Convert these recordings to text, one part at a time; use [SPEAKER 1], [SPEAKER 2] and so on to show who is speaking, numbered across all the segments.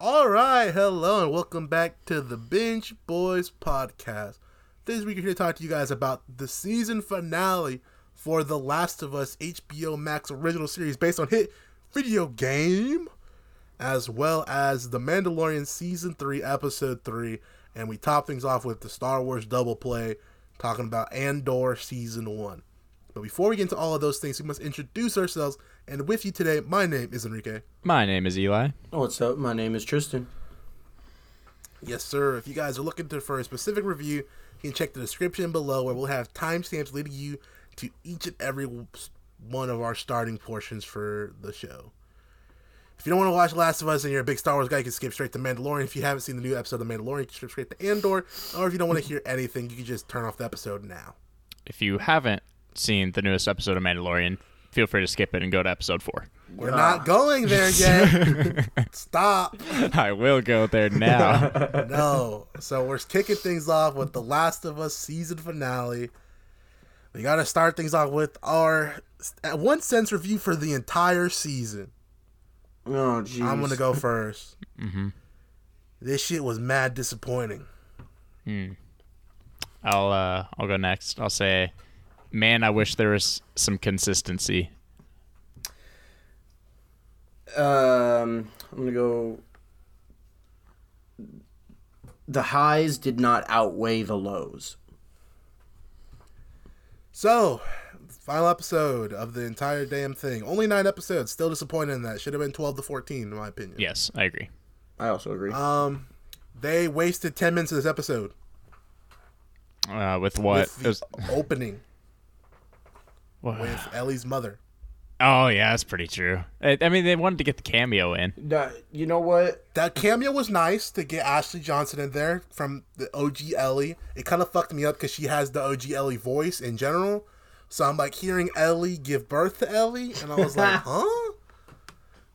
[SPEAKER 1] All right, hello, and welcome back to the Bench Boys podcast. This week, we're here to talk to you guys about the season finale for The Last of Us HBO Max original series based on hit video game, as well as The Mandalorian season three, episode three, and we top things off with the Star Wars double play, talking about Andor season one. But before we get into all of those things, we must introduce ourselves. And with you today, my name is Enrique.
[SPEAKER 2] My name is Eli.
[SPEAKER 3] Oh, What's up? My name is Tristan.
[SPEAKER 1] Yes, sir. If you guys are looking to, for a specific review, you can check the description below where we'll have timestamps leading you to each and every one of our starting portions for the show. If you don't want to watch Last of Us and you're a big Star Wars guy, you can skip straight to Mandalorian. If you haven't seen the new episode of Mandalorian, you can skip straight to Andor. Or if you don't want to hear anything, you can just turn off the episode now.
[SPEAKER 2] If you haven't seen the newest episode of Mandalorian, feel free to skip it and go to episode four.
[SPEAKER 1] We're not going there yet. Stop.
[SPEAKER 2] I will go there now.
[SPEAKER 1] No. So we're kicking things off with the Last of Us season finale. We got to start things off with our at one sense review for the entire season.
[SPEAKER 3] Oh, jeez.
[SPEAKER 1] I'm gonna
[SPEAKER 2] Mm-hmm.
[SPEAKER 1] go 1st This shit was mad disappointing.
[SPEAKER 2] I'll uh, I'll go next. I'll say, man, I wish there was some consistency.
[SPEAKER 3] Um, I'm gonna go. The highs did not outweigh the lows.
[SPEAKER 1] So, final episode of the entire damn thing. Only nine episodes. Still disappointed in that. Should have been 12 to 14, in my opinion.
[SPEAKER 2] Yes, I agree.
[SPEAKER 3] I also agree.
[SPEAKER 1] Um, they wasted 10 minutes of this episode
[SPEAKER 2] Uh, with what?
[SPEAKER 1] with the
[SPEAKER 2] It was-
[SPEAKER 1] opening
[SPEAKER 2] Wha-
[SPEAKER 1] with Ellie's mother.
[SPEAKER 2] oh yeah, that's pretty true. I, I mean, they wanted to get the cameo in.
[SPEAKER 3] That- you know what?
[SPEAKER 1] That cameo was nice to get Ashley Johnson in there from the OG Ellie. It kind of fucked me up because she has the OG Ellie voice in general. So I'm like hearing Ellie give birth to Ellie, and I was like, huh?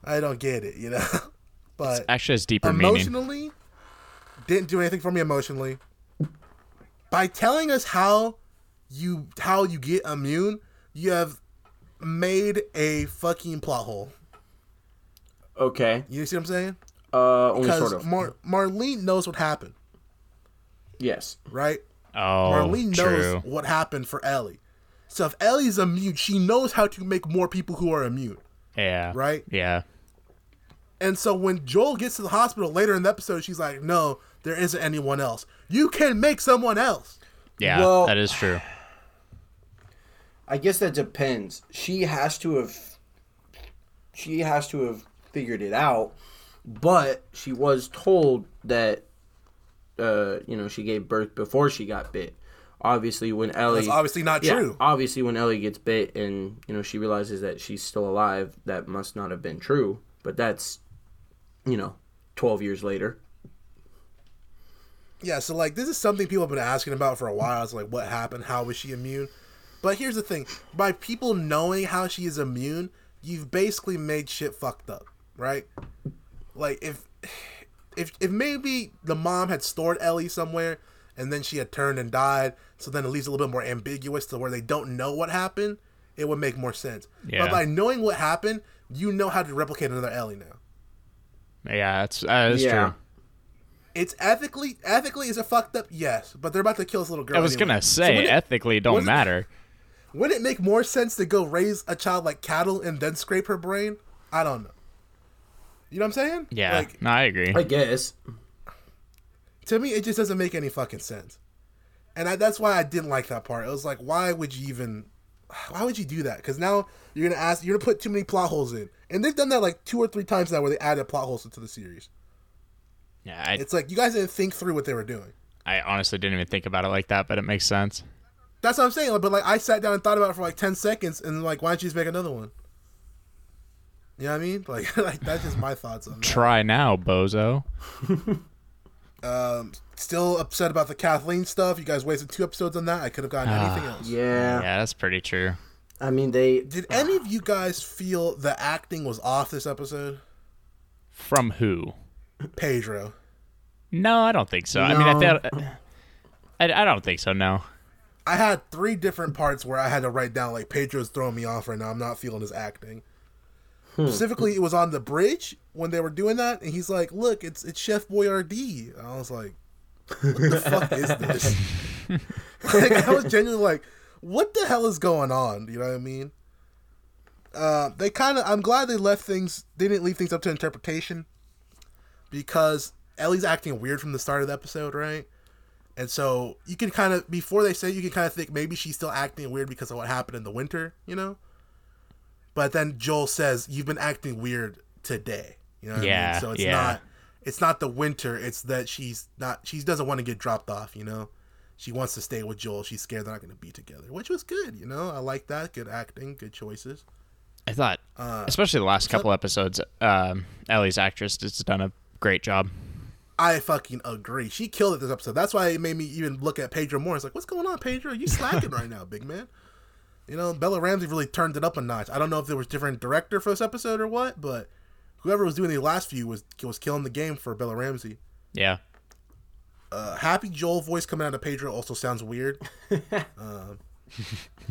[SPEAKER 1] I don't get it, you know? But
[SPEAKER 2] Actually, has deeper meaning.
[SPEAKER 1] emotionally, didn't do anything for me emotionally. By telling us how you how you get immune, you have made a fucking plot hole.
[SPEAKER 3] Okay.
[SPEAKER 1] You see what I'm saying?
[SPEAKER 3] Uh, only
[SPEAKER 1] Because
[SPEAKER 3] sort of.
[SPEAKER 1] Mar- Marlene knows what happened,
[SPEAKER 3] yes.
[SPEAKER 1] right?
[SPEAKER 2] Oh,
[SPEAKER 1] Marlene
[SPEAKER 2] true.
[SPEAKER 1] knows what happened for Ellie. So if Ellie's immune, she knows how to make more people who are immune,
[SPEAKER 2] Yeah.
[SPEAKER 1] right?
[SPEAKER 2] Yeah.
[SPEAKER 1] And so when Joel gets to the hospital later in the episode, she's like, "No, there isn't anyone else. You can make someone else."
[SPEAKER 2] Yeah.
[SPEAKER 3] Well-
[SPEAKER 2] that is true.
[SPEAKER 3] I guess that depends. She has to have. She has to have figured it out, but she was told that. Uh, you know, she gave birth before she got bit. Obviously, when Ellie.
[SPEAKER 1] That's obviously not
[SPEAKER 3] Yeah,
[SPEAKER 1] true.
[SPEAKER 3] obviously, when Ellie gets bit and you know she realizes that she's still alive, that must not have been true. But that's, you know, twelve years later.
[SPEAKER 1] Yeah, so like this is something people have been asking about for a while. It's like, what happened? How was she immune? But here's the thing: by people knowing how she is immune, you've basically made shit fucked up, right? Like if if if maybe the mom had stored Ellie somewhere and then she had turned and died, so then it leaves it a little bit more ambiguous to where they don't know what happened. It would make more sense.
[SPEAKER 2] Yeah.
[SPEAKER 1] But by knowing what happened, you know how to replicate another Ellie now.
[SPEAKER 2] Yeah, that's that is
[SPEAKER 3] Yeah.
[SPEAKER 2] true.
[SPEAKER 1] It's ethically ethically is it fucked up? Yes, but they're about to kill this little girl.
[SPEAKER 2] I was
[SPEAKER 1] anyway.
[SPEAKER 2] gonna
[SPEAKER 1] So
[SPEAKER 2] say
[SPEAKER 1] wouldn't it-
[SPEAKER 2] ethically it don't
[SPEAKER 1] wouldn't it-
[SPEAKER 2] matter.
[SPEAKER 1] Wouldn't it make more sense to go raise a child like cattle and then scrape her brain? I don't know. You know what I'm saying?
[SPEAKER 2] Yeah,
[SPEAKER 1] Like
[SPEAKER 2] no, I agree.
[SPEAKER 3] I guess.
[SPEAKER 1] to me, it just doesn't make any fucking sense, and I, that's why I didn't like that part. It was like, why would you even? Why would you do that? Because now you're gonna ask, you're gonna put too many plot holes in, and they've done that like two or three times now, where they added plot holes into the series.
[SPEAKER 2] yeah, I,
[SPEAKER 1] It's like you guys didn't think through what they were doing.
[SPEAKER 2] I honestly didn't even think about it like that, but it makes sense.
[SPEAKER 1] That's what I'm saying. like, But like, I sat down and thought about it for like ten seconds, and like, why don't you just make another one? You know what I mean? Like, like that's just my thoughts on that.
[SPEAKER 2] Try now, bozo.
[SPEAKER 1] Still upset about the Kathleen stuff. You guys wasted two episodes on that. I could have gotten anything else.
[SPEAKER 3] Yeah.
[SPEAKER 2] Yeah, that's pretty true.
[SPEAKER 3] I mean, they.
[SPEAKER 1] Did any of you guys feel the acting was off this episode?
[SPEAKER 2] From who?
[SPEAKER 1] Pedro.
[SPEAKER 2] No, I don't think so. I mean, I
[SPEAKER 3] No.
[SPEAKER 2] thought. I, I don't think so. No.
[SPEAKER 1] I had three different parts where I had to write down like Pedro's throwing me off right now. I'm not feeling his acting. Specifically, it was on the bridge when they were doing that, and he's like, "Look, it's it's Chef Boyardee." And I was like, "What the fuck is this?" like, I was genuinely like, "What the hell is going on?" You know what I mean? Uh, they kind of. I'm glad they left things. They didn't leave things up to interpretation, because Ellie's acting weird from the start of the episode, right? And so you can kind of before they say it, you can kind of think maybe she's still acting weird because of what happened in the winter, you know. But then Joel says, "You've been acting weird today." You know what I
[SPEAKER 2] Yeah,
[SPEAKER 1] mean? So it's
[SPEAKER 2] yeah.
[SPEAKER 1] not it's not the winter, it's that she's not she doesn't want to get dropped off, you know. She wants to stay with Joel. She's scared they're not going to be together, which was good, you know. I like that. Good acting, good choices.
[SPEAKER 2] I thought,
[SPEAKER 1] Uh,
[SPEAKER 2] especially the last couple episodes, um, Ellie's actress has done a great job.
[SPEAKER 1] I fucking agree. She killed it this episode. That's why it made me even look at Pedro more. It's like, what's going on, Pedro? You slacking right now, big man. You know, Bella Ramsey really turned it up a notch. I don't know if there was different director for this episode or what, but whoever was doing the last few was was killing the game for Bella Ramsey.
[SPEAKER 2] Yeah.
[SPEAKER 1] Uh, happy Joel voice coming out of Pedro also sounds weird. Um,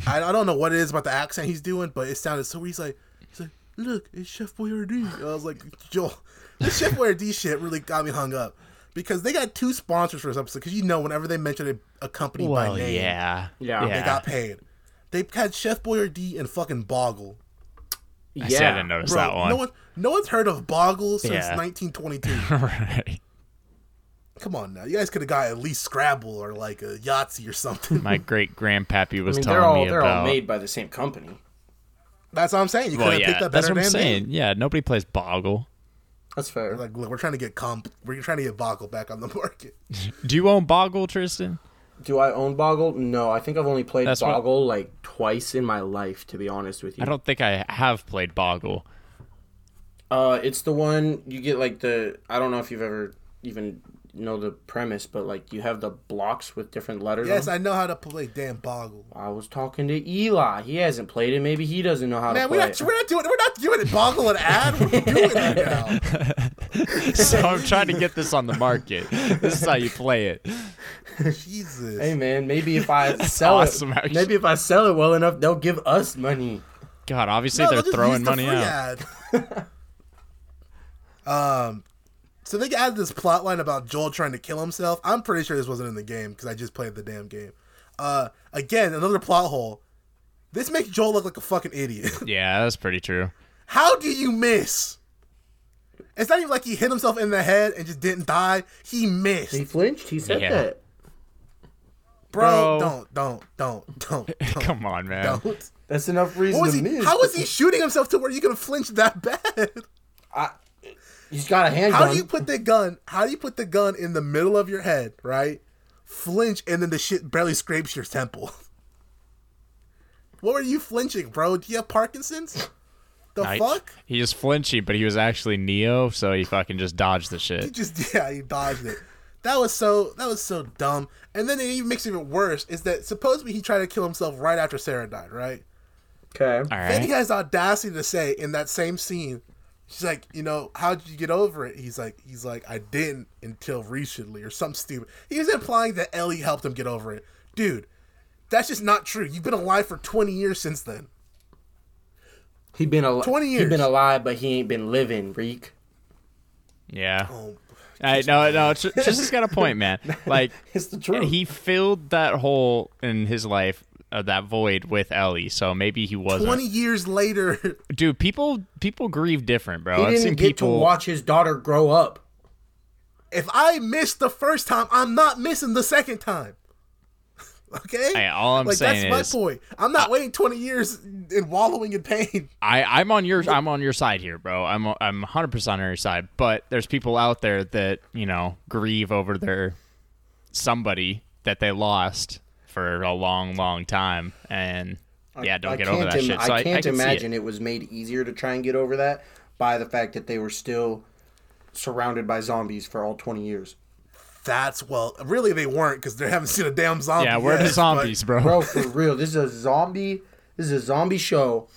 [SPEAKER 1] I, I don't know what it is about the accent he's doing, but it sounded so. He's like, he's like, look, it's Chef Boyardee. I was like, Joel, this Chef Boyardee shit really got me hung up because they got two sponsors for this episode. Because you know, whenever they mention a, a company
[SPEAKER 2] Well,
[SPEAKER 1] by name,
[SPEAKER 2] yeah.
[SPEAKER 3] Yeah. They
[SPEAKER 1] they got paid. They had Chef Boyardee and fucking Boggle.
[SPEAKER 2] I see, I didn't notice
[SPEAKER 1] Bro,
[SPEAKER 2] that one.
[SPEAKER 1] No one, no one's heard of Boggle since
[SPEAKER 2] Yeah.
[SPEAKER 1] 1922.
[SPEAKER 2] right.
[SPEAKER 1] Come on now, you guys could have got at least Scrabble or like a Yahtzee or something.
[SPEAKER 2] My great grandpappy was
[SPEAKER 3] I
[SPEAKER 2] telling
[SPEAKER 3] mean, they're all
[SPEAKER 2] me
[SPEAKER 3] they're
[SPEAKER 2] about.
[SPEAKER 3] all made by the same company.
[SPEAKER 1] That's what I'm saying. You could
[SPEAKER 2] well,
[SPEAKER 1] have
[SPEAKER 2] yeah,
[SPEAKER 1] picked a
[SPEAKER 2] that's
[SPEAKER 1] better
[SPEAKER 2] what
[SPEAKER 1] damn
[SPEAKER 2] I'm saying.
[SPEAKER 1] name.
[SPEAKER 2] Yeah, nobody plays Boggle.
[SPEAKER 3] That's fair.
[SPEAKER 1] Like, look, we're trying to get comp. We're trying to get Boggle back on the market.
[SPEAKER 2] Do you own Boggle, Tristan?
[SPEAKER 3] Do I own Boggle? No, I think I've only played
[SPEAKER 2] That's what-
[SPEAKER 3] Boggle like twice in my life, to be honest with you.
[SPEAKER 2] I don't think I have played Boggle.
[SPEAKER 3] Uh, it's the one you get like the I don't know if you've ever even know the premise, but like you have the blocks with different letters.
[SPEAKER 1] Yes,
[SPEAKER 3] on
[SPEAKER 1] I know how to play damn Boggle.
[SPEAKER 3] I was talking to Eli. He hasn't played it. Maybe he doesn't know how to
[SPEAKER 1] Man,
[SPEAKER 3] play
[SPEAKER 1] we're not,
[SPEAKER 3] it.
[SPEAKER 1] we're not doing we're not giving it Boggle an ad. We're doing that now.
[SPEAKER 2] So I'm trying to get this on the market. This is how you play it.
[SPEAKER 1] Jesus.
[SPEAKER 3] Hey man, maybe if I sell
[SPEAKER 2] awesome,
[SPEAKER 3] it,
[SPEAKER 2] actually.
[SPEAKER 3] maybe if I sell it well enough, they'll give us money.
[SPEAKER 2] God, obviously
[SPEAKER 1] No,
[SPEAKER 2] they're
[SPEAKER 1] they'll just
[SPEAKER 2] throwing
[SPEAKER 1] use the
[SPEAKER 2] money
[SPEAKER 1] free
[SPEAKER 2] out.
[SPEAKER 1] ad. um, so they added this plot line about Joel trying to kill himself. I'm pretty sure this wasn't in the game because I just played the damn game. Uh, again, another plot hole. This makes Joel look like a fucking idiot.
[SPEAKER 2] Yeah, that's pretty true.
[SPEAKER 1] How do you miss? It's not even like he hit himself in the head and just didn't die. He missed.
[SPEAKER 3] He flinched. He said
[SPEAKER 2] Yeah.
[SPEAKER 3] that.
[SPEAKER 1] bro,
[SPEAKER 2] Bro.
[SPEAKER 1] don't, don't, don't, don't, don't.
[SPEAKER 2] Come on, man.
[SPEAKER 1] don't.
[SPEAKER 3] That's enough reason
[SPEAKER 1] What was
[SPEAKER 3] to
[SPEAKER 1] he,
[SPEAKER 3] miss.
[SPEAKER 1] how is he shooting himself to where you can flinch that bad?
[SPEAKER 3] He's got a handgun.
[SPEAKER 1] How do you put the gun? How do you put the gun in the middle of your head, right? Flinch, and then the shit barely scrapes your temple. What were you flinching, bro? Do you have Parkinson's? The
[SPEAKER 2] I-
[SPEAKER 1] fuck?
[SPEAKER 2] He was flinchy, but he was actually Neo, so he fucking just dodged the
[SPEAKER 1] He
[SPEAKER 2] shit.
[SPEAKER 1] just yeah, he dodged it. That was so that was so dumb. And then it even makes it even worse is that supposedly he tried to kill himself right after Sarah died, right?
[SPEAKER 3] Okay.
[SPEAKER 2] All
[SPEAKER 1] Then he
[SPEAKER 2] right.
[SPEAKER 1] has the audacity to say in that same scene, she's like, you know, how did you get over it? He's like, he's like, I didn't until recently or something stupid. He was implying that Ellie helped him get over it. Dude, that's just not true. You've been alive for twenty years since then.
[SPEAKER 3] He been alive.
[SPEAKER 1] 20
[SPEAKER 3] He
[SPEAKER 1] years.
[SPEAKER 3] been alive, but he ain't been living. Reek.
[SPEAKER 2] Yeah.
[SPEAKER 1] Oh,
[SPEAKER 2] I no no. Tr- Tristan's got a point, man. Like
[SPEAKER 3] It's the truth.
[SPEAKER 2] he filled that hole in his life, uh, that void with Ellie. So maybe he wasn't.
[SPEAKER 1] twenty years later,
[SPEAKER 2] Dude, people people grieve different, bro.
[SPEAKER 3] he
[SPEAKER 2] I've seen
[SPEAKER 3] didn't get
[SPEAKER 2] people.
[SPEAKER 3] to watch his daughter grow up.
[SPEAKER 1] if I missed the first time, I'm not missing the second time. Okay?
[SPEAKER 2] Hey, all I'm
[SPEAKER 1] like
[SPEAKER 2] saying
[SPEAKER 1] that's
[SPEAKER 2] is-
[SPEAKER 1] my point. I'm not waiting 20 years and wallowing in pain.
[SPEAKER 2] I I'm on your I'm on your side here, bro. I'm I'm 100 percent on your side. But there's people out there that you know grieve over their somebody that they lost for a long, long time, and yeah, don't get over
[SPEAKER 3] can't
[SPEAKER 2] that
[SPEAKER 3] im-
[SPEAKER 2] shit. So I,
[SPEAKER 3] I can't
[SPEAKER 2] can see it.
[SPEAKER 3] imagine it. was made easier to try and get over that by the fact that they were still surrounded by zombies for all 20 years.
[SPEAKER 1] That's well, really they weren't because they haven't seen a damn zombie.
[SPEAKER 2] Yeah, we're
[SPEAKER 1] yet,
[SPEAKER 2] the zombies, bro.
[SPEAKER 3] Bro, for real, this is a zombie. This is a zombie show,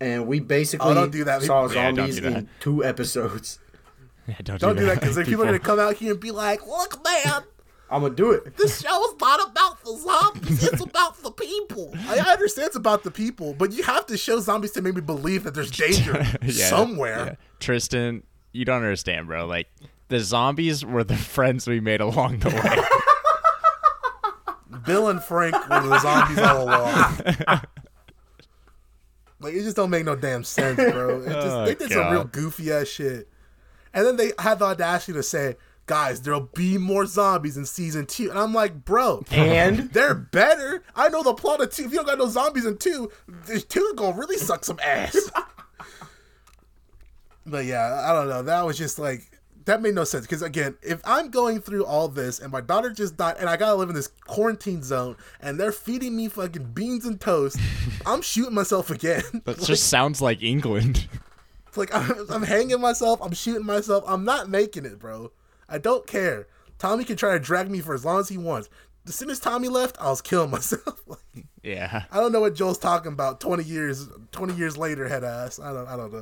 [SPEAKER 3] and we basically
[SPEAKER 1] Oh, don't do that.
[SPEAKER 3] saw
[SPEAKER 2] Yeah, don't
[SPEAKER 3] zombies
[SPEAKER 2] do that.
[SPEAKER 3] in two episodes.
[SPEAKER 2] Yeah,
[SPEAKER 1] But
[SPEAKER 2] don't,
[SPEAKER 1] don't do that because people are gonna come out here and be like, "Look, man,
[SPEAKER 3] I'm gonna do it.
[SPEAKER 1] This show is not about the zombies. It's about the people. I I understand it's about the people, but you have to show zombies to make me believe that there's danger
[SPEAKER 2] Yeah, yeah.
[SPEAKER 1] somewhere.
[SPEAKER 2] Tristan, you don't understand, bro. Like the zombies were the friends we made along the way.
[SPEAKER 1] Bill and Frank were the zombies all along. like it just don't make no damn sense, bro. It just,
[SPEAKER 2] Oh,
[SPEAKER 1] they did some
[SPEAKER 2] God.
[SPEAKER 1] real goofy ass shit. And then they had the audacity to say, "Guys, there'll be more zombies in season two. And I'm like, "Bro,
[SPEAKER 3] And
[SPEAKER 1] they're better. I know the plot of two. If you don't got no zombies in two, th- two gonna really suck some ass. but yeah, I don't know. That was just like that made no sense. Because again, if I'm going through all this and my daughter just died and I gotta live in this quarantine zone and they're feeding me fucking beans and toast, I'm shooting myself again.
[SPEAKER 2] That just sounds like England.
[SPEAKER 1] It's like I'm, I'm hanging myself. I'm shooting myself. I'm not making it, bro. I don't care. Tommy can try to drag me for as long as he wants. As soon as Tommy left, I was killing myself. Like,
[SPEAKER 2] Yeah.
[SPEAKER 1] I don't know what Joel's talking about. Twenty years, twenty years later, head ass. I don't, I don't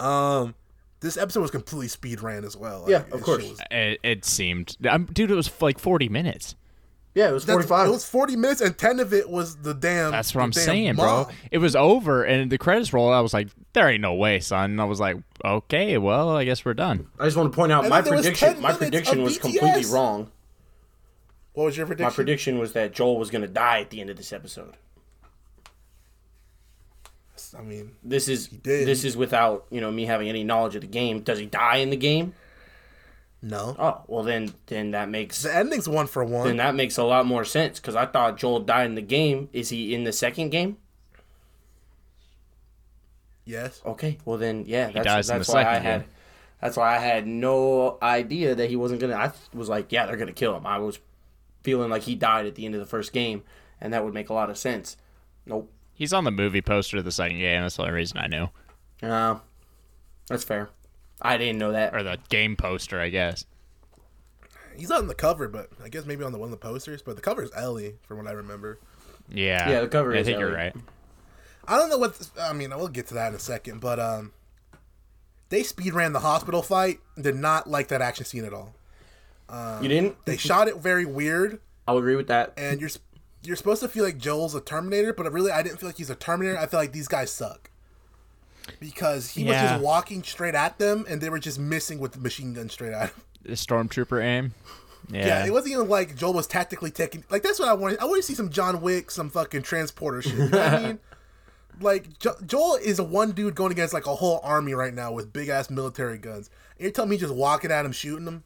[SPEAKER 1] know. Um, this episode was completely speed ran as well. Like,
[SPEAKER 3] Yeah, of
[SPEAKER 1] this shit
[SPEAKER 3] course.
[SPEAKER 1] was-
[SPEAKER 2] It, it seemed, I'm, dude. It was like 40 minutes.
[SPEAKER 3] yeah, it was
[SPEAKER 1] that's,
[SPEAKER 3] 45.
[SPEAKER 1] It was forty minutes, and ten of it was the damn.
[SPEAKER 2] That's what
[SPEAKER 1] the
[SPEAKER 2] I'm
[SPEAKER 1] damn
[SPEAKER 2] saying,
[SPEAKER 1] mom.
[SPEAKER 2] bro. It was over, and the credits rolled. I was like, "There ain't no way, son." And I was like, "Okay, well, I guess we're done."
[SPEAKER 3] I just want to point out my
[SPEAKER 1] then there was
[SPEAKER 3] prediction.
[SPEAKER 1] 10
[SPEAKER 3] My
[SPEAKER 1] minutes of
[SPEAKER 3] prediction was
[SPEAKER 1] BTS.
[SPEAKER 3] completely wrong.
[SPEAKER 1] What was your
[SPEAKER 3] My
[SPEAKER 1] prediction?
[SPEAKER 3] prediction was that Joel was gonna die at the end of this episode.
[SPEAKER 1] I mean,
[SPEAKER 3] This is
[SPEAKER 1] did.
[SPEAKER 3] this is without you know me having any knowledge of the game. Does he die in the game?
[SPEAKER 1] no.
[SPEAKER 3] Oh well, then then that makes
[SPEAKER 1] The ending's one for one.
[SPEAKER 3] then that makes a lot more sense because I thought Joel died in the game. Is he in the second game?
[SPEAKER 1] yes.
[SPEAKER 3] Okay, well then yeah, that's,
[SPEAKER 2] dies in
[SPEAKER 3] that's
[SPEAKER 2] the
[SPEAKER 3] why I
[SPEAKER 2] second
[SPEAKER 3] had
[SPEAKER 2] game.
[SPEAKER 3] that's why I had no idea that he wasn't gonna. I th- was like, yeah, they're gonna kill him. I was feeling like he died at the end of the first game, and that would make a lot of sense. Nope.
[SPEAKER 2] He's on the movie poster of the second game. That's the only reason I knew,
[SPEAKER 3] Uh, that's fair. I didn't know that.
[SPEAKER 2] or the game poster, I guess.
[SPEAKER 1] He's not on the cover, but I guess maybe on the one of the posters. But the cover is Ellie, from what I remember.
[SPEAKER 2] Yeah.
[SPEAKER 3] Yeah, the cover
[SPEAKER 2] I
[SPEAKER 3] is
[SPEAKER 2] think you're
[SPEAKER 3] Ellie.
[SPEAKER 2] right.
[SPEAKER 1] I don't know what. This, I mean, we'll get to that in a second, but um, they speed ran the hospital fight. Did not like that action scene at all.
[SPEAKER 3] You didn't?
[SPEAKER 1] They shot it very weird,
[SPEAKER 3] I'll agree with that.
[SPEAKER 1] and you're sp- you're supposed to feel like Joel's a Terminator, but really, I didn't feel like he's a Terminator. I feel like these guys suck because he was
[SPEAKER 2] Yeah.
[SPEAKER 1] just walking straight at them, and they were just missing with the machine gun straight at him.
[SPEAKER 2] The stormtrooper aim. Yeah.
[SPEAKER 1] Yeah, it wasn't even like Joel was tactically taking. Like that's what I wanted. I want to see some John Wick, some fucking transporter shit. You know what I mean, like jo- Joel is a one dude going against like a whole army right now with big ass military guns. And you're telling me he's just walking at him, shooting him.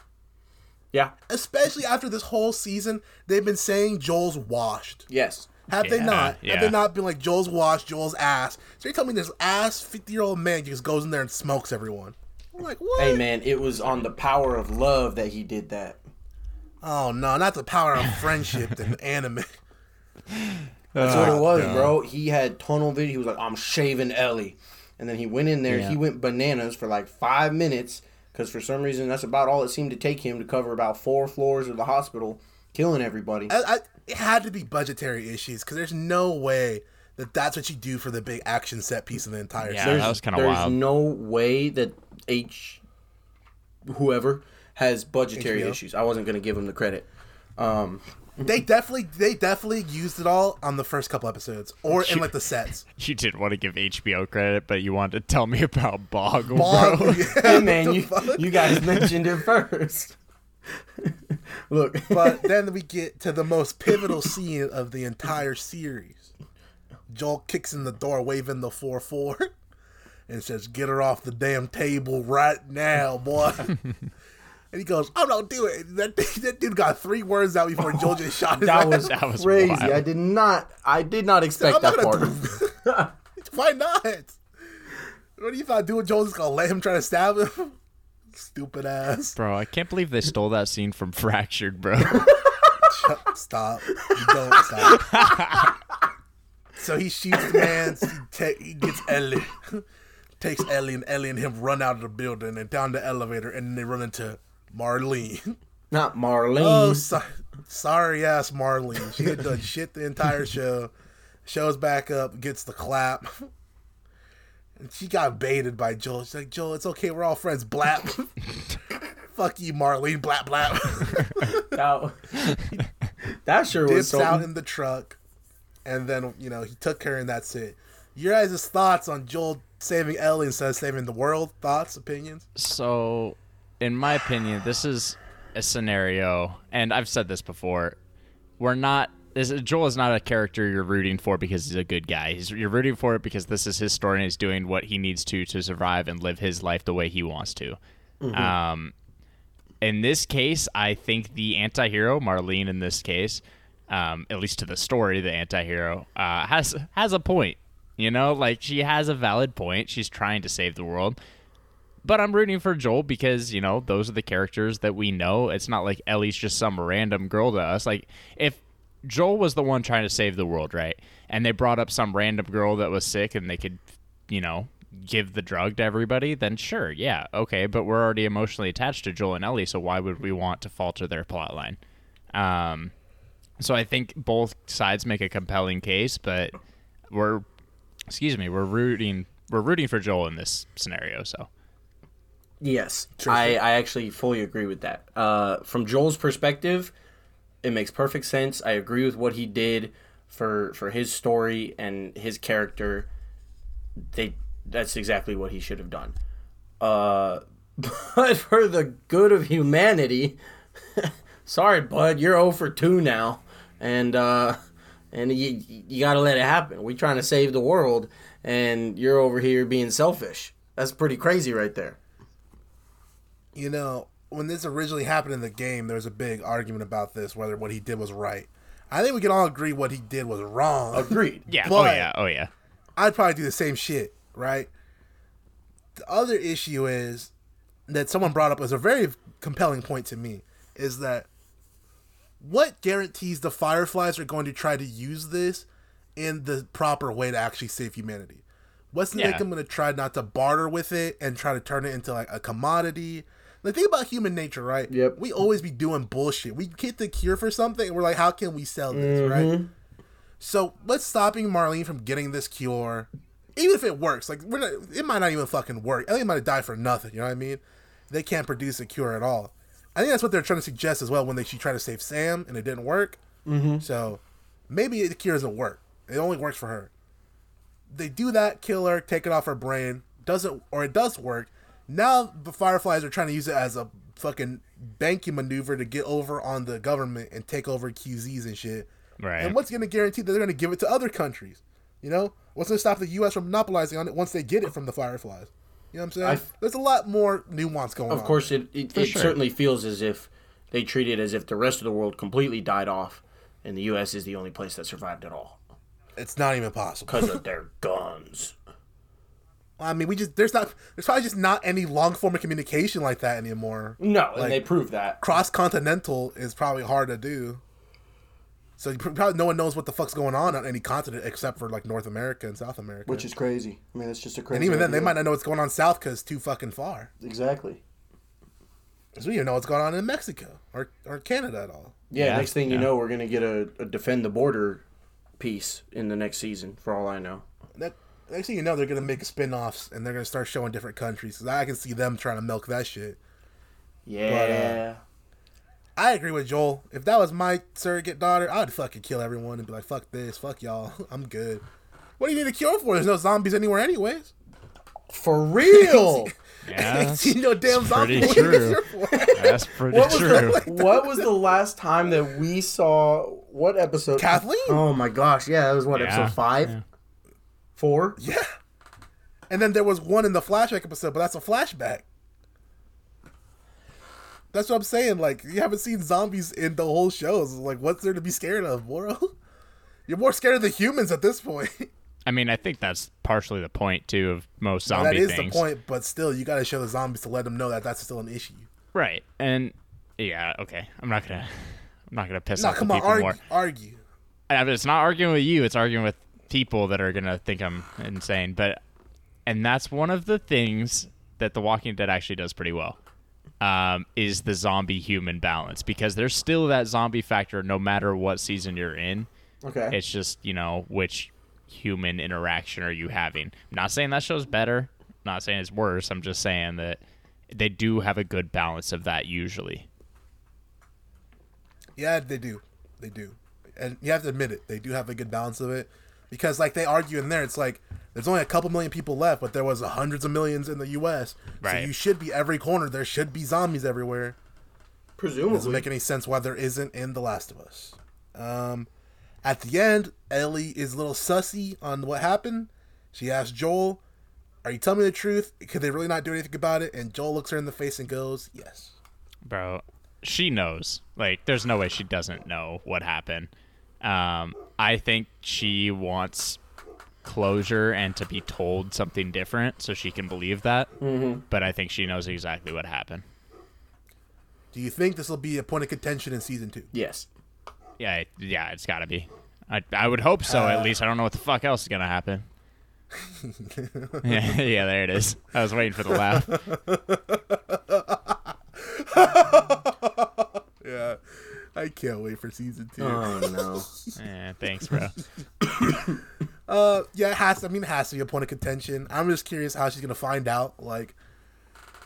[SPEAKER 3] Yeah.
[SPEAKER 1] Especially after this whole season, they've been saying Joel's washed.
[SPEAKER 3] Yes.
[SPEAKER 1] Have they
[SPEAKER 2] Yeah,
[SPEAKER 1] not?
[SPEAKER 2] yeah.
[SPEAKER 1] Have they not been like Joel's washed, Joel's ass? So you're telling me this ass fifty year old man just goes in there and smokes everyone? I'm like what?
[SPEAKER 3] Hey man, it was on the power of love that he did that.
[SPEAKER 1] Oh no, not the power of friendship and anime.
[SPEAKER 3] That's what it was, bro. He had tunnel vision. He was like, "I'm shaving Ellie," and then he went in there. He went bananas for like five minutes because for some reason that's about all it seemed to take him to cover about four floors of the hospital, killing everybody.
[SPEAKER 1] I, I, it had to be budgetary issues because there's no way that that's what you do for the big action set piece of the entire
[SPEAKER 2] Yeah.
[SPEAKER 1] series.
[SPEAKER 2] that was kinda
[SPEAKER 3] there's
[SPEAKER 2] wild.
[SPEAKER 3] no way that H, whoever, has budgetary
[SPEAKER 1] HBO.
[SPEAKER 3] issues. I wasn't gonna give him the credit.
[SPEAKER 1] They definitely, they definitely used it all on the first couple episodes or in like the sets.
[SPEAKER 2] You didn't want to give HBO credit, but you wanted to tell me about Boggle,
[SPEAKER 1] Bog-
[SPEAKER 2] bro.
[SPEAKER 1] yeah.
[SPEAKER 3] Hey man, you, you guys mentioned it first. Look,
[SPEAKER 1] but then we get to the most pivotal scene of the entire series. Joel kicks in the door, waving the four four, and says, "Get her off the damn table right now, boy." and he goes, "I'm not do it." That, that dude got three words out before Joel just shot his
[SPEAKER 3] that
[SPEAKER 1] ass.
[SPEAKER 3] was
[SPEAKER 2] That was
[SPEAKER 3] crazy.
[SPEAKER 2] wild.
[SPEAKER 3] I did not. I did not expect
[SPEAKER 1] I'm not
[SPEAKER 3] that
[SPEAKER 1] gonna
[SPEAKER 3] part.
[SPEAKER 1] do- Why not? What do you thought Dual Jones is gonna let him try to stab him? Stupid ass.
[SPEAKER 2] Bro, I can't believe they stole that scene from Fractured, bro.
[SPEAKER 1] Stop. You don't stop. so he shoots the man. He, ta- he gets Ellie. Takes Ellie and Ellie and him run out of the building and down the elevator and they run into Marlene.
[SPEAKER 3] Not Marlene.
[SPEAKER 1] Oh, so- sorry ass Marlene. She had done shit the entire show. Shows back up, gets the clap. And she got baited by Joel. She's like, Joel, it's okay. We're all friends. Blap. Fuck you, Marlene. Blap blap. Oh,
[SPEAKER 3] That, that sure was
[SPEAKER 1] Dips out
[SPEAKER 3] something.
[SPEAKER 1] in the truck, and then you know he took her, and that's it. Your guys' thoughts on Joel saving Ellie instead of saving the world? Thoughts, opinions?
[SPEAKER 2] So, in my opinion, this is a scenario, and I've said this before. We're not. This, Joel is not a character you're rooting for because he's a good guy. He's, you're rooting for it because this is his story and he's doing what he needs to to survive and live his life the way he wants to. Um, in this case, I think the anti-hero, Marlene, in this case, um, at least to the story, the anti-hero uh, has has a point. You know, like she has a valid point. She's trying to save the world but I'm rooting for Joel because you know those are the characters that we know. It's not like Ellie's just some random girl to us. Like if Joel was the one trying to save the world, right? And they brought up some random girl that was sick and they could, you know, give the drug to everybody, then sure, yeah, okay. But we're already emotionally attached to Joel and Ellie, so why would we want to falter their plot line? Um, so I think both sides make a compelling case, but we're, excuse me, we're rooting we're rooting for Joel in this scenario. So.
[SPEAKER 3] Yes, I, I actually fully agree with that. Uh, from Joel's perspective, it makes perfect sense. I agree with what he did for for his story and his character. They that's exactly what he should have done. Uh, but for the good of humanity, sorry, bud, you're 0 for two now, and uh, and you you gotta let it happen. We're trying to save the world, and you're over here being selfish. That's pretty crazy, right there.
[SPEAKER 1] you know, when this originally happened in the game, there was a big argument about this whether what he did was right. I think we can all agree what he did was wrong.
[SPEAKER 3] Agreed.
[SPEAKER 2] Yeah. oh
[SPEAKER 1] But-
[SPEAKER 2] yeah. Oh yeah.
[SPEAKER 1] I'd probably do the same shit, right? The other issue is that someone brought up was a very compelling point to me is that what guarantees the Fireflies are going to try to use this in the proper way to actually save humanity? What's
[SPEAKER 2] Yeah.
[SPEAKER 1] make them going to try not to barter with it and try to turn it into like a commodity? The thing about human nature, right?
[SPEAKER 3] Yep.
[SPEAKER 1] We always be doing bullshit. We get the cure for something, and we're like, how can we sell this, right? So what's stopping Marlene from getting this cure? Even if it works, like we're not, it might not even fucking work. Ellie might have died for nothing. You know what I mean? They can't produce a cure at all. I think that's what they're trying to suggest as well when they she tried to save Sam and it didn't work. Mm-hmm. So maybe the cure doesn't work. It only works for her. They do that, kill her, take it off her brain. Doesn't or it does work. Now the Fireflies are trying to use it as a fucking banking maneuver to get over on the government and take over QZs and shit.
[SPEAKER 2] Right.
[SPEAKER 1] And what's going to guarantee that they're going to give it to other countries? You know, what's going to stop the U.S. from monopolizing on it once they get it from the Fireflies? You know what I'm saying?
[SPEAKER 3] I-
[SPEAKER 1] There's a lot more nuance going on.
[SPEAKER 3] Of course, it it, it
[SPEAKER 2] sure.
[SPEAKER 3] certainly feels as if they treat it as if the rest of the world completely died off, and the U.S. is the only place that survived at all
[SPEAKER 1] it's not even possible.
[SPEAKER 3] because of their guns.
[SPEAKER 1] I mean, we just there's not there's probably just not any long form of communication like that anymore.
[SPEAKER 3] No, and they prove that.
[SPEAKER 1] Cross continental is probably hard to do. So you prob- probably no one knows what the fuck's going on on any continent except for like North America and South America.
[SPEAKER 3] Which is crazy. I mean, it's just a crazy.
[SPEAKER 1] and even then, they might not know what's going on south because it's too fucking far.
[SPEAKER 3] exactly.
[SPEAKER 1] 'Cause we don't even know what's going on in Mexico or, or Canada at all.
[SPEAKER 3] Yeah,
[SPEAKER 2] Yeah,
[SPEAKER 3] Next thing you
[SPEAKER 2] yeah.
[SPEAKER 3] know, we're gonna get a, a defend the border piece in the next season. For all I know.
[SPEAKER 1] That, next thing you know, they're gonna make spin-offs and they're gonna start showing different countries. 'Cause I can see them trying to milk that shit.
[SPEAKER 3] Yeah.
[SPEAKER 1] I agree with Joel. If that was my surrogate daughter, I'd fucking kill everyone and be like, "Fuck this, fuck y'all, I'm good." What do you need a cure for? There's no zombies anywhere, anyways.
[SPEAKER 3] For real.
[SPEAKER 2] Yeah, that's,
[SPEAKER 1] See no damn
[SPEAKER 2] pretty
[SPEAKER 1] zombies. What do you need a
[SPEAKER 2] true.
[SPEAKER 1] cure for?
[SPEAKER 2] that's pretty
[SPEAKER 3] What was
[SPEAKER 2] true.
[SPEAKER 3] the, what was the last time that we saw what episode?
[SPEAKER 1] Kathleen?
[SPEAKER 3] Oh my gosh! Yeah, that was what
[SPEAKER 2] Yeah.
[SPEAKER 3] episode five,
[SPEAKER 2] Yeah.
[SPEAKER 3] four.
[SPEAKER 1] yeah. And then there was one in the flashback episode, but that's a flashback. That's what I'm saying. Like you haven't seen zombies in the whole shows. Like what's there to be scared of, Moro? You're more scared of the humans at this point.
[SPEAKER 2] I mean, I think that's partially the point too of most zombie
[SPEAKER 1] that is
[SPEAKER 2] things,
[SPEAKER 1] the point, but still, you got to show the zombies to let them know that that's still an issue.
[SPEAKER 2] right? And yeah, okay. I'm not gonna, I'm not gonna piss
[SPEAKER 1] No,
[SPEAKER 2] off
[SPEAKER 1] come
[SPEAKER 2] the
[SPEAKER 1] on,
[SPEAKER 2] people
[SPEAKER 1] argue,
[SPEAKER 2] more.
[SPEAKER 1] argue.
[SPEAKER 2] I mean, it's not arguing with you; it's arguing with people that are gonna think I'm insane. But, and that's one of the things that The Walking Dead actually does pretty well. Um, is the zombie human balance because there's still that zombie factor no matter what season you're in.
[SPEAKER 3] Okay.
[SPEAKER 2] It's just, you know, which human interaction are you having? I'm not saying that show's better. I'm not saying it's worse. I'm just saying that they do have a good balance of that usually.
[SPEAKER 1] Yeah, they do. They do. And you have to admit it, they do have a good balance of it. Because like they argue in there, it's like there's only a couple million people left, but there was hundreds of millions in the US.
[SPEAKER 2] Right.
[SPEAKER 1] So you should be every corner. There should be zombies everywhere. Doesn't
[SPEAKER 3] Presumably.
[SPEAKER 1] make any sense why there isn't in The Last of Us. Um at the end, Ellie is a little sussy on what happened. She asks Joel, Are you telling me the truth? Could they really not do anything about it? And Joel looks her in the face and goes, Yes.
[SPEAKER 2] bro she knows like there's no way she doesn't know what happened um i think she wants closure and to be told something different so she can believe that mm-hmm. but i think she knows exactly what happened
[SPEAKER 1] Do you think this will be a point of contention in season two?
[SPEAKER 3] yes.
[SPEAKER 2] yeah it- yeah it's gotta be i, I would hope so at least i don't know what the fuck else is gonna happen yeah, yeah, there it is. I was waiting for the laugh.
[SPEAKER 1] Yeah. I can't wait for season two.
[SPEAKER 3] Oh no.
[SPEAKER 2] Yeah, thanks, bro.
[SPEAKER 1] Uh, yeah, it has. I mean, it has to be a point of contention. I'm just curious how she's gonna find out. Like,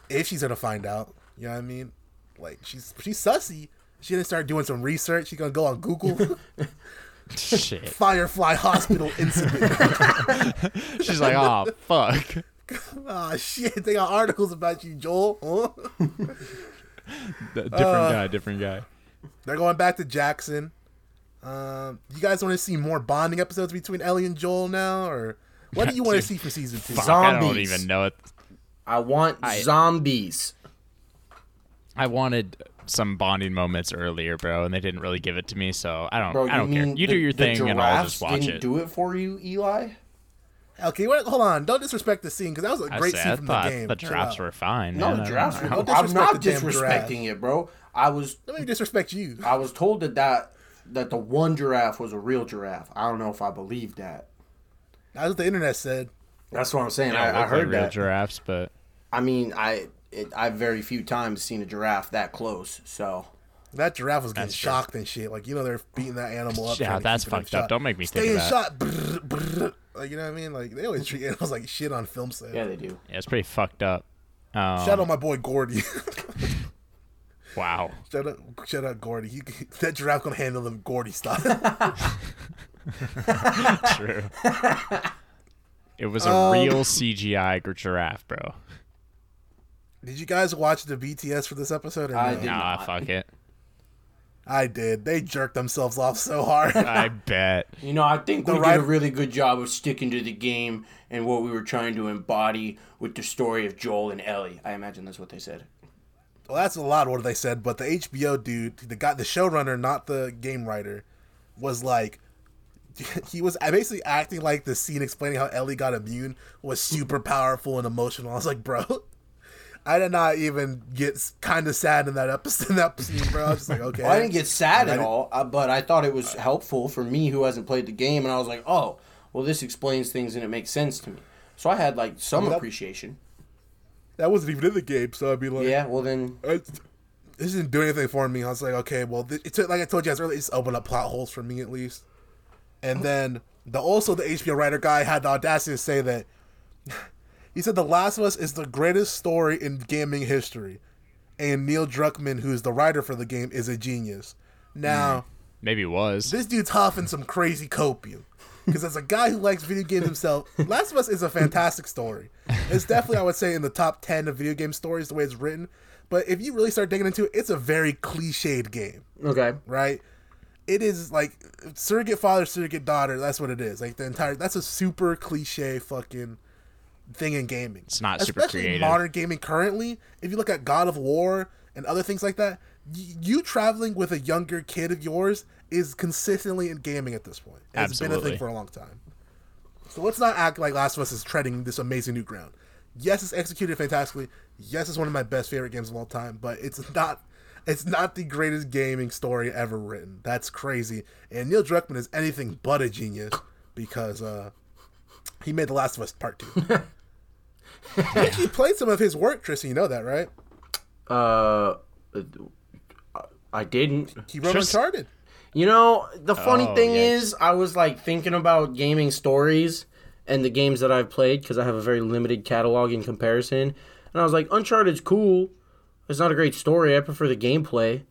[SPEAKER 1] if she's gonna find out, you know what I mean? Like, she's she's sussy. She didn't start doing some research. She's gonna go on Google
[SPEAKER 2] Shit.
[SPEAKER 1] Firefly Hospital incident.
[SPEAKER 2] She's like, oh fuck.
[SPEAKER 1] Ah, shit. They got articles about you, Joel. Huh?
[SPEAKER 2] Different
[SPEAKER 3] Uh,
[SPEAKER 2] guy, different guy.
[SPEAKER 1] They're going back to Jackson. Um, you guys want to see more bonding episodes between Ellie and Joel now, or what do you want to see for season two?
[SPEAKER 2] Fuck, I don't
[SPEAKER 3] Zombies.
[SPEAKER 2] even know it.
[SPEAKER 3] I want zombies.
[SPEAKER 2] I wanted some bonding moments earlier, bro, and they didn't really give it to me, so I don't
[SPEAKER 3] Bro,
[SPEAKER 2] I don't
[SPEAKER 3] you
[SPEAKER 2] care.
[SPEAKER 3] mean
[SPEAKER 2] You
[SPEAKER 3] the-
[SPEAKER 2] do your
[SPEAKER 3] the
[SPEAKER 2] thing and I'll
[SPEAKER 3] giraffes
[SPEAKER 2] just watch
[SPEAKER 3] didn't
[SPEAKER 2] it.
[SPEAKER 3] do it for you, Eli?
[SPEAKER 1] Okay, wait, hold on. Don't disrespect the scene because that was a
[SPEAKER 2] I,
[SPEAKER 1] great
[SPEAKER 2] say,
[SPEAKER 1] scene
[SPEAKER 2] I
[SPEAKER 1] from
[SPEAKER 2] thought
[SPEAKER 1] the game.
[SPEAKER 2] the
[SPEAKER 1] Chill
[SPEAKER 2] drafts
[SPEAKER 1] out.
[SPEAKER 2] were fine. man.
[SPEAKER 3] No, the
[SPEAKER 2] I don't
[SPEAKER 3] drafts.
[SPEAKER 2] know.
[SPEAKER 3] Were,
[SPEAKER 1] Don't
[SPEAKER 3] I'm not
[SPEAKER 1] disrespect the damn giraffe.
[SPEAKER 3] disrespecting it, bro. I was
[SPEAKER 1] Let me disrespect you.
[SPEAKER 3] I was told that, that that the one giraffe was a real giraffe. I don't know if I believe that.
[SPEAKER 1] That's what the internet said.
[SPEAKER 3] That's what I'm saying.
[SPEAKER 2] They don't
[SPEAKER 3] I, I
[SPEAKER 2] look like
[SPEAKER 3] heard
[SPEAKER 2] real
[SPEAKER 3] that.
[SPEAKER 2] giraffes, but
[SPEAKER 3] I mean, I it, I've very few times seen a giraffe that close. So
[SPEAKER 1] That giraffe was getting
[SPEAKER 2] That's true.
[SPEAKER 1] shocked and shit. Like you know they're beating that animal up.
[SPEAKER 2] Yeah,
[SPEAKER 1] trying to
[SPEAKER 2] that's
[SPEAKER 1] keep it in
[SPEAKER 2] fucked up.
[SPEAKER 1] shot.
[SPEAKER 2] Don't make me
[SPEAKER 1] Stay
[SPEAKER 2] think
[SPEAKER 1] in
[SPEAKER 2] of that.
[SPEAKER 1] shot. Brrr, brrr. Like you know what I mean? Like they always treat animals like shit on film set.
[SPEAKER 3] yeah, they do.
[SPEAKER 2] yeah, it's pretty fucked up. Um,
[SPEAKER 1] Shout out my boy Gordy.
[SPEAKER 2] Oh, Wow.
[SPEAKER 1] shout out, shout out Gordy. He, that giraffe gonna handle them Gordy style.
[SPEAKER 2] True. it was a
[SPEAKER 3] Um,
[SPEAKER 2] real CGI gr- giraffe, bro.
[SPEAKER 1] did you guys watch the BTS for this episode? Or no?
[SPEAKER 3] I did.
[SPEAKER 2] Nah,
[SPEAKER 3] not.
[SPEAKER 2] fuck it.
[SPEAKER 1] I did. They jerked themselves off so hard.
[SPEAKER 2] I bet.
[SPEAKER 3] You know, I think we
[SPEAKER 1] right-
[SPEAKER 3] did a really good job of sticking to the game and what we were trying to embody with the story of Joel and Ellie. I imagine that's what they said.
[SPEAKER 1] Well, that's a lot of what they said, but the HBO dude, the guy, the showrunner, not the game writer, was like, he was basically acting like the scene explaining how Ellie got immune was super powerful and emotional. I was like, bro, I did not even get kind of sad in that episode, in that scene, bro. I was just like, okay,
[SPEAKER 3] Well, I didn't get sad at all, uh, but I thought it was helpful for me who hasn't played the game, and I was like, oh, well, this explains things and it makes sense to me. So I had like some
[SPEAKER 1] Well, that-
[SPEAKER 3] appreciation.
[SPEAKER 1] that wasn't even in the game, so I'd be like,
[SPEAKER 3] Yeah, well then,
[SPEAKER 1] I- this didn't do anything for me. I was like, okay, well, th- it took, like I told you guys earlier, it's opened up plot holes for me at least. And then the also the HBO writer guy had the audacity to say that he said The Last of Us is the greatest story in gaming history, and Neil Druckmann, who's the writer for the game, is a genius. Now
[SPEAKER 2] Maybe it was.
[SPEAKER 1] this dude's huffing some crazy copium. Because as a guy who likes video games himself, Last of Us is a fantastic story. It's definitely, I would say, in the top 10 of video game stories, the way it's written. But if you really start digging into it, it's a very cliched game,
[SPEAKER 3] okay,
[SPEAKER 1] right? It is like surrogate father, surrogate daughter. That's what it is. Like the entire, that's a super cliche fucking thing in gaming.
[SPEAKER 2] It's not super
[SPEAKER 1] Especially in
[SPEAKER 2] creative.
[SPEAKER 1] modern gaming currently. If you look at God of War and other things like that, y- you traveling with a younger kid of yours is consistently in gaming at this point. And It's been a
[SPEAKER 2] Absolutely.
[SPEAKER 1] thing for a long time. So let's not act like Last of Us is treading this amazing new ground. Yes, it's executed fantastically. Yes, it's one of my best favorite games of all time, but it's not it's not the greatest gaming story ever written. That's crazy. And Neil Druckmann is anything but a genius because uh he made The Last of Us Part 2. I actually played some of his work, Tristan. You know that, right?
[SPEAKER 3] uh, I didn't.
[SPEAKER 1] He wrote
[SPEAKER 2] Tris-
[SPEAKER 1] Uncharted.
[SPEAKER 3] You know, the funny
[SPEAKER 2] Oh,
[SPEAKER 3] thing
[SPEAKER 2] yikes.
[SPEAKER 3] is, I was like thinking about gaming stories and the games that I've played because I have a very limited catalog in comparison. And I was like, Uncharted's cool. It's not a great story. I prefer the gameplay.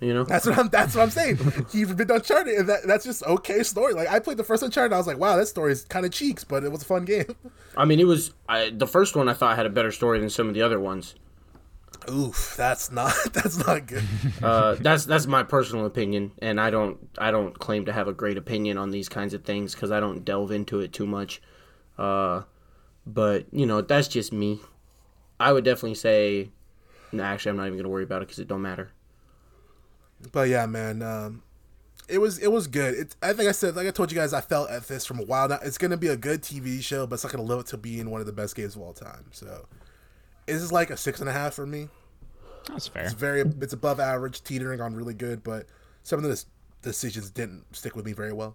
[SPEAKER 3] You know,
[SPEAKER 1] That's what I'm. That's what I'm saying. He even did Uncharted, and that, that's just okay story. Like I played the first Uncharted, I was like, wow, that story is kind of cheeks, but it was a fun game.
[SPEAKER 3] I mean, it was I, the first one I thought had a better story than some of the other ones.
[SPEAKER 1] Oof, that's not. That's not good.
[SPEAKER 3] Uh, that's that's my personal opinion, and I don't I don't claim to have a great opinion on these kinds of things because I don't delve into it too much. Uh, but you know, that's just me. I would definitely say, no, actually, I'm not even gonna worry about it because it don't matter.
[SPEAKER 1] But yeah, man, um, it was it was good. It, I think I said like I told you guys, I felt at this from a while now. It's gonna be a good TV show, but it's not gonna live up to being one of the best games of all time. So, this is like a six and a half for me.
[SPEAKER 2] That's fair.
[SPEAKER 1] It's very it's above average, teetering on really good, but some of the des- decisions didn't stick with me very well.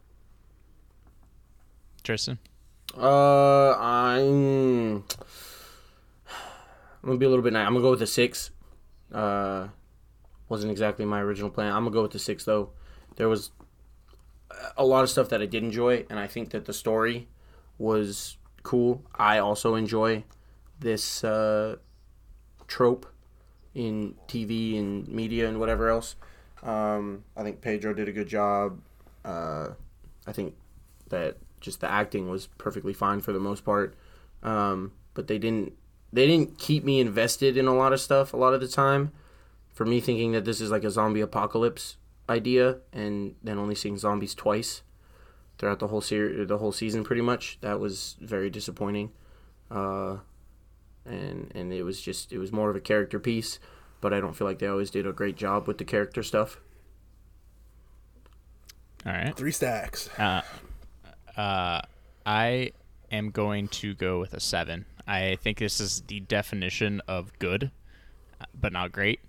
[SPEAKER 2] Tristan.
[SPEAKER 3] Uh, I'm. I'm gonna be a little bit. Nice. I'm gonna go with a six. Uh, wasn't exactly my original plan. I'm gonna go with the six though. There was a lot of stuff that I did enjoy, and I think that the story was cool. I also enjoy this uh, trope in TV and media and whatever else. Um, I think Pedro did a good job. Uh, I think that just the acting was perfectly fine for the most part. Um, but they didn't they didn't keep me invested in a lot of stuff a lot of the time. For me thinking that this is like a zombie apocalypse idea and then only seeing zombies twice throughout the whole series the whole season pretty much that was very disappointing. Uh, and and it was just it was more of a character piece, but I don't feel like they always did a great job with the character stuff.
[SPEAKER 2] All right.
[SPEAKER 1] Three stacks.
[SPEAKER 2] I am going to go with a seven. I think this is the definition of good, but not great.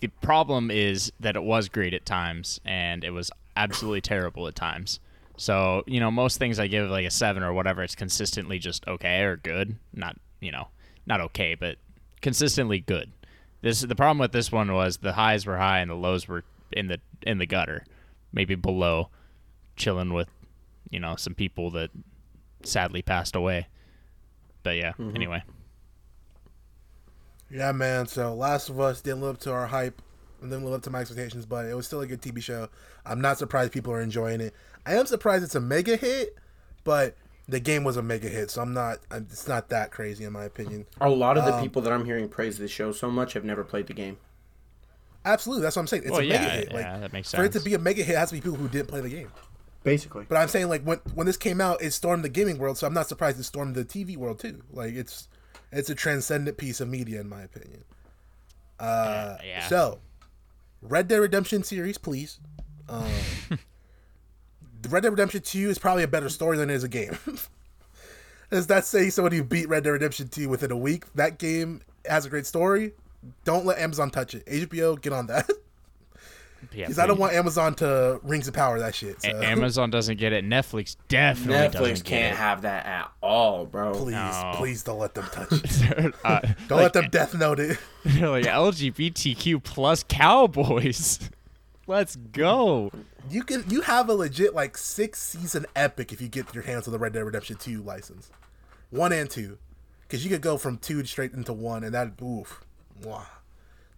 [SPEAKER 2] The problem is that it was great at times, and it was absolutely terrible at times. So you know, most things I give like a seven or whatever, it's consistently just okay or good. Not you know, not okay, but consistently good. This the problem with this one was the highs were high and the lows were in the in the gutter, maybe below, chilling with you know some people that sadly passed away. But yeah, anyway,
[SPEAKER 1] Yeah, man. So Last of Us didn't live up to our hype and didn't live up to my expectations, but it was still a good TV show. I'm not surprised people are enjoying it. I am surprised it's a mega hit, but the game was a mega hit, so I'm not. I'm, it's not that crazy in my opinion.
[SPEAKER 3] A lot of the people that I'm hearing praise this show so much have never played the game.
[SPEAKER 1] Absolutely, that's what I'm saying. It's
[SPEAKER 2] Well,
[SPEAKER 1] a
[SPEAKER 2] yeah,
[SPEAKER 1] mega hit. Like
[SPEAKER 2] yeah, that makes
[SPEAKER 1] for it to
[SPEAKER 2] sense.
[SPEAKER 1] be a mega hit, it has to be people who didn't play the game.
[SPEAKER 3] Basically.
[SPEAKER 1] But I'm saying like when when this came out, it stormed the gaming world, so I'm not surprised it stormed the TV world too. Like it's it's a transcendent piece of media in my opinion.
[SPEAKER 2] Uh, yeah.
[SPEAKER 1] uh, So, Red Dead Redemption series, please. Um, the Red Dead Redemption Two is probably a better story than it is a game. Is that saying somebody who beat Red Dead Redemption Two within a week? That game has a great story. Don't let Amazon touch it. HBO, get on that
[SPEAKER 2] yeah,
[SPEAKER 1] because I don't
[SPEAKER 2] please.
[SPEAKER 1] want Amazon to rings of power that shit. So.
[SPEAKER 2] A- Amazon doesn't get it. Netflix definitely
[SPEAKER 3] Netflix
[SPEAKER 2] doesn't
[SPEAKER 3] can't have that at all, bro.
[SPEAKER 1] please,
[SPEAKER 2] No.
[SPEAKER 1] please don't let them touch it.
[SPEAKER 2] get it. Uh,
[SPEAKER 1] Don't let them death note it.
[SPEAKER 2] they're like LGBTQ plus cowboys. Let's go.
[SPEAKER 1] You can you have a legit like six season epic if you get your hands on the Red Dead Redemption Two license, one and two, because you could go from two straight into one, and that oof, wow,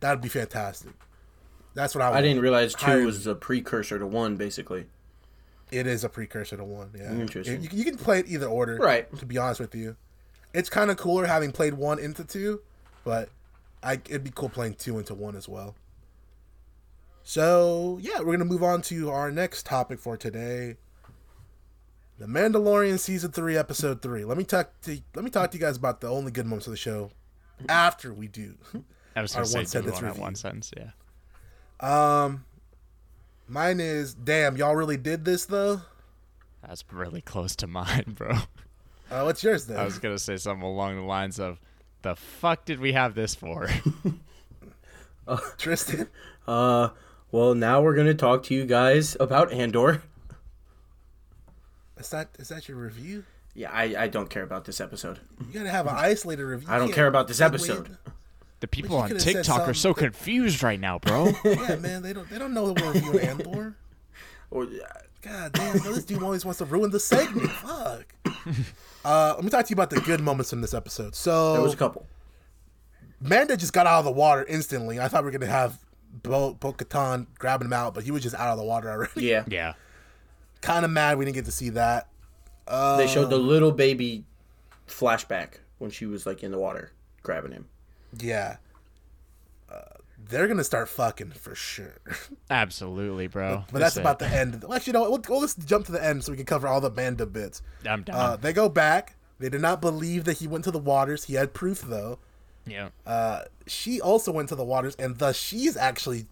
[SPEAKER 1] that'd be fantastic. That's what I.
[SPEAKER 3] I didn't realize
[SPEAKER 1] Hired-
[SPEAKER 3] two was a precursor to one, basically.
[SPEAKER 1] It is a precursor to one. Yeah,
[SPEAKER 3] Interesting.
[SPEAKER 1] You, you can play it either order,
[SPEAKER 3] Right.
[SPEAKER 1] To be honest with you, it's kind of cooler having played one into two, but I it'd be cool playing two into one as well. So yeah, we're gonna move on to our next topic for today. The Mandalorian season three, episode three. Let me talk to let me talk to you guys about the only good moments of the show after we do
[SPEAKER 2] I was
[SPEAKER 1] Our
[SPEAKER 2] gonna say
[SPEAKER 1] one
[SPEAKER 2] do we
[SPEAKER 1] sentence
[SPEAKER 2] want that
[SPEAKER 1] review.
[SPEAKER 2] one sentence. Yeah.
[SPEAKER 1] Mine is damn, y'all really did this though.
[SPEAKER 2] That's really close to mine, bro.
[SPEAKER 1] Uh, what's yours then?
[SPEAKER 2] I was gonna say something along the lines of, "The fuck did we have this for?"
[SPEAKER 1] Tristan.
[SPEAKER 3] Uh, well, now we're gonna talk to you guys about Andor.
[SPEAKER 1] Is that is that your review?
[SPEAKER 3] Yeah, I, I don't care about this episode.
[SPEAKER 1] You gotta have an isolated review.
[SPEAKER 3] I
[SPEAKER 1] You
[SPEAKER 3] don't
[SPEAKER 1] can't
[SPEAKER 3] care about this
[SPEAKER 1] segue
[SPEAKER 3] episode.
[SPEAKER 2] The people
[SPEAKER 1] you
[SPEAKER 2] on
[SPEAKER 1] could've said
[SPEAKER 2] TikTok are so
[SPEAKER 1] something.
[SPEAKER 2] confused right now, bro.
[SPEAKER 1] in. Yeah, man, they don't they don't know that we're reviewing Andor.
[SPEAKER 3] Or,
[SPEAKER 1] God damn, no, this dude always wants to ruin the segment. Fuck. Uh, let me talk to you about the good moments in this episode. So
[SPEAKER 3] there was a couple.
[SPEAKER 1] Manda just got out of the water instantly. I thought we were gonna have Bo Bo Katan grabbing him out, but he was just out of the water already.
[SPEAKER 3] Yeah.
[SPEAKER 2] Yeah.
[SPEAKER 1] kind of mad we didn't get to see that.
[SPEAKER 3] They showed the little baby flashback when she was like in the water grabbing him.
[SPEAKER 1] Yeah. Uh, they're gonna start fucking for sure,
[SPEAKER 2] Absolutely, bro.
[SPEAKER 1] but that's about the end. Well, actually, you know, what? we'll, we'll just jump to the end so we can cover all the Manda bits.
[SPEAKER 2] the. I'm done.
[SPEAKER 1] Uh, they go back. They did not believe that he went to the waters. He had proof though.
[SPEAKER 2] yeah.
[SPEAKER 1] Uh, she also went to the waters, and thus she's actually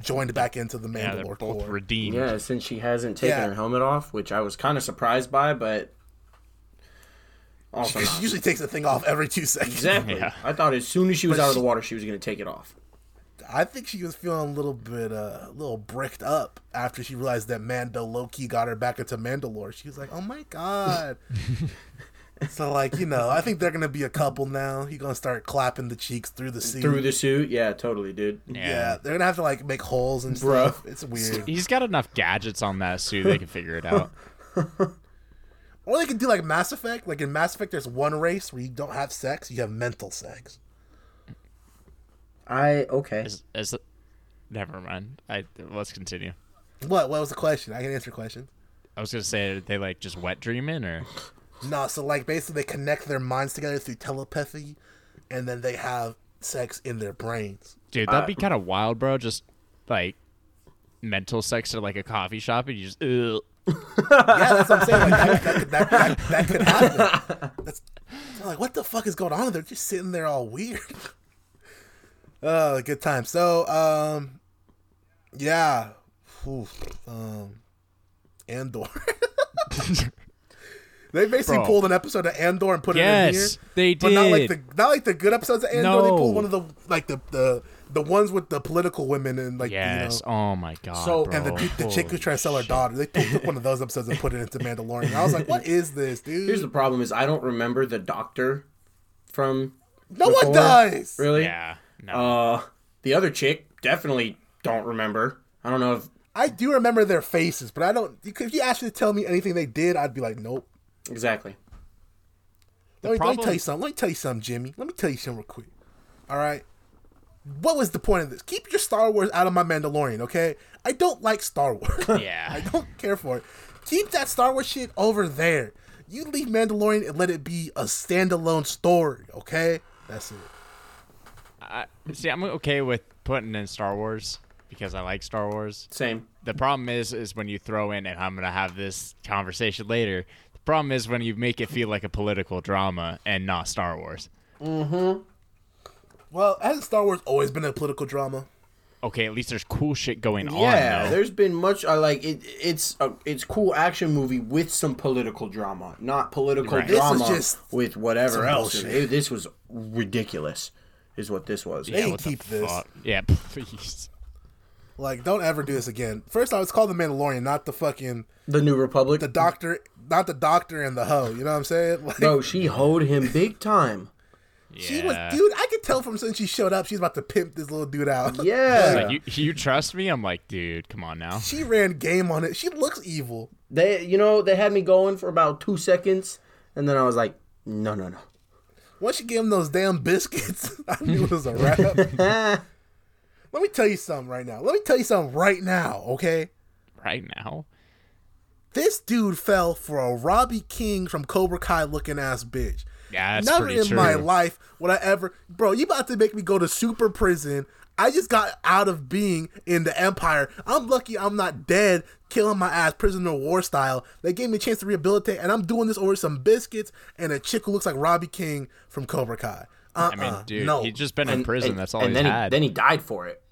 [SPEAKER 1] joined back into the
[SPEAKER 2] yeah. They're
[SPEAKER 1] Mandalore
[SPEAKER 2] both
[SPEAKER 1] Corps.
[SPEAKER 2] redeemed.
[SPEAKER 3] Yeah, since she hasn't taken
[SPEAKER 1] Yeah.
[SPEAKER 3] her helmet off, which I was kind of surprised by, but also
[SPEAKER 1] Because she
[SPEAKER 3] not.
[SPEAKER 1] usually takes the thing off every two seconds.
[SPEAKER 3] Exactly.
[SPEAKER 2] Yeah.
[SPEAKER 3] I thought as soon as she was
[SPEAKER 1] But
[SPEAKER 3] out of the
[SPEAKER 1] she-
[SPEAKER 3] water, she was going to take it off.
[SPEAKER 1] I think she was feeling a little bit, uh, a little bricked up after she realized that Mando Loki got her back into Mandalore. She was like, "Oh my god!" so, like, you know, I think they're gonna be a couple now. He's gonna start clapping the cheeks through the sea.
[SPEAKER 3] Through the suit? Yeah, totally, dude.
[SPEAKER 1] yeah. they're gonna have to like make holes and
[SPEAKER 3] Bro.
[SPEAKER 1] stuff. It's weird.
[SPEAKER 2] He's got enough gadgets on that suit they can figure it out.
[SPEAKER 1] Or they could do like Mass Effect. Like in Mass Effect, there's one race where you don't have sex; you have mental sex.
[SPEAKER 3] I, okay.
[SPEAKER 2] Is, is never mind. I let's continue.
[SPEAKER 1] What? What was the question? I can answer questions.
[SPEAKER 2] I was gonna say they like just wet dreaming or
[SPEAKER 1] No, so like basically they connect their minds together through telepathy, and then they have sex in their brains.
[SPEAKER 2] dude that'd
[SPEAKER 3] Uh,
[SPEAKER 2] be kind of wild, bro. Just like mental sex at like a coffee shop and you just Ugh.
[SPEAKER 1] Yeah, that's what I'm saying. Like, that, that, that, that, that could happen. That's I'm like what the fuck is going on? They're just sitting there all weird. Oh, good time. So, um, yeah, Oof, um, Andor. they basically
[SPEAKER 2] Bro.
[SPEAKER 1] pulled an episode of Andor and put it in here.
[SPEAKER 2] yes they
[SPEAKER 1] But
[SPEAKER 2] did.
[SPEAKER 1] not like the not like the good episodes of Andor. They
[SPEAKER 2] No.
[SPEAKER 1] pulled one of the like the the the ones with the political women and like
[SPEAKER 2] yes.
[SPEAKER 1] you know.
[SPEAKER 2] Oh my god.
[SPEAKER 3] So-
[SPEAKER 2] bro.
[SPEAKER 1] And the, the chick who's
[SPEAKER 2] Holy
[SPEAKER 1] trying to sell her daughter, they took one of those episodes and put it into Mandalorian. I was like, "What is this, dude?
[SPEAKER 3] Here's the problem is I don't remember the doctor from
[SPEAKER 1] no one
[SPEAKER 3] before.
[SPEAKER 1] does."
[SPEAKER 3] really.
[SPEAKER 2] Yeah. No.
[SPEAKER 3] Uh, the other chick definitely don't remember. I don't know if
[SPEAKER 1] I do remember their faces, but I don't. you could- If you asked me to tell me anything they did, I'd be like, "Nope."
[SPEAKER 3] exactly.
[SPEAKER 1] Let me, let me tell
[SPEAKER 2] problem-
[SPEAKER 1] you something. Let me tell you something, Jimmy. Let me tell you something real quick. All right. What was the point of this? Keep your Star Wars out of my Mandalorian, okay? I don't like Star Wars.
[SPEAKER 2] Yeah.
[SPEAKER 1] I don't care for it. Keep that Star Wars shit over there. You leave Mandalorian and let it be a standalone story, okay? That's it.
[SPEAKER 2] I, see, I'm okay with putting in Star Wars because I like Star Wars.
[SPEAKER 3] Same.
[SPEAKER 2] The problem is, is when you throw in, and I'm gonna have this conversation later. The problem is when you make it feel like a political drama and not Star Wars.
[SPEAKER 1] Well, hasn't Star Wars always been a political drama?
[SPEAKER 2] Okay, at least there's cool shit going
[SPEAKER 3] yeah,
[SPEAKER 2] on. Though.
[SPEAKER 3] there's been much. I like it. It's a it's cool action movie with some political drama, not political
[SPEAKER 2] Right. This
[SPEAKER 1] is
[SPEAKER 3] drama
[SPEAKER 1] just
[SPEAKER 3] with whatever
[SPEAKER 1] some
[SPEAKER 3] else.
[SPEAKER 1] bullshit.
[SPEAKER 3] It- this was ridiculous, is what this was.
[SPEAKER 1] They
[SPEAKER 2] yeah,
[SPEAKER 1] can
[SPEAKER 2] what the
[SPEAKER 1] keep this.
[SPEAKER 2] fuck? Yeah, please.
[SPEAKER 1] Like, don't ever do this again. First off, it's called The Mandalorian, not the fucking
[SPEAKER 3] The New Republic.
[SPEAKER 1] the doctor, not the doctor and the hoe. You know what I'm saying? Like,
[SPEAKER 3] Bro, she hoed him big time.
[SPEAKER 2] Yeah.
[SPEAKER 1] She was, dude. I could tell from since she showed up, she's about to pimp this little dude out.
[SPEAKER 3] Yeah,
[SPEAKER 2] Like, you, you trust me? I'm like, dude, come on now.
[SPEAKER 1] She ran game on it. She looks evil.
[SPEAKER 3] they you know they had me going for about two seconds, and then I was like, no, no, no.
[SPEAKER 1] Once she gave him those damn biscuits, I knew it was a wrap. Let me tell you something right now. Let me tell you something right now, okay?
[SPEAKER 2] Right now.
[SPEAKER 1] This dude fell for a Robbie King from Cobra Kai looking ass bitch.
[SPEAKER 2] Yeah, that's
[SPEAKER 1] Never
[SPEAKER 2] pretty
[SPEAKER 1] in
[SPEAKER 2] true.
[SPEAKER 1] my life would I ever, bro. You about to make me go to super prison? I just got out of being in the empire. I'm lucky I'm not dead, killing my ass prisoner of war style. They gave me a chance to rehabilitate, and I'm doing this over some biscuits and a chick who looks like Robbie King from Cobra Kai. Uh-uh,
[SPEAKER 2] I mean, dude,
[SPEAKER 1] no,
[SPEAKER 2] he's just been in prison.
[SPEAKER 3] And-
[SPEAKER 2] that's all
[SPEAKER 3] and
[SPEAKER 2] he's
[SPEAKER 3] then He,
[SPEAKER 2] had.
[SPEAKER 3] then he died for it.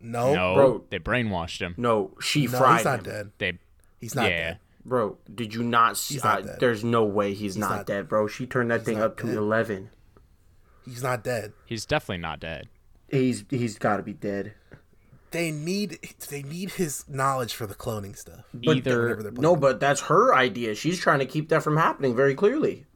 [SPEAKER 1] no, no,
[SPEAKER 2] no,
[SPEAKER 3] Bro.
[SPEAKER 2] they brainwashed him.
[SPEAKER 3] No, she fried
[SPEAKER 1] he's not
[SPEAKER 3] him.
[SPEAKER 1] dead.
[SPEAKER 2] They,
[SPEAKER 1] He's not
[SPEAKER 2] yeah.
[SPEAKER 1] dead.
[SPEAKER 3] Bro, did you not see?
[SPEAKER 1] not
[SPEAKER 3] uh,
[SPEAKER 1] dead.
[SPEAKER 3] there's no way he's, not,
[SPEAKER 1] not
[SPEAKER 3] dead, bro. She turned that thing up to eleven.
[SPEAKER 1] He's not dead.
[SPEAKER 2] He's definitely not dead.
[SPEAKER 3] He's he's got to be dead.
[SPEAKER 1] They need, they need his knowledge for the cloning stuff.
[SPEAKER 2] Either
[SPEAKER 1] Whatever they're
[SPEAKER 3] No, but that's her idea. She's trying to keep that from happening very clearly.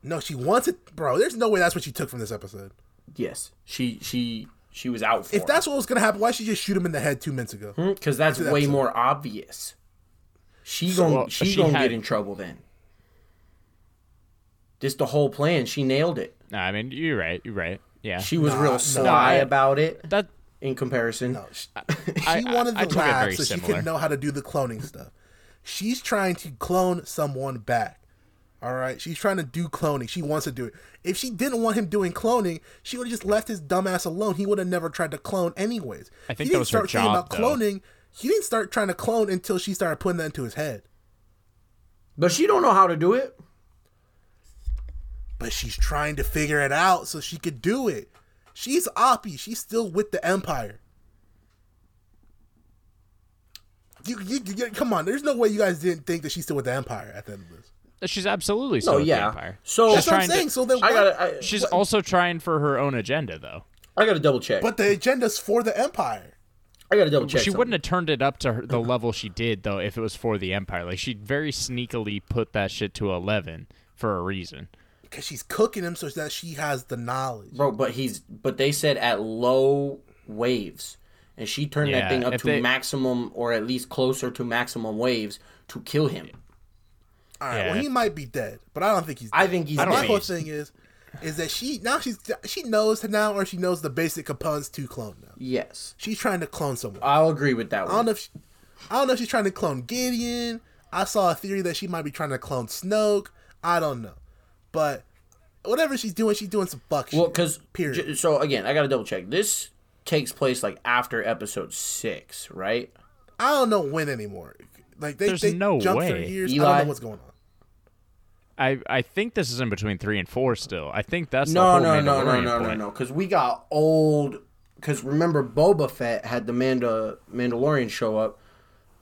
[SPEAKER 1] No, she wants it, bro. There's no way that's what she took from this episode.
[SPEAKER 3] Yes, she she she was out for
[SPEAKER 1] If that's what was gonna happen, why she just shoot him in the head two minutes ago?
[SPEAKER 3] because Mm-hmm, that's way
[SPEAKER 1] episode.
[SPEAKER 3] more obvious. She gonna
[SPEAKER 2] well,
[SPEAKER 3] she,
[SPEAKER 2] she
[SPEAKER 3] gonna
[SPEAKER 2] had-
[SPEAKER 3] get in trouble then. Just the whole plan. She nailed it.
[SPEAKER 2] No, I mean you're right. You're right. Yeah.
[SPEAKER 3] She was
[SPEAKER 1] Nah, no.
[SPEAKER 3] real sly
[SPEAKER 2] I-
[SPEAKER 3] about it
[SPEAKER 2] that
[SPEAKER 3] in comparison.
[SPEAKER 1] No, she,
[SPEAKER 2] I-
[SPEAKER 1] she wanted
[SPEAKER 2] I- I
[SPEAKER 1] the
[SPEAKER 2] took it
[SPEAKER 1] lab
[SPEAKER 2] very
[SPEAKER 1] so she
[SPEAKER 2] similar.
[SPEAKER 1] could know how to do the cloning stuff. She's trying to clone someone back. All right, she's trying to do cloning. She wants to do it. If she didn't want him doing cloning, she would have just left his dumbass alone. He would have never tried to clone anyways.
[SPEAKER 2] I think
[SPEAKER 1] he
[SPEAKER 2] that
[SPEAKER 1] didn't
[SPEAKER 2] was her
[SPEAKER 1] start thinking
[SPEAKER 2] job,
[SPEAKER 1] about
[SPEAKER 2] though.
[SPEAKER 1] cloning. He didn't start trying to clone until she started putting that into his head.
[SPEAKER 3] But she don't know how to do it.
[SPEAKER 1] But she's trying to figure it out so she could do it. She's Oppie. She's still with the Empire. You, you, you- you- come on. There's no way you guys didn't think that she's still with the Empire at the end of this.
[SPEAKER 2] she's absolutely still
[SPEAKER 3] No,
[SPEAKER 2] with the
[SPEAKER 3] yeah.
[SPEAKER 2] Empire.
[SPEAKER 3] So
[SPEAKER 2] She's
[SPEAKER 1] That's what I'm
[SPEAKER 2] trying to-
[SPEAKER 1] saying. so then
[SPEAKER 3] I
[SPEAKER 1] why-
[SPEAKER 3] got I,
[SPEAKER 2] She's
[SPEAKER 3] what-
[SPEAKER 2] also trying for her own agenda though.
[SPEAKER 3] I got to double check.
[SPEAKER 1] but the agenda's for the Empire.
[SPEAKER 3] I got to double check.
[SPEAKER 2] she wouldn't have turned it up to her, the level she did though if it was for the Empire. Like she very sneakily put that shit to eleven for a reason.
[SPEAKER 1] Because she's cooking him so that she has the knowledge.
[SPEAKER 3] bro. But he's but they said at low waves, and she turned
[SPEAKER 2] Yeah,
[SPEAKER 3] that thing up
[SPEAKER 2] if
[SPEAKER 3] to
[SPEAKER 2] they-
[SPEAKER 3] maximum or at least closer to maximum waves to kill him.
[SPEAKER 1] All right,
[SPEAKER 2] Yeah.
[SPEAKER 1] well, he might be dead, but I don't think he's dead.
[SPEAKER 3] I think he's
[SPEAKER 2] I don't
[SPEAKER 1] My
[SPEAKER 3] dead.
[SPEAKER 2] think
[SPEAKER 1] whole thing is, is that she now she's she knows now or she knows the basic components to clone now.
[SPEAKER 3] yes.
[SPEAKER 1] She's trying to clone someone.
[SPEAKER 3] I'll agree with that
[SPEAKER 1] I don't
[SPEAKER 3] one.
[SPEAKER 1] know if she, I don't know if she's trying to clone Gideon. I saw a theory that she might be trying to clone Snoke. I don't know, but whatever she's doing, she's doing some fuck
[SPEAKER 3] Well,
[SPEAKER 1] shit.
[SPEAKER 3] because
[SPEAKER 1] period.
[SPEAKER 3] so again, I got to double check. This takes place like after episode six, right?
[SPEAKER 1] I don't know when anymore. Like they,
[SPEAKER 2] There's
[SPEAKER 1] they
[SPEAKER 2] no
[SPEAKER 1] jumped for
[SPEAKER 2] way.
[SPEAKER 1] years. I
[SPEAKER 3] Eli?
[SPEAKER 1] don't know what's going on.
[SPEAKER 2] I, I think this is in between three and four still. I think that's the
[SPEAKER 3] No,
[SPEAKER 2] whole
[SPEAKER 3] no, no, no,
[SPEAKER 2] Mandalorian
[SPEAKER 3] no, no,
[SPEAKER 2] point.
[SPEAKER 3] no. Because we got old. Because remember, Boba Fett had the Manda Mandalorian show up.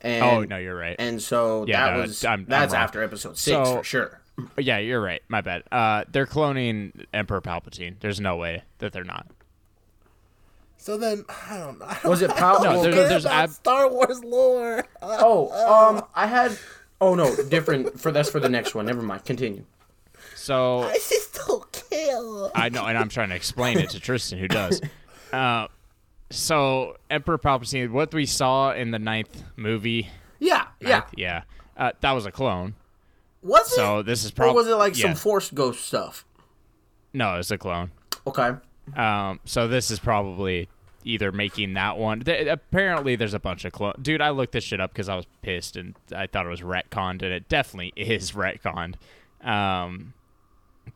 [SPEAKER 3] And,
[SPEAKER 2] Oh no, you're right.
[SPEAKER 3] And so
[SPEAKER 2] Yeah,
[SPEAKER 3] that
[SPEAKER 2] no,
[SPEAKER 3] was
[SPEAKER 2] I'm- I'm
[SPEAKER 3] that's
[SPEAKER 2] wrong.
[SPEAKER 3] after episode six
[SPEAKER 2] So-
[SPEAKER 3] for sure.
[SPEAKER 2] yeah, you're right. My bad. Uh, they're cloning Emperor Palpatine. There's no way that they're not.
[SPEAKER 1] So then I don't know. I don't
[SPEAKER 3] Was it Pal?
[SPEAKER 2] No,
[SPEAKER 3] well,
[SPEAKER 2] there's-
[SPEAKER 1] care
[SPEAKER 2] there's
[SPEAKER 1] about
[SPEAKER 2] ab-
[SPEAKER 1] Star Wars lore. Uh,
[SPEAKER 3] oh, um, I had. Oh no, different for that's for the next one. Never mind. Continue.
[SPEAKER 2] So
[SPEAKER 1] I just don't care.
[SPEAKER 2] I know, and I'm trying to explain it to Tristan, who does. Uh, so Emperor Palpatine, what we saw in the ninth movie,
[SPEAKER 3] Yeah, yeah.
[SPEAKER 2] yeah, uh, that was a clone.
[SPEAKER 3] Was it?
[SPEAKER 2] So this is
[SPEAKER 3] or
[SPEAKER 2] probably
[SPEAKER 3] was it like some
[SPEAKER 2] yeah.
[SPEAKER 3] Force Ghost stuff?
[SPEAKER 2] No, it's a clone.
[SPEAKER 3] Okay.
[SPEAKER 2] Um, so this is probably either making that one. Th- apparently, there's a bunch of clone. Dude, I looked this shit up because I was pissed and I thought it was retconned, and it definitely is retconned. Um,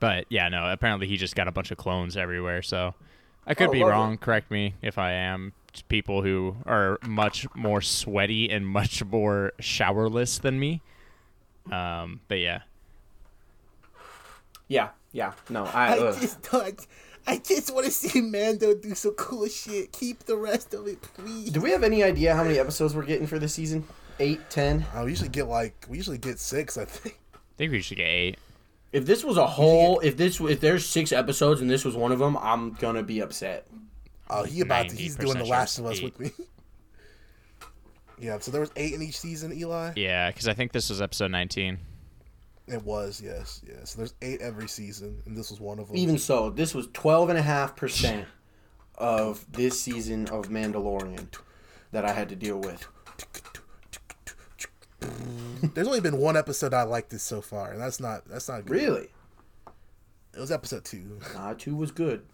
[SPEAKER 2] but yeah, no. Apparently, he just got a bunch of clones everywhere. So I could
[SPEAKER 3] Oh,
[SPEAKER 2] be
[SPEAKER 3] love it.
[SPEAKER 2] wrong. Correct me if I am. It's People who are much more sweaty and much more showerless than me. Um, but yeah,
[SPEAKER 3] Yeah, yeah. No, I.
[SPEAKER 1] I
[SPEAKER 3] ugh.
[SPEAKER 1] just don't. I just want to see Mando do some cool shit. Keep the rest of it, please.
[SPEAKER 3] Do we have any idea how many episodes we're getting for this season? Eight, ten.
[SPEAKER 1] I usually get like we usually get six. I think.
[SPEAKER 2] I think we should get eight.
[SPEAKER 3] If this was a whole, if this if there's six episodes and this was one of them, I'm gonna be upset.
[SPEAKER 1] Oh, he about to. He's
[SPEAKER 2] 90%
[SPEAKER 1] doing The
[SPEAKER 2] sure
[SPEAKER 1] Last of Us
[SPEAKER 2] it's
[SPEAKER 1] with me. yeah, so there was eight in each season, Eli.
[SPEAKER 2] Yeah, because I think this was episode 19.
[SPEAKER 1] It was yes, yes. So there's eight every season, and this was one of them.
[SPEAKER 3] Even so, this was twelve and a half percent of this season of Mandalorian that I had to deal with.
[SPEAKER 1] there's only been one episode I liked this so far, and that's not that's not good.
[SPEAKER 3] Really,
[SPEAKER 1] It was episode two.
[SPEAKER 3] nah, two was good.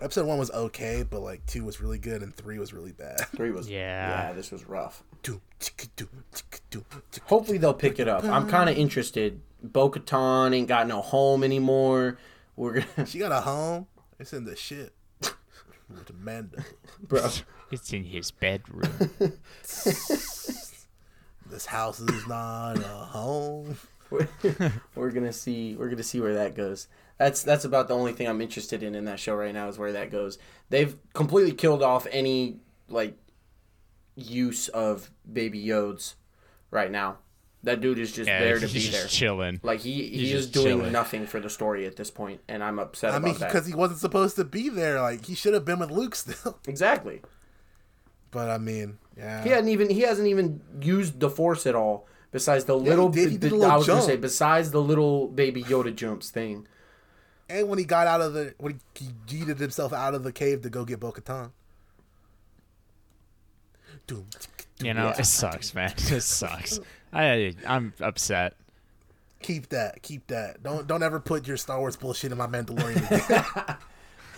[SPEAKER 1] episode one was okay, but like two was really good, and three was really bad.
[SPEAKER 3] Three was
[SPEAKER 2] Yeah.
[SPEAKER 3] yeah. This was rough.
[SPEAKER 1] Doom, chicka, doom, chicka, doom, chicka.
[SPEAKER 3] Hopefully they'll pick it up. I'm kind of interested. Bo-Katan ain't got no home anymore. We're gonna,
[SPEAKER 1] She got a home. It's in the ship with Amanda.
[SPEAKER 3] bro.
[SPEAKER 2] It's in his bedroom.
[SPEAKER 1] This house is not a home.
[SPEAKER 3] we're, we're gonna see we're gonna see where that goes that's that's about the only thing i'm interested in in that show right now is where that goes they've completely killed off any like use of baby yodes right now that dude is just there to
[SPEAKER 2] he's
[SPEAKER 3] be
[SPEAKER 2] just
[SPEAKER 3] there
[SPEAKER 2] chilling.
[SPEAKER 3] like he he
[SPEAKER 2] he's
[SPEAKER 3] is
[SPEAKER 2] just
[SPEAKER 3] doing
[SPEAKER 2] chilling.
[SPEAKER 3] nothing for the story at this point and i'm upset
[SPEAKER 1] I
[SPEAKER 3] about
[SPEAKER 1] mean,
[SPEAKER 3] that
[SPEAKER 1] because he wasn't supposed to be there. Like he should have been with Luke still.
[SPEAKER 3] exactly
[SPEAKER 1] But I mean, yeah.
[SPEAKER 3] he hadn't even he hasn't even used the force at all besides the little,
[SPEAKER 1] did. He
[SPEAKER 3] the-
[SPEAKER 1] did a little
[SPEAKER 3] i was gonna
[SPEAKER 1] jump.
[SPEAKER 3] say besides the little baby yoda jumps thing
[SPEAKER 1] And when he got out of the, when he yeeted himself out of the cave to go get Bo-Katan. Doom, chicka, doom.
[SPEAKER 2] You know, it sucks, man. It sucks. I I'm upset.
[SPEAKER 1] Keep that. Keep that. Don't don't ever put your Star Wars bullshit in my Mandalorian. again.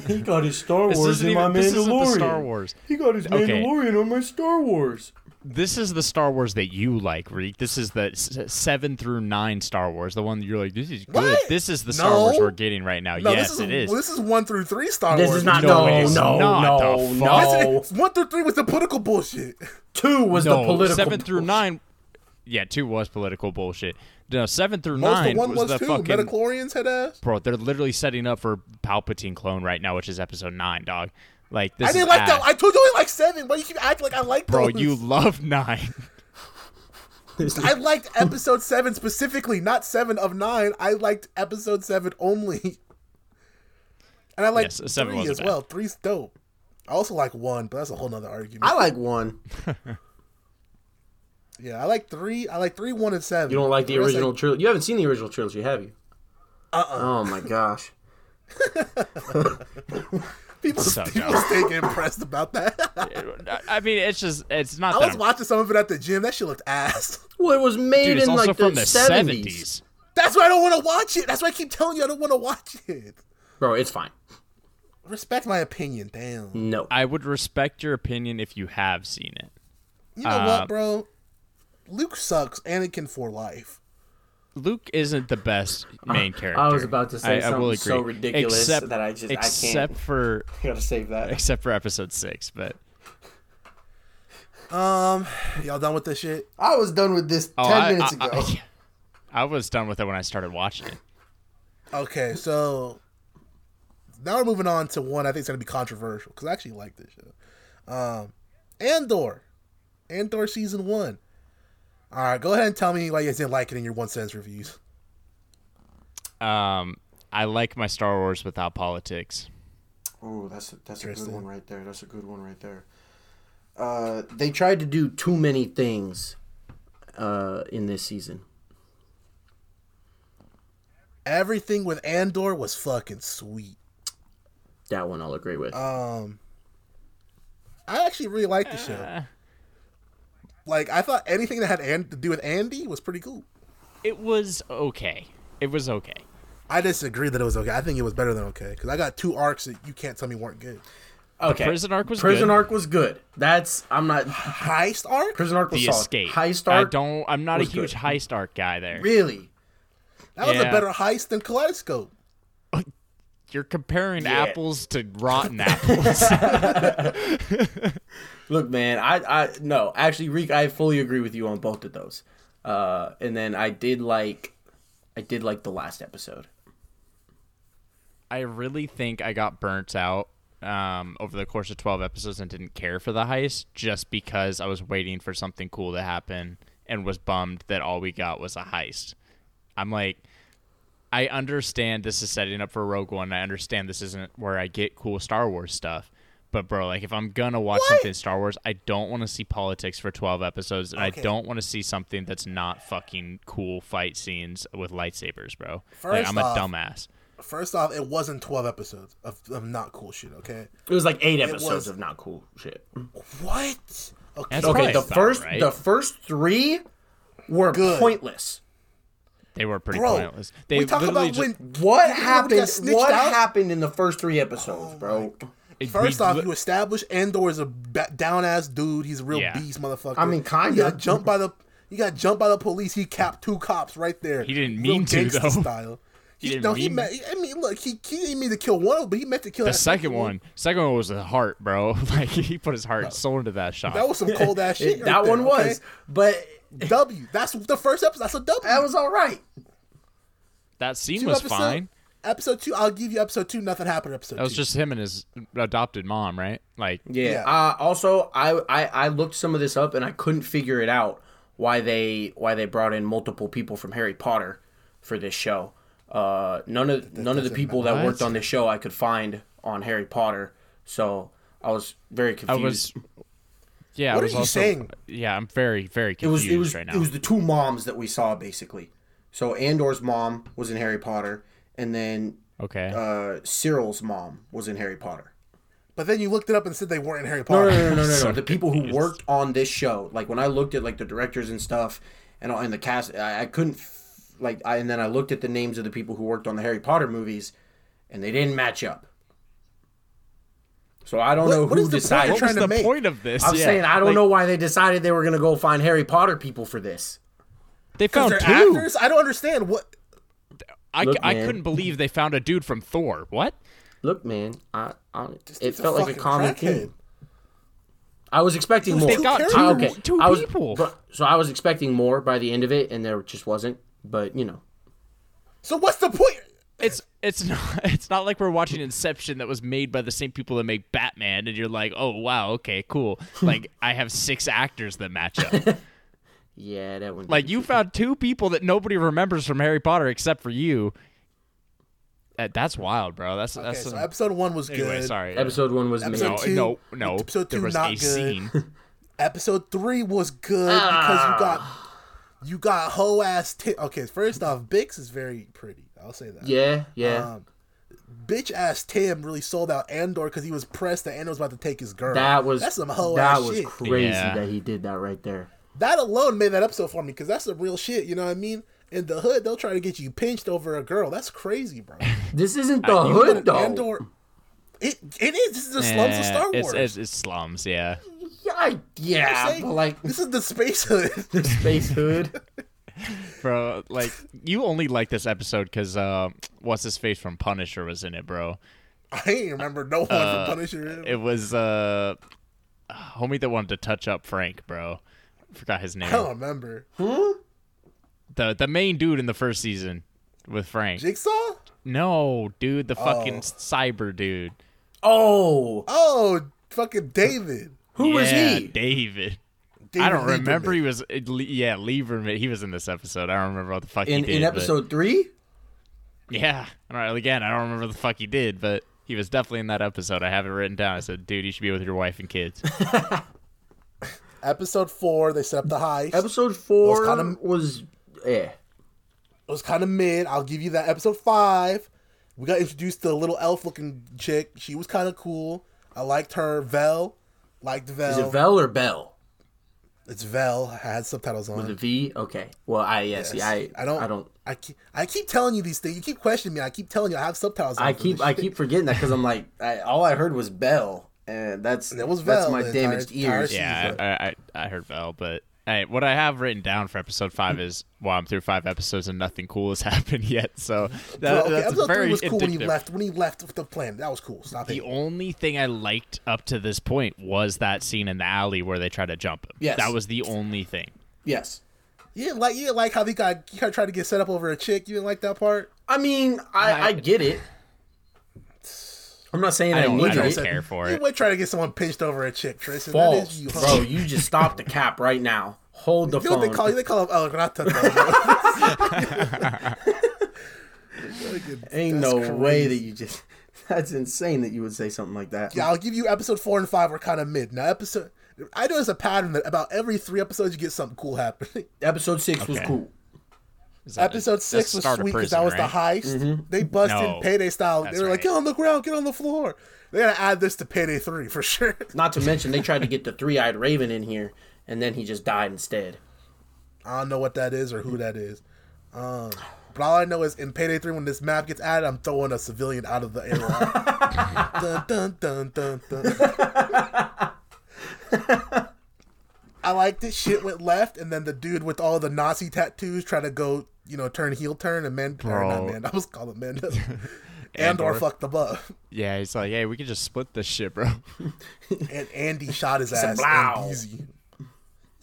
[SPEAKER 3] He got his Star
[SPEAKER 2] This
[SPEAKER 3] Wars
[SPEAKER 2] isn't
[SPEAKER 3] in my
[SPEAKER 2] even- this isn't the
[SPEAKER 3] Mandalorian.
[SPEAKER 2] Star Wars.
[SPEAKER 3] He got his
[SPEAKER 2] Okay.
[SPEAKER 3] Mandalorian on my Star Wars.
[SPEAKER 2] This is the Star Wars that you like, Reek. This is the s- seven through nine Star Wars, the one that you're like, this is good.
[SPEAKER 1] What?
[SPEAKER 2] This is the Star
[SPEAKER 1] No.
[SPEAKER 2] Wars we're getting right now.
[SPEAKER 1] No,
[SPEAKER 2] yes,
[SPEAKER 1] this is,
[SPEAKER 2] it is.
[SPEAKER 1] This is one through three Star
[SPEAKER 3] This
[SPEAKER 1] Wars.
[SPEAKER 3] is not
[SPEAKER 2] No,
[SPEAKER 3] no
[SPEAKER 2] it
[SPEAKER 3] no
[SPEAKER 2] is
[SPEAKER 3] no
[SPEAKER 2] not.
[SPEAKER 3] no,
[SPEAKER 2] The
[SPEAKER 1] Yes, it
[SPEAKER 3] no.
[SPEAKER 1] is. one through three was the political bullshit.
[SPEAKER 3] Two was
[SPEAKER 2] no,
[SPEAKER 3] the political
[SPEAKER 2] seven through nine. Yeah, two was political bullshit. No, seven through
[SPEAKER 1] Most
[SPEAKER 2] nine
[SPEAKER 1] of one
[SPEAKER 2] was,
[SPEAKER 1] was
[SPEAKER 2] the
[SPEAKER 1] two.
[SPEAKER 2] fucking
[SPEAKER 1] Metachlorians had ass.
[SPEAKER 2] bro. They're literally setting up for Palpatine clone right now, which is episode nine, dog. Like this
[SPEAKER 1] I didn't
[SPEAKER 2] is
[SPEAKER 1] like
[SPEAKER 2] ass.
[SPEAKER 1] that. I told you I like seven. Why you keep acting like I like
[SPEAKER 2] bro,
[SPEAKER 1] those?
[SPEAKER 2] you love nine.
[SPEAKER 1] I liked episode seven specifically, not seven of nine. I liked episode seven only, and I like
[SPEAKER 2] Yes, seven
[SPEAKER 1] three
[SPEAKER 2] wasn't
[SPEAKER 1] as
[SPEAKER 2] bad.
[SPEAKER 1] well. Three's dope. I also like one, but that's a whole nother argument.
[SPEAKER 3] I like one.
[SPEAKER 1] yeah, I like three. I like three, one, and seven.
[SPEAKER 3] You don't like the
[SPEAKER 1] rest,
[SPEAKER 3] original trilogy? You haven't seen the original trilogy, have you? Uh uh Oh my gosh.
[SPEAKER 1] people
[SPEAKER 2] So
[SPEAKER 1] people
[SPEAKER 2] dumb.
[SPEAKER 1] stay impressed about that.
[SPEAKER 2] I- I mean, it's just it's not
[SPEAKER 1] I
[SPEAKER 2] that
[SPEAKER 1] was
[SPEAKER 2] I'm-
[SPEAKER 1] watching some of it at the gym. That shit looked ass.
[SPEAKER 3] Well, it was made
[SPEAKER 2] dude. It's
[SPEAKER 3] in
[SPEAKER 2] also
[SPEAKER 3] like
[SPEAKER 2] from
[SPEAKER 3] the
[SPEAKER 2] the
[SPEAKER 3] seventies,
[SPEAKER 2] seventies.
[SPEAKER 1] That's why I don't want to watch it. That's why I keep telling you I don't want to watch it.
[SPEAKER 3] bro. It's fine.
[SPEAKER 1] Respect my opinion, damn.
[SPEAKER 3] No,
[SPEAKER 2] I would respect your opinion if you have seen it.
[SPEAKER 1] You know
[SPEAKER 2] Uh,
[SPEAKER 1] what, bro? Luke sucks. Anakin for life.
[SPEAKER 2] Luke isn't the best main character.
[SPEAKER 3] Uh, I was about to say
[SPEAKER 2] I- I will
[SPEAKER 3] something so
[SPEAKER 2] agree.
[SPEAKER 3] ridiculous
[SPEAKER 2] except,
[SPEAKER 3] that I just- I can't.
[SPEAKER 2] except for
[SPEAKER 3] I gotta save that.
[SPEAKER 2] except for episode six, but
[SPEAKER 1] Um, y'all done with this shit?
[SPEAKER 3] I was done with this
[SPEAKER 2] oh,
[SPEAKER 3] ten
[SPEAKER 2] I,
[SPEAKER 3] minutes
[SPEAKER 2] I-
[SPEAKER 3] ago.
[SPEAKER 2] I, I was done with it when I started watching it.
[SPEAKER 1] Okay, so now we're moving on to one I think is going to be controversial because I actually like this show. Um, Andor, Andor season one. All right, go ahead and tell me why you guys didn't like it in your one sentence reviews.
[SPEAKER 2] Um, I like my Star Wars without politics.
[SPEAKER 3] Oh, that's a, that's a good
[SPEAKER 1] Interesting.
[SPEAKER 3] one right there. That's a good one right there. Uh, they tried to do too many things uh, in this season.
[SPEAKER 1] Everything with Andor was fucking sweet.
[SPEAKER 3] That one I'll agree with.
[SPEAKER 1] Um, I actually really like the show. Like, I thought anything that had An- to do with Andy was pretty cool.
[SPEAKER 2] It was okay. It was okay.
[SPEAKER 1] I disagree that it was okay. I think it was better than okay because I got two arcs that you can't tell me weren't good.
[SPEAKER 3] okay,
[SPEAKER 2] prison arc was
[SPEAKER 3] prison
[SPEAKER 2] good.
[SPEAKER 3] arc was good. That's I'm not
[SPEAKER 1] Heist arc?
[SPEAKER 3] prison arc was
[SPEAKER 2] The
[SPEAKER 3] solid.
[SPEAKER 2] escape.
[SPEAKER 3] Heist
[SPEAKER 2] I
[SPEAKER 3] arc.
[SPEAKER 2] don't. I'm not a
[SPEAKER 3] was
[SPEAKER 2] huge
[SPEAKER 3] good.
[SPEAKER 2] high heist arc guy. There.
[SPEAKER 3] really.
[SPEAKER 1] That was a
[SPEAKER 2] Yeah.
[SPEAKER 1] better heist than Kaleidoscope.
[SPEAKER 2] You're comparing
[SPEAKER 3] Yeah.
[SPEAKER 2] apples to rotten apples.
[SPEAKER 3] Look, man, I, I no, actually, Reek, I fully agree with you on both of those. Uh, and then I did like, I did like the last episode.
[SPEAKER 2] I really think I got burnt out um, over the course of 12 episodes and didn't care for the heist just because I was waiting for something cool to happen and was bummed that all we got was a heist. I'm like, I understand this is setting up for Rogue One. I understand this isn't where I get cool Star Wars stuff. But bro, like if I'm gonna watch something Star Wars, I don't want to see politics for 12 episodes, and
[SPEAKER 1] Okay.
[SPEAKER 2] I don't want to see something that's not fucking cool fight scenes with lightsabers, bro. like
[SPEAKER 1] First
[SPEAKER 2] I'm
[SPEAKER 1] off-
[SPEAKER 2] a dumbass.
[SPEAKER 1] First off, it wasn't 12 episodes of, of not cool shit, okay?
[SPEAKER 3] It was like eight
[SPEAKER 1] was-
[SPEAKER 3] episodes of not cool shit.
[SPEAKER 1] What? Okay.
[SPEAKER 2] That's
[SPEAKER 3] Okay,
[SPEAKER 2] Probably
[SPEAKER 3] the
[SPEAKER 2] about
[SPEAKER 3] first,
[SPEAKER 2] right.
[SPEAKER 3] the first three were
[SPEAKER 1] Good.
[SPEAKER 3] pointless.
[SPEAKER 2] They were pretty
[SPEAKER 1] Bro,
[SPEAKER 2] pointless. They
[SPEAKER 1] we talk
[SPEAKER 2] literally
[SPEAKER 1] about
[SPEAKER 2] just,
[SPEAKER 1] when.
[SPEAKER 3] What
[SPEAKER 1] You remember when we got
[SPEAKER 3] happened?
[SPEAKER 1] snitched
[SPEAKER 3] What
[SPEAKER 1] out?
[SPEAKER 3] happened in the first three episodes, bro?
[SPEAKER 2] it-
[SPEAKER 1] First
[SPEAKER 2] we
[SPEAKER 1] off,
[SPEAKER 2] li-
[SPEAKER 1] you establish Andor is a down ass dude. He's a real
[SPEAKER 2] Yeah.
[SPEAKER 1] beast, motherfucker.
[SPEAKER 3] I mean, kinda.
[SPEAKER 1] You got jumped by the. You got jumped by the police. He capped two cops right there.
[SPEAKER 2] He didn't
[SPEAKER 1] Real
[SPEAKER 2] mean to,
[SPEAKER 1] gangsta
[SPEAKER 2] though.
[SPEAKER 1] Style. He,
[SPEAKER 2] didn't
[SPEAKER 1] no, he
[SPEAKER 2] mean-
[SPEAKER 1] meant. I mean, look, he, he didn't mean to kill one, of them, but he meant to kill
[SPEAKER 2] the
[SPEAKER 1] that
[SPEAKER 2] second one, second one was the heart, bro. Like he put his heart and soul into that shot.
[SPEAKER 1] That was some cold ass shit.
[SPEAKER 3] It-
[SPEAKER 1] right
[SPEAKER 3] that
[SPEAKER 1] there,
[SPEAKER 3] one was, but
[SPEAKER 1] okay? W. That's the first episode. That's a W.
[SPEAKER 3] that was all right.
[SPEAKER 2] that scene
[SPEAKER 1] two
[SPEAKER 2] was
[SPEAKER 1] episode-
[SPEAKER 2] fine.
[SPEAKER 1] Episode two, I'll give you episode two. Nothing happened. in Episode
[SPEAKER 2] That was
[SPEAKER 1] two.
[SPEAKER 2] just him and his adopted mom, right? Like
[SPEAKER 3] Yeah.
[SPEAKER 1] Yeah.
[SPEAKER 3] Uh, also, I, I I looked some of this up and I couldn't figure it out why they why they brought in multiple people from Harry Potter for this show. Uh, none of none of the
[SPEAKER 1] doesn't
[SPEAKER 3] people
[SPEAKER 1] matter.
[SPEAKER 3] that worked
[SPEAKER 2] What?
[SPEAKER 3] on this show I could find on Harry Potter, so I was very
[SPEAKER 2] I
[SPEAKER 3] confused.
[SPEAKER 2] was. Yeah,
[SPEAKER 1] What
[SPEAKER 2] I was
[SPEAKER 1] are you
[SPEAKER 2] also,
[SPEAKER 1] saying?
[SPEAKER 2] Yeah, I'm very, very
[SPEAKER 3] it was
[SPEAKER 2] confused
[SPEAKER 3] it was
[SPEAKER 2] right now.
[SPEAKER 3] it was the two moms that we saw basically. So Andor's mom was in Harry Potter, and then
[SPEAKER 2] okay,
[SPEAKER 3] uh, Cyril's mom was in Harry Potter.
[SPEAKER 1] But then you looked it up and said they weren't in Harry
[SPEAKER 3] No,
[SPEAKER 1] Potter.
[SPEAKER 3] no, no, no, no, no.
[SPEAKER 2] So
[SPEAKER 3] the people who
[SPEAKER 2] confused.
[SPEAKER 3] worked on this show, like when I looked at like the directors and stuff, and all- and the cast, I, I couldn't. F- like I and then I looked at the names of the people who worked on the Harry Potter movies, and they didn't match up. So I don't
[SPEAKER 1] What-
[SPEAKER 3] know
[SPEAKER 1] what
[SPEAKER 3] who
[SPEAKER 1] is the point?
[SPEAKER 3] decided.
[SPEAKER 1] What was
[SPEAKER 2] What's
[SPEAKER 1] trying to
[SPEAKER 2] the
[SPEAKER 1] make-
[SPEAKER 2] point of this?
[SPEAKER 3] I'm
[SPEAKER 2] Yeah,
[SPEAKER 3] saying I don't
[SPEAKER 2] like,
[SPEAKER 3] know why they decided they were going to go find Harry Potter people for this.
[SPEAKER 2] They
[SPEAKER 1] Because
[SPEAKER 2] found
[SPEAKER 1] they're
[SPEAKER 2] two.
[SPEAKER 1] actors. I don't understand what.
[SPEAKER 2] I,
[SPEAKER 3] Look,
[SPEAKER 2] I
[SPEAKER 3] man.
[SPEAKER 2] couldn't believe they found a dude from Thor. What?
[SPEAKER 3] Look, man, I, I it
[SPEAKER 1] it's
[SPEAKER 3] felt like a
[SPEAKER 1] fucking
[SPEAKER 3] common
[SPEAKER 1] crackhead.
[SPEAKER 3] theme. I was expecting more.
[SPEAKER 2] They got
[SPEAKER 1] cares?
[SPEAKER 2] two,
[SPEAKER 1] Ah,
[SPEAKER 3] okay,
[SPEAKER 2] two
[SPEAKER 3] I was,
[SPEAKER 2] people.
[SPEAKER 3] but- so I was expecting more by the end of it, and there just wasn't. But you know,
[SPEAKER 1] So what's the point?
[SPEAKER 2] It's it's not it's not like we're watching Inception that was made by the same people that make Batman, and you're like, oh wow, okay, cool. Like I have six actors that match up.
[SPEAKER 3] yeah, that one.
[SPEAKER 2] like you found two people that nobody remembers from Harry Potter except for you. That, that's wild, bro. That's
[SPEAKER 1] Okay,
[SPEAKER 2] that's
[SPEAKER 1] so
[SPEAKER 2] some-
[SPEAKER 1] episode one was
[SPEAKER 2] anyway.
[SPEAKER 1] good.
[SPEAKER 2] Sorry.
[SPEAKER 3] episode one was
[SPEAKER 1] Episode
[SPEAKER 3] amazing.
[SPEAKER 2] no,
[SPEAKER 1] two-
[SPEAKER 2] no, no.
[SPEAKER 1] episode
[SPEAKER 2] there
[SPEAKER 1] two,
[SPEAKER 2] was
[SPEAKER 1] not
[SPEAKER 2] a
[SPEAKER 1] good.
[SPEAKER 2] scene.
[SPEAKER 1] Episode three was good because you got
[SPEAKER 3] Ah.
[SPEAKER 1] you got hoe ass. T- okay, first off, Bix is very pretty. I'll say that.
[SPEAKER 3] Yeah, yeah,
[SPEAKER 1] Um, bitch ass Tim really sold out Andor because he was pressed that Andor was about to take his girl.
[SPEAKER 3] that was
[SPEAKER 1] that's some hoe
[SPEAKER 3] that
[SPEAKER 1] ass
[SPEAKER 3] was
[SPEAKER 1] shit.
[SPEAKER 3] crazy
[SPEAKER 2] Yeah.
[SPEAKER 3] that he did that right there.
[SPEAKER 1] that alone made that episode for me because that's some real shit. You know what I mean? In the hood, they'll try to get you pinched over a girl. That's crazy, bro.
[SPEAKER 3] This isn't the
[SPEAKER 1] You put
[SPEAKER 3] hood
[SPEAKER 1] an
[SPEAKER 3] though.
[SPEAKER 1] Andor, it it is. This is the slums of
[SPEAKER 2] Eh,
[SPEAKER 1] Star Wars.
[SPEAKER 2] It's, it's, it's slums, yeah.
[SPEAKER 3] yeah, I- yeah,
[SPEAKER 1] Say,
[SPEAKER 3] but like
[SPEAKER 1] this is the space hood.
[SPEAKER 3] the space hood.
[SPEAKER 2] bro. Like you only like this episode because uh, what's his face from Punisher was in it, bro.
[SPEAKER 1] I ain't remember no one from Punisher.
[SPEAKER 2] Uh, It was uh, homie that wanted to touch up Frank, bro. Forgot his
[SPEAKER 1] I don't
[SPEAKER 2] name.
[SPEAKER 1] remember.
[SPEAKER 2] The the main dude in the first season with Frank.
[SPEAKER 1] Jigsaw?
[SPEAKER 2] No, dude, the fucking cyber dude.
[SPEAKER 3] Oh,
[SPEAKER 1] Oh, fucking David.
[SPEAKER 3] who was
[SPEAKER 2] Yeah,
[SPEAKER 3] he?
[SPEAKER 2] David.
[SPEAKER 1] David
[SPEAKER 2] I don't
[SPEAKER 1] Lieberman.
[SPEAKER 2] remember. He was uh, Le- yeah, Lieberman. He was in this episode. I don't remember what the fuck
[SPEAKER 3] In
[SPEAKER 2] he did.
[SPEAKER 3] in
[SPEAKER 2] but-
[SPEAKER 3] episode three.
[SPEAKER 2] Yeah. All right. Again, I don't remember the fuck he did, but he was definitely in that episode. I have it written down. I said, dude, you should be with your wife and kids.
[SPEAKER 1] Episode four, they set up the heist.
[SPEAKER 3] Episode four was,
[SPEAKER 1] That was kinda-
[SPEAKER 3] yeah.
[SPEAKER 1] it was kind of mid. I'll give you that. Episode five, we got introduced to a little elf looking chick. She was kind of cool. I liked her. Vel, liked Vel.
[SPEAKER 3] Is it Vel or Bell?
[SPEAKER 1] It's Vel. I had subtitles on.
[SPEAKER 3] With a V? Okay. Well, I yeah. See, I
[SPEAKER 1] I don't.
[SPEAKER 3] I don't.
[SPEAKER 1] I keep, I keep telling you these things. You keep questioning me. I keep telling you I have subtitles. On
[SPEAKER 3] I
[SPEAKER 1] for
[SPEAKER 3] keep
[SPEAKER 1] this
[SPEAKER 3] I
[SPEAKER 1] shit.
[SPEAKER 3] keep forgetting that because I'm like I, all I heard was Bell, and that's
[SPEAKER 1] That was
[SPEAKER 3] that's
[SPEAKER 1] Vel
[SPEAKER 3] my
[SPEAKER 1] the
[SPEAKER 3] damaged
[SPEAKER 1] entire-
[SPEAKER 3] ears.
[SPEAKER 1] entire
[SPEAKER 2] yeah, I, I, I heard Val, but hey, what I have written down for episode five is, well, I'm through five episodes and nothing cool has happened yet. So that,
[SPEAKER 1] Bro, okay,
[SPEAKER 2] that's
[SPEAKER 1] episode
[SPEAKER 2] very
[SPEAKER 1] three was cool when he
[SPEAKER 2] indicative.
[SPEAKER 1] left. When he left the planet, that was cool. Stop
[SPEAKER 2] The
[SPEAKER 1] it.
[SPEAKER 2] only thing I liked up to this point was that scene in the alley where they try to jump him.
[SPEAKER 3] Yes.
[SPEAKER 2] That was the only thing.
[SPEAKER 3] Yes.
[SPEAKER 1] You didn't like. You didn't like how he got. He tried to get set up over a chick. You didn't like that part.
[SPEAKER 3] I mean, I, I,
[SPEAKER 2] I-
[SPEAKER 3] get it. I'm not saying
[SPEAKER 2] I
[SPEAKER 3] I,
[SPEAKER 2] don't- I
[SPEAKER 3] needed
[SPEAKER 2] don't
[SPEAKER 3] it.
[SPEAKER 2] care for
[SPEAKER 1] You
[SPEAKER 2] it.
[SPEAKER 1] went trying to get someone pinched over a chick, Tristan. That
[SPEAKER 3] False,
[SPEAKER 1] is you, huh?
[SPEAKER 3] bro. You just stop the cap right now. Hold the
[SPEAKER 1] You know
[SPEAKER 3] phone.
[SPEAKER 1] what they call you? They call him El Grata. though.
[SPEAKER 3] Ain't
[SPEAKER 1] That's
[SPEAKER 3] no way
[SPEAKER 1] crazy.
[SPEAKER 3] that you just. That's insane that you would say something like that.
[SPEAKER 1] yeah, I'll give you episode four and five were kind of mid. Now episode, I know it's a pattern that about every three episodes you get something cool happening.
[SPEAKER 3] Episode six was
[SPEAKER 2] Okay.
[SPEAKER 3] cool.
[SPEAKER 2] Is that-
[SPEAKER 1] Episode
[SPEAKER 2] that's
[SPEAKER 1] six was
[SPEAKER 2] start of
[SPEAKER 1] sweet because
[SPEAKER 2] prison,
[SPEAKER 1] that was the
[SPEAKER 2] right?
[SPEAKER 1] heist. They busted
[SPEAKER 2] No.
[SPEAKER 1] payday style.
[SPEAKER 2] That's
[SPEAKER 1] they were like,
[SPEAKER 2] right.
[SPEAKER 1] "Get on the ground, get on the floor." They gotta add this to payday three for sure.
[SPEAKER 3] Not to mention they tried to get the three-eyed raven in here, and then he just died instead.
[SPEAKER 1] I don't know what that is or who that is. Um, but all I know is in Payday 3, when this map gets added, I'm throwing a civilian out of the airlock. dun, dun, dun, dun, dun. I liked it. Shit went left, and then the dude with all the Nazi tattoos tried to go, you know, turn heel turn, and man, or not
[SPEAKER 2] Bro.
[SPEAKER 1] man, I was calling man,
[SPEAKER 2] Andor.
[SPEAKER 1] Andor fucked him up,
[SPEAKER 2] Yeah, he's like, hey, we could just split this shit, bro.
[SPEAKER 1] and Andy shot his ass.
[SPEAKER 3] "Blow."
[SPEAKER 1] And easy. He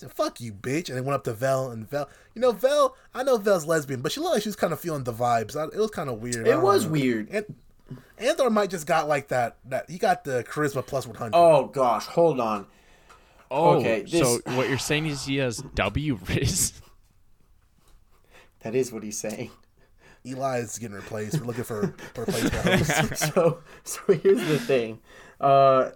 [SPEAKER 1] said, "Fuck you, bitch!" And they went up to Vel, and Vel, you know, Vel, I know Vel's lesbian, but she looked like she was kind of feeling the vibes. I, it was kind of weird. I
[SPEAKER 3] It
[SPEAKER 1] don't
[SPEAKER 3] was
[SPEAKER 1] know.
[SPEAKER 3] weird.
[SPEAKER 1] And Andor might just got like that. That he got the charisma plus one hundred.
[SPEAKER 3] Oh gosh, hold on.
[SPEAKER 2] Oh,
[SPEAKER 3] Okay,
[SPEAKER 2] so
[SPEAKER 3] this-
[SPEAKER 2] what you're saying is he has W Riz?
[SPEAKER 3] That is what he's saying.
[SPEAKER 1] Eli is getting replaced. We're looking for a replacement. host.
[SPEAKER 3] so so here's the thing. Uh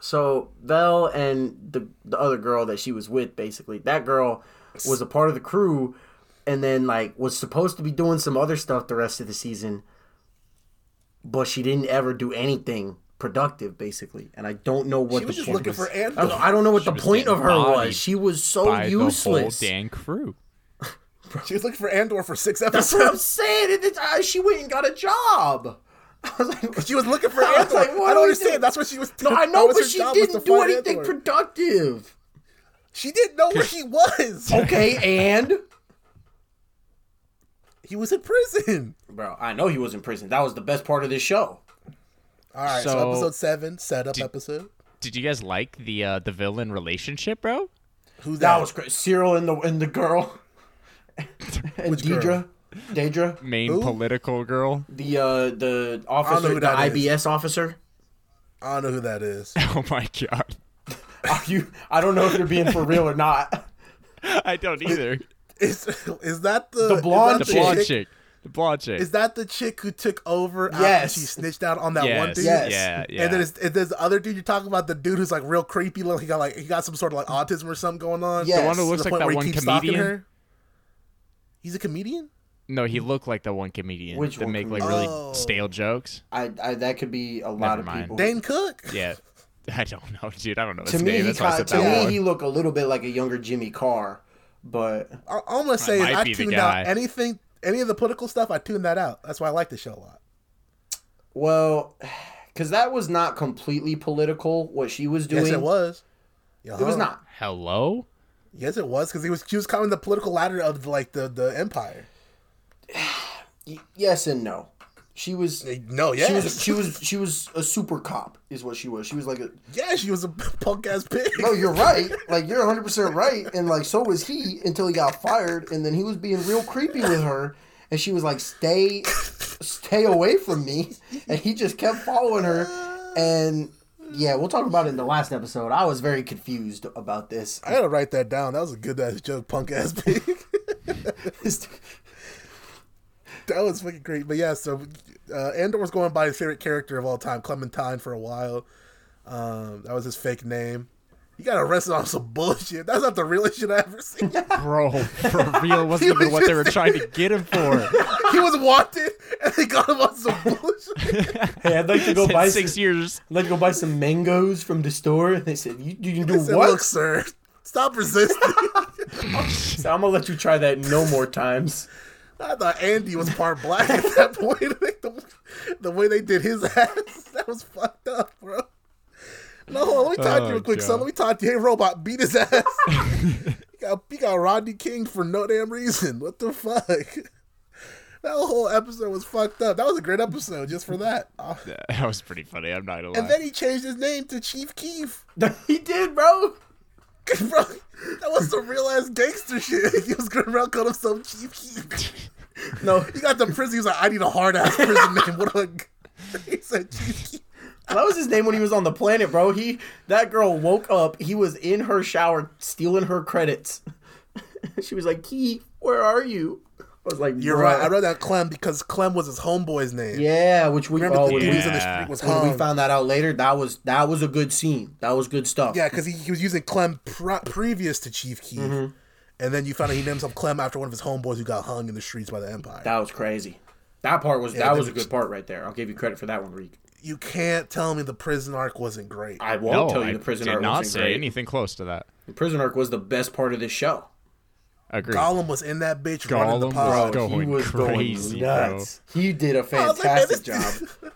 [SPEAKER 3] so Vel and the the other girl that she was with basically, that girl was a part of the crew and then like was supposed to be doing some other stuff the rest of the season, but she didn't ever do anything productive basically. And I don't know what
[SPEAKER 1] She
[SPEAKER 3] the
[SPEAKER 1] was just
[SPEAKER 3] point
[SPEAKER 1] looking for
[SPEAKER 3] was.
[SPEAKER 1] Andor.
[SPEAKER 3] I don't, I don't know what the
[SPEAKER 2] was
[SPEAKER 3] point of
[SPEAKER 2] getting
[SPEAKER 3] her
[SPEAKER 2] bodied
[SPEAKER 3] was. She was so
[SPEAKER 2] by
[SPEAKER 3] useless.
[SPEAKER 2] the whole dang crew.
[SPEAKER 3] bro.
[SPEAKER 1] She was looking for Andor for six
[SPEAKER 3] That's what I'm
[SPEAKER 1] episodes.
[SPEAKER 3] saying. It, it, uh, she went and got a job. I was like,
[SPEAKER 1] She was looking for
[SPEAKER 3] I was
[SPEAKER 1] Andor.
[SPEAKER 3] like, what
[SPEAKER 1] I
[SPEAKER 3] do
[SPEAKER 1] don't
[SPEAKER 3] we
[SPEAKER 1] understand.
[SPEAKER 3] do?
[SPEAKER 1] That's what she was.
[SPEAKER 3] no, I
[SPEAKER 1] that
[SPEAKER 3] know,
[SPEAKER 1] was
[SPEAKER 3] but
[SPEAKER 1] her
[SPEAKER 3] she
[SPEAKER 1] job, was to
[SPEAKER 3] didn't do
[SPEAKER 1] find
[SPEAKER 3] anything
[SPEAKER 1] Andor.
[SPEAKER 3] productive.
[SPEAKER 1] she didn't know where he was.
[SPEAKER 3] Okay, and
[SPEAKER 1] He was in prison.
[SPEAKER 3] bro, I know he was in prison. That was the best part of this show.
[SPEAKER 1] All right, so,
[SPEAKER 2] So-
[SPEAKER 1] episode seven, setup episode.
[SPEAKER 2] Did you guys like the uh, the villain relationship, bro?
[SPEAKER 1] Who's
[SPEAKER 3] That was great. Cyril and the and the girl, and
[SPEAKER 1] Which
[SPEAKER 3] Deidre,
[SPEAKER 1] girl?
[SPEAKER 3] Deidre,
[SPEAKER 2] Main
[SPEAKER 1] Who?
[SPEAKER 2] political girl.
[SPEAKER 3] the uh,
[SPEAKER 1] don't
[SPEAKER 3] the
[SPEAKER 1] know
[SPEAKER 3] officer,
[SPEAKER 1] who
[SPEAKER 3] the
[SPEAKER 1] that is.
[SPEAKER 3] IBS officer.
[SPEAKER 1] I don't know who that is.
[SPEAKER 2] Oh my god,
[SPEAKER 3] Are you? I don't know if they're being for real or not.
[SPEAKER 2] I don't either.
[SPEAKER 1] Is is that the,
[SPEAKER 3] The blonde
[SPEAKER 1] is
[SPEAKER 2] The
[SPEAKER 1] that
[SPEAKER 2] blonde
[SPEAKER 1] chick-
[SPEAKER 2] chick. The blonde chick.
[SPEAKER 1] Is that the chick who took over
[SPEAKER 3] Yes.
[SPEAKER 1] after she snitched out on that one
[SPEAKER 2] yes.
[SPEAKER 1] dude?
[SPEAKER 3] Yes.
[SPEAKER 2] Yeah. Yeah.
[SPEAKER 1] And then it's, and there's the other dude you're talking about, the dude who's like real creepy, like he got like he got some sort of like autism or something going on.
[SPEAKER 3] Yes.
[SPEAKER 1] To
[SPEAKER 2] the one who looks
[SPEAKER 1] the
[SPEAKER 2] like
[SPEAKER 1] point
[SPEAKER 2] that
[SPEAKER 1] where he
[SPEAKER 2] one
[SPEAKER 1] keeps stalking
[SPEAKER 2] comedian.
[SPEAKER 1] her. He's a comedian.
[SPEAKER 2] No, he looked like the one comedian
[SPEAKER 3] Which
[SPEAKER 2] that
[SPEAKER 3] one
[SPEAKER 2] make like
[SPEAKER 1] comedian?
[SPEAKER 2] really
[SPEAKER 1] Oh.
[SPEAKER 2] stale jokes.
[SPEAKER 3] I, I that could be a lot
[SPEAKER 2] Never
[SPEAKER 3] of
[SPEAKER 2] mind.
[SPEAKER 3] people.
[SPEAKER 1] Dane Cook.
[SPEAKER 2] Yeah, I don't know, dude. I don't know his
[SPEAKER 3] to me,
[SPEAKER 2] name.
[SPEAKER 3] he
[SPEAKER 2] That's why I
[SPEAKER 3] kind
[SPEAKER 2] said
[SPEAKER 3] to
[SPEAKER 2] that
[SPEAKER 3] me
[SPEAKER 2] one.
[SPEAKER 3] he looked a little bit like a younger Jimmy Carr, but
[SPEAKER 1] I, all I'm gonna say is
[SPEAKER 2] might
[SPEAKER 1] I
[SPEAKER 2] be the
[SPEAKER 1] tuned
[SPEAKER 2] guy.
[SPEAKER 1] out anything, any of the political stuff. I tuned that out. That's why I like the show a lot.
[SPEAKER 3] well, because that was not completely political what she was doing.
[SPEAKER 1] Yes, it was. Uh-huh.
[SPEAKER 3] It was not.
[SPEAKER 2] Hello.
[SPEAKER 1] Yes, it was because he was she was climbing the political ladder of like the the empire.
[SPEAKER 3] Y- yes and no. She was.
[SPEAKER 1] No, yes,
[SPEAKER 3] She was. She was. She was a super cop, is what she was. She was like a.
[SPEAKER 1] yeah, she was a punk ass pig.
[SPEAKER 3] No, you're right. Like you're 100 percent right, and like so was he until he got fired, and then he was being real creepy with her, and she was like, "Stay, stay away from me," and he just kept following her, and yeah, we'll talk about it in the last episode. I was very confused about this.
[SPEAKER 1] I gotta write that down. That was a good ass joke, punk ass pig. that was fucking great. But yeah, so uh, Andor was going by his favorite character of all time, Clementine, for a while. Um, that was his fake name. He got arrested on some bullshit. That's not the realest shit I ever seen.
[SPEAKER 2] Bro, for real, it wasn't
[SPEAKER 1] He
[SPEAKER 2] even
[SPEAKER 1] was
[SPEAKER 2] what they were
[SPEAKER 1] just-
[SPEAKER 2] trying to get him for.
[SPEAKER 1] he was wanted, and they got him on some bullshit.
[SPEAKER 3] hey, I'd like to go
[SPEAKER 2] Since six years.
[SPEAKER 3] I'd like to go buy some mangoes from the store, and they said, "You, you can do
[SPEAKER 1] I said, Look, sir, stop resisting.
[SPEAKER 3] So I'm gonna let you try that no more times.
[SPEAKER 1] I thought Andy was part black at that point. Like, the, the way they did his ass, that was fucked up, bro. No, hold on, let me talk to you
[SPEAKER 2] Oh,
[SPEAKER 1] real quick, son.
[SPEAKER 2] God.
[SPEAKER 1] Let me talk to you. Hey, robot, beat his ass. he, got, he got Rodney King for no damn reason. What the fuck? That whole episode was fucked up. That was a great episode just for that. Uh,
[SPEAKER 2] That was pretty funny. I'm not gonna lie.
[SPEAKER 1] And then he changed his name to Chief Keef.
[SPEAKER 3] he did, bro.
[SPEAKER 1] Bro, that was some real ass gangster shit. He was going around calling himself Chief Keef.
[SPEAKER 3] No,
[SPEAKER 1] He got the prison. He was like, I need a hard ass prison name. What a. He said, "Gee."
[SPEAKER 3] That was his name when he was on the planet, bro. He that girl woke up. He was in her shower stealing her credits. she was like, "Keith, where are you?" I was like,
[SPEAKER 1] You're right. I wrote that Clem because Clem was his homeboy's name.
[SPEAKER 3] Yeah, which we
[SPEAKER 1] Remember
[SPEAKER 3] oh,
[SPEAKER 1] the
[SPEAKER 3] when
[SPEAKER 1] dude um,
[SPEAKER 3] we-
[SPEAKER 1] who's on the
[SPEAKER 2] yeah.
[SPEAKER 1] street was
[SPEAKER 3] when
[SPEAKER 1] hung.
[SPEAKER 3] we found that out later. That was that was a good scene. That was good stuff.
[SPEAKER 1] yeah, because he, he was using Clem pr- previous to Chief Keef.
[SPEAKER 3] Mm-hmm.
[SPEAKER 1] And then you found out he named himself Clem after one of his homeboys who got hung in the streets by the Empire.
[SPEAKER 3] that was crazy. That part was
[SPEAKER 1] that
[SPEAKER 3] that was a
[SPEAKER 1] was-
[SPEAKER 3] good part right there. I'll give you credit for that one, Reek.
[SPEAKER 1] you can't tell me the prison arc wasn't great.
[SPEAKER 3] I won't
[SPEAKER 2] no,
[SPEAKER 3] tell you
[SPEAKER 2] I
[SPEAKER 3] the prison
[SPEAKER 2] did
[SPEAKER 3] arc
[SPEAKER 2] not
[SPEAKER 3] wasn't
[SPEAKER 2] say
[SPEAKER 3] great.
[SPEAKER 2] anything close to that.
[SPEAKER 3] The prison arc was the best part of this show.
[SPEAKER 2] Agree.
[SPEAKER 1] Gollum was in that bitch running the
[SPEAKER 2] Gollum
[SPEAKER 1] pod.
[SPEAKER 2] was go- Going crazy, bro.
[SPEAKER 3] He did a
[SPEAKER 1] I was like, man,
[SPEAKER 3] fantastic job.
[SPEAKER 1] this dude-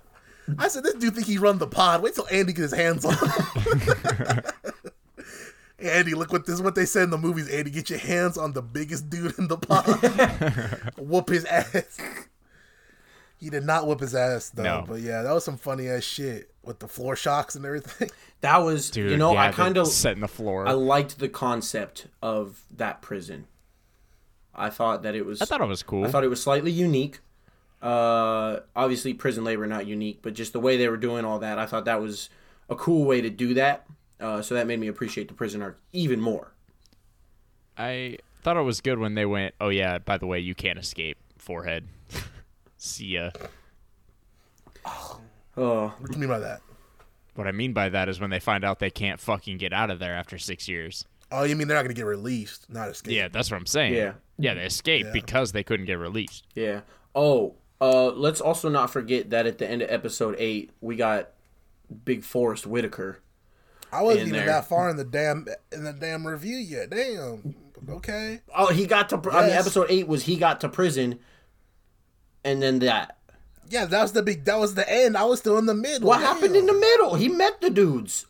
[SPEAKER 1] I said, this dude think he run the pod. Wait till Andy get his hands on. him." Andy, look what this is what they said in the movies. Andy, get your hands on the biggest dude in the pod. whoop his ass. He did not whoop his ass though.
[SPEAKER 2] No.
[SPEAKER 1] But yeah, that was some funny ass shit with the floor shocks and everything.
[SPEAKER 3] That was,
[SPEAKER 2] Dude,
[SPEAKER 3] you know,
[SPEAKER 2] yeah,
[SPEAKER 3] I
[SPEAKER 2] the
[SPEAKER 3] kind of
[SPEAKER 2] setting the floor.
[SPEAKER 3] I
[SPEAKER 2] I,
[SPEAKER 3] liked the concept of that prison. I thought that it was. I
[SPEAKER 2] thought it was cool.
[SPEAKER 3] thought it was slightly unique. Uh, obviously, prison labor not unique, but just the way they were doing all that, I thought that was a cool way to do that. Uh, so that made me appreciate the prison arc even more.
[SPEAKER 2] I thought it was good when they went. Oh yeah, by the way, you can't escape. Forehead. See ya.
[SPEAKER 3] Oh,
[SPEAKER 1] What do you mean by that?
[SPEAKER 2] What I mean by that is when they find out they can't fucking get out of there after six years.
[SPEAKER 1] Oh, you mean they're not gonna get released, not escape.
[SPEAKER 2] Yeah, that's what I'm saying.
[SPEAKER 3] Yeah.
[SPEAKER 2] Yeah, they escaped because they couldn't get released.
[SPEAKER 3] yeah. Oh, uh, let's also not forget that at the end of episode eight, we got Big Forrest Whitaker.
[SPEAKER 1] I wasn't
[SPEAKER 3] In
[SPEAKER 1] even
[SPEAKER 3] there.
[SPEAKER 1] that far in the damn in the damn review yet. Damn. okay.
[SPEAKER 3] Oh, he got to. Pr- I mean,
[SPEAKER 1] Yes.
[SPEAKER 3] episode eight was he got to prison, and then that.
[SPEAKER 1] Yeah, that was the big. That was the end. I was still in the mid.
[SPEAKER 3] What
[SPEAKER 1] Damn.
[SPEAKER 3] happened in the middle? He met the dudes.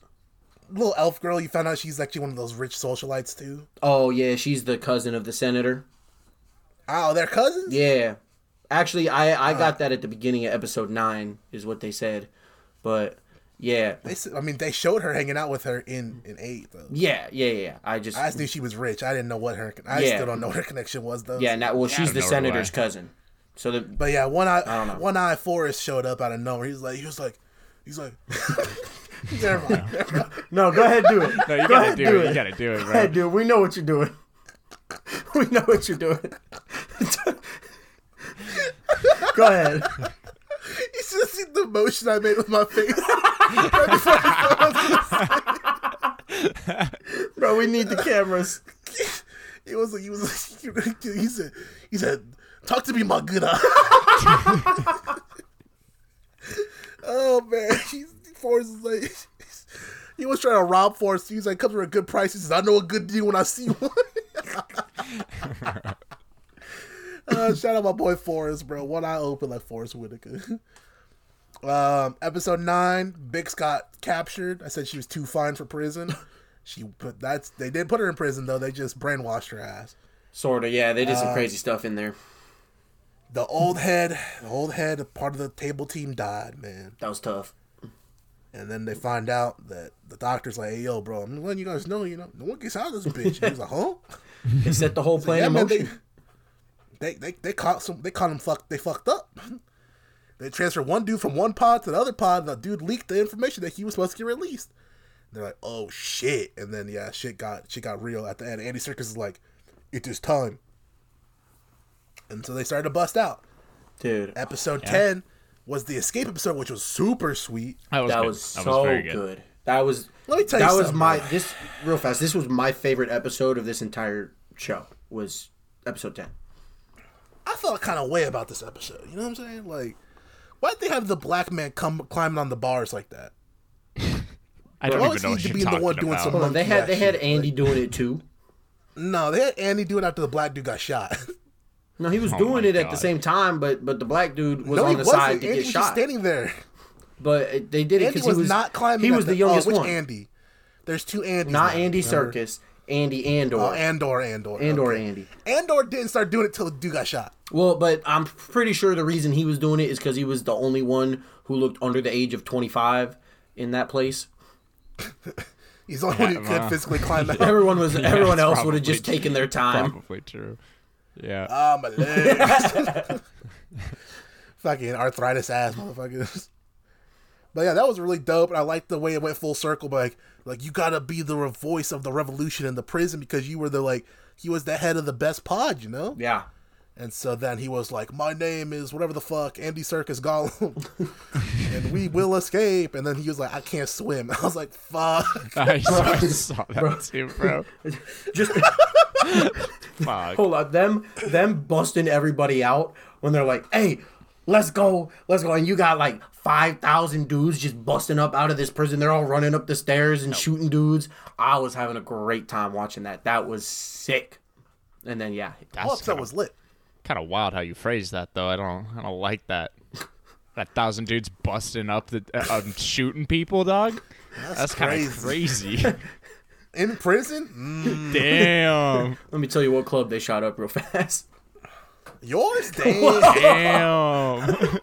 [SPEAKER 1] little elf girl? You found out she's actually one of those rich socialites too.
[SPEAKER 3] Oh yeah, she's the cousin of the senator.
[SPEAKER 1] Oh, they're cousins.
[SPEAKER 3] Yeah, actually, I I got that at the beginning of episode nine is what they said, but yeah,
[SPEAKER 1] They s- I mean, they showed her hanging out with her in in eight though.
[SPEAKER 3] yeah, yeah, yeah. I just
[SPEAKER 1] I just knew she was rich. I didn't know what her. I
[SPEAKER 3] Yeah.
[SPEAKER 1] still don't know what her connection was though.
[SPEAKER 3] yeah. Now, well,
[SPEAKER 2] don't
[SPEAKER 3] she's the
[SPEAKER 2] know, do
[SPEAKER 3] senator's
[SPEAKER 2] I?
[SPEAKER 3] cousin, so the
[SPEAKER 1] But yeah, one eye
[SPEAKER 3] know.
[SPEAKER 1] one eye Forrest showed up out of nowhere. He's like, he was like, he's like, never mind. never mind.
[SPEAKER 3] no. Go ahead, do it.
[SPEAKER 2] No, you
[SPEAKER 3] Go
[SPEAKER 2] gotta
[SPEAKER 3] ahead,
[SPEAKER 2] do, it. You gotta do it, bro.
[SPEAKER 3] Hey, dude, we know what you're doing. We know what you're doing. Go ahead.
[SPEAKER 1] You should have seen the motion I made with my face. Right before I fell asleep.
[SPEAKER 3] Bro, we need the cameras.
[SPEAKER 1] He was like, he was like, he said, he said, talk to me, my good eye. oh man, he's, Forrest is like, he was trying to rob Forrest. He's like, comes for a good price. He says, I know a good deal when I see one. uh, shout out my boy Forrest, bro. One eye open like Forrest Whitaker. Um, episode nine, Bix got captured. I said she was too fine for prison. She put that's they did put her in prison though. They just brainwashed her ass.
[SPEAKER 3] Sorta, yeah. They did some crazy stuff in there.
[SPEAKER 1] The old head, the old head, part of the table team died, man.
[SPEAKER 3] That was tough.
[SPEAKER 1] And then they find out that the doctor's like, "Hey, yo, bro, I'm letting you guys know, you know, no one gets out of this bitch." And he's like, "Huh?"
[SPEAKER 3] They set the whole plan
[SPEAKER 1] Yeah,
[SPEAKER 3] in
[SPEAKER 1] man, they,
[SPEAKER 3] motion.
[SPEAKER 1] they they they caught some. They caught him fucked. They fucked up. They transferred one dude from one pod to the other pod. And the dude leaked the information that he was supposed to get released. They're like, "Oh shit!" And then yeah, shit got shit got real at the end. Andy Circus is like, "It is time." And so they started to bust out.
[SPEAKER 3] Dude, that
[SPEAKER 1] Episode ten was the escape episode, which was super sweet.
[SPEAKER 2] That was, good.
[SPEAKER 3] was, so
[SPEAKER 2] that was very
[SPEAKER 3] good.
[SPEAKER 2] good.
[SPEAKER 3] That was.
[SPEAKER 1] Let me tell you
[SPEAKER 3] That was
[SPEAKER 1] something,
[SPEAKER 3] my
[SPEAKER 1] bro.
[SPEAKER 3] this real fast. This was my favorite episode of this entire show. Was episode ten.
[SPEAKER 1] I felt kind of way about this episode. You know what I'm saying? Like, why did they have the black man come climbing on the bars like that?
[SPEAKER 2] I don't
[SPEAKER 1] Why was
[SPEAKER 2] even know
[SPEAKER 1] he
[SPEAKER 2] what you're
[SPEAKER 1] being the
[SPEAKER 2] talking
[SPEAKER 1] one doing
[SPEAKER 2] about.
[SPEAKER 1] some-
[SPEAKER 3] Hold on, they
[SPEAKER 1] Monkey
[SPEAKER 3] had they had
[SPEAKER 1] action,
[SPEAKER 3] Andy doing it too.
[SPEAKER 1] No, they had Andy do it after the black dude got shot.
[SPEAKER 3] No, he was
[SPEAKER 2] Oh
[SPEAKER 3] doing
[SPEAKER 2] my
[SPEAKER 3] it at the
[SPEAKER 2] God.
[SPEAKER 3] same time, but but the black dude was
[SPEAKER 1] no,
[SPEAKER 3] on
[SPEAKER 1] he
[SPEAKER 3] the
[SPEAKER 1] wasn't.
[SPEAKER 3] side to
[SPEAKER 1] Andy
[SPEAKER 3] get
[SPEAKER 1] was just
[SPEAKER 3] shot.
[SPEAKER 1] standing there.
[SPEAKER 3] But it- they did it
[SPEAKER 1] Andy
[SPEAKER 3] because
[SPEAKER 1] was,
[SPEAKER 3] he was
[SPEAKER 1] not climbing.
[SPEAKER 3] He
[SPEAKER 1] at
[SPEAKER 3] was the youngest
[SPEAKER 1] oh, which
[SPEAKER 3] one.
[SPEAKER 1] Andy? There's two Andys.
[SPEAKER 3] not
[SPEAKER 1] now,
[SPEAKER 3] Andy
[SPEAKER 1] remember?
[SPEAKER 3] Circus, Andy Andor.
[SPEAKER 1] Oh, Andor, Andor,
[SPEAKER 3] Andor
[SPEAKER 1] okay.
[SPEAKER 3] Andy.
[SPEAKER 1] Andor didn't start doing it till the dude got shot.
[SPEAKER 3] Well, but I'm pretty sure the reason he was doing it is because he was the only one who looked under the age of 25 in that place.
[SPEAKER 1] He's the only
[SPEAKER 3] uh,
[SPEAKER 1] one who could
[SPEAKER 2] wow.
[SPEAKER 1] physically climb out.
[SPEAKER 3] Everyone was. everyone
[SPEAKER 2] that's
[SPEAKER 3] else would
[SPEAKER 2] probably
[SPEAKER 3] have just taken their time.
[SPEAKER 2] Probably true. Yeah.
[SPEAKER 1] Ah, my legs. Fucking arthritis ass motherfuckers. But yeah, that was really dope, and I liked the way it went full circle. But like, like you gotta be the re- voice of the revolution in the prison because you were the like he was the head of the best pod, you know.
[SPEAKER 3] Yeah.
[SPEAKER 1] And so then he was like, "My name is whatever the fuck, Andy Circus Gollum, and we will escape." And then he was like, "I can't swim." I was like, "Fuck."
[SPEAKER 2] I saw, I saw that too, bro.
[SPEAKER 3] Just
[SPEAKER 2] Fuck.
[SPEAKER 3] hold up. Them them busting everybody out when they're like, "Hey, let's go, let's go," and you got like five thousand dudes just busting up out of this prison. They're all running up the stairs and shooting dudes. I was having a great time watching that. That was sick. And then yeah,
[SPEAKER 1] All
[SPEAKER 2] That's
[SPEAKER 1] episode was lit.
[SPEAKER 2] kind of wild how you phrase that, though. I don't, I don't like that. That thousand dudes busting up the, uh, um, shooting people, dog. That's, kind of crazy.
[SPEAKER 1] In prison,
[SPEAKER 2] Damn.
[SPEAKER 3] let me tell you what club they shot up real fast.
[SPEAKER 1] Mm. yours, damn.
[SPEAKER 2] Damn.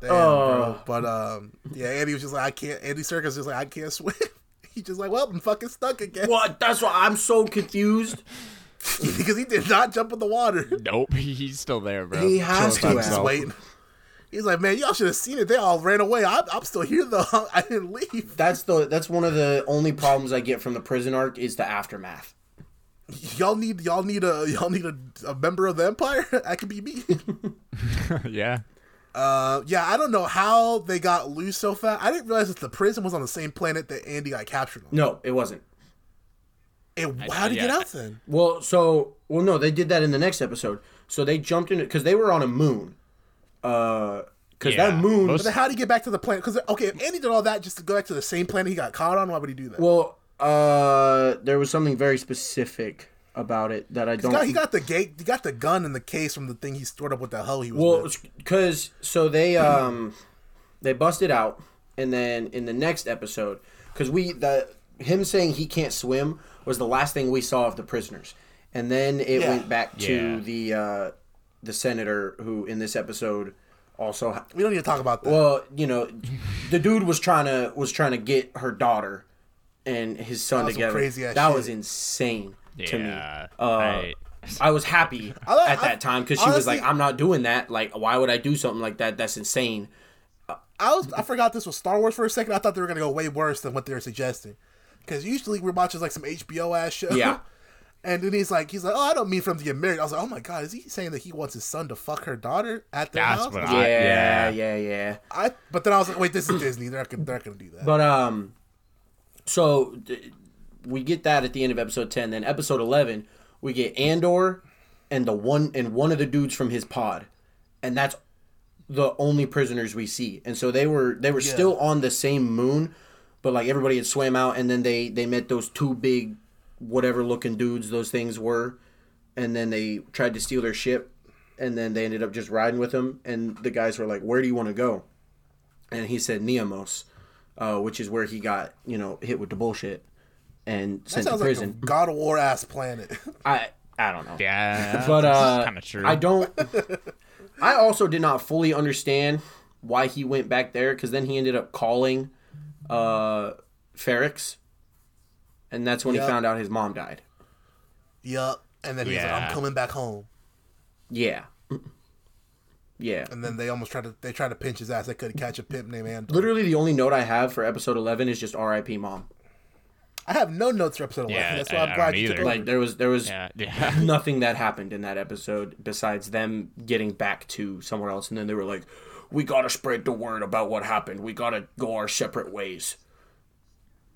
[SPEAKER 1] Damn, bro. But um, yeah, Andy was just like, I can't. Andy Circus was just like, I can't swim. He just like, well, I'm fucking stuck again
[SPEAKER 3] What? That's why I'm so confused.
[SPEAKER 1] because he did not jump in the water.
[SPEAKER 2] Nope, he's still there, bro.
[SPEAKER 3] He has
[SPEAKER 2] Chilling by
[SPEAKER 3] to,
[SPEAKER 1] He's
[SPEAKER 3] Wow.
[SPEAKER 2] himself.
[SPEAKER 1] waiting. He's like, man, y'all should have seen it. They all ran away. I'm, I'm still here though. I didn't leave.
[SPEAKER 3] That's the that's one of the only problems I get from the prison arc is the aftermath.
[SPEAKER 1] Y'all need y'all need a y'all need a, a member of the empire. That could be me.
[SPEAKER 2] yeah.
[SPEAKER 1] uh, yeah, I don't know how they got loose so fast. I didn't realize that the prison was on the same planet that Andy got captured on.
[SPEAKER 3] No, it wasn't.
[SPEAKER 1] And how did he
[SPEAKER 2] yeah.
[SPEAKER 1] get out then?
[SPEAKER 3] Well, so well, no, they did that in the next episode. So they jumped in because they were on a moon. Uh, because that
[SPEAKER 2] Yeah,
[SPEAKER 3] moon.
[SPEAKER 2] most-
[SPEAKER 1] Then how did he get back to the planet? Because okay, if Andy did all that just to go back to the same planet he got caught on, why would he do that?
[SPEAKER 3] well, Uh, there was something very specific about it that I
[SPEAKER 1] He
[SPEAKER 3] don't.
[SPEAKER 1] got, he got the gate. He got the gun in the case from the thing he stored up. What the hell he was?
[SPEAKER 3] Well,
[SPEAKER 1] with.
[SPEAKER 3] because so they um they busted out, and then in the next episode, because we the him saying he can't swim was the last thing we saw of the prisoners, and then it
[SPEAKER 1] Yeah.
[SPEAKER 3] went back to
[SPEAKER 2] Yeah.
[SPEAKER 3] the uh the senator who in this episode also ha-
[SPEAKER 1] we don't need to talk about that.
[SPEAKER 3] well you know the dude was trying to was trying to get her daughter and his son
[SPEAKER 1] was some
[SPEAKER 3] together.
[SPEAKER 1] crazy-ass
[SPEAKER 3] that
[SPEAKER 1] shit.
[SPEAKER 3] was insane to me.
[SPEAKER 2] yeah,
[SPEAKER 3] Uh,
[SPEAKER 2] I-
[SPEAKER 3] I was happy
[SPEAKER 1] I-
[SPEAKER 3] at
[SPEAKER 1] I-
[SPEAKER 3] that time because she was like,
[SPEAKER 1] honestly-
[SPEAKER 3] "I'm not doing that. Like, why would I do something like that? That's insane."
[SPEAKER 1] I was I forgot this was Star Wars for a second. I thought they were gonna go way worse than what they were suggesting, because usually we're watching like some HBO ass show.
[SPEAKER 3] Yeah.
[SPEAKER 1] And then he's like, he's like, oh, I don't mean from the American. I was like, oh my god, is he saying that he wants his son to fuck her daughter at their
[SPEAKER 2] That's
[SPEAKER 1] house?
[SPEAKER 2] what
[SPEAKER 1] I,
[SPEAKER 2] I-
[SPEAKER 3] Yeah,
[SPEAKER 2] Yeah.
[SPEAKER 3] yeah, yeah.
[SPEAKER 1] but then I was like, wait, this is Disney. They're not gonna, they're not gonna do that.
[SPEAKER 3] But um, so d- we get that at the end of episode ten. Then episode eleven, we get Andor and the one and one of the dudes from his pod, and that's the only prisoners we see. And so they were they were still on the same moon, but like everybody had swam out, and then they they met those two big whatever looking dudes those things were, and then they tried to steal their ship. And then they ended up just riding with them, and the guys were like, "Where do you want to go?" And he said, "Neamos," uh, which is where he got you know hit with the bullshit and
[SPEAKER 1] that
[SPEAKER 3] sent to
[SPEAKER 1] sounds like a
[SPEAKER 3] prison.
[SPEAKER 1] God of War ass planet.
[SPEAKER 3] I I don't know.
[SPEAKER 2] yeah,
[SPEAKER 3] but uh,
[SPEAKER 2] kind of true.
[SPEAKER 3] I don't. I also did not fully understand why he went back there because then he ended up calling uh, Ferrex, and that's when
[SPEAKER 1] Yeah.
[SPEAKER 3] he found out his mom died.
[SPEAKER 1] yup. And then he's like, I'm
[SPEAKER 2] Yeah.
[SPEAKER 1] coming back home.
[SPEAKER 3] Yeah, yeah.
[SPEAKER 1] And then they almost tried to they tried to pinch his ass. They couldn't catch a pimp named Andor.
[SPEAKER 3] Literally, the only note I have for episode eleven is just "R.I.P. Mom."
[SPEAKER 1] I have no notes for episode eleven.
[SPEAKER 2] Yeah,
[SPEAKER 1] That's why
[SPEAKER 2] I-
[SPEAKER 1] I'm
[SPEAKER 2] I
[SPEAKER 1] glad
[SPEAKER 2] don't
[SPEAKER 1] you took
[SPEAKER 2] either.
[SPEAKER 1] over.
[SPEAKER 3] Like there was there was
[SPEAKER 2] yeah, yeah.
[SPEAKER 3] nothing that happened in that episode besides them getting back to somewhere else and then they were like we gotta spread the word about what happened we gotta go our separate ways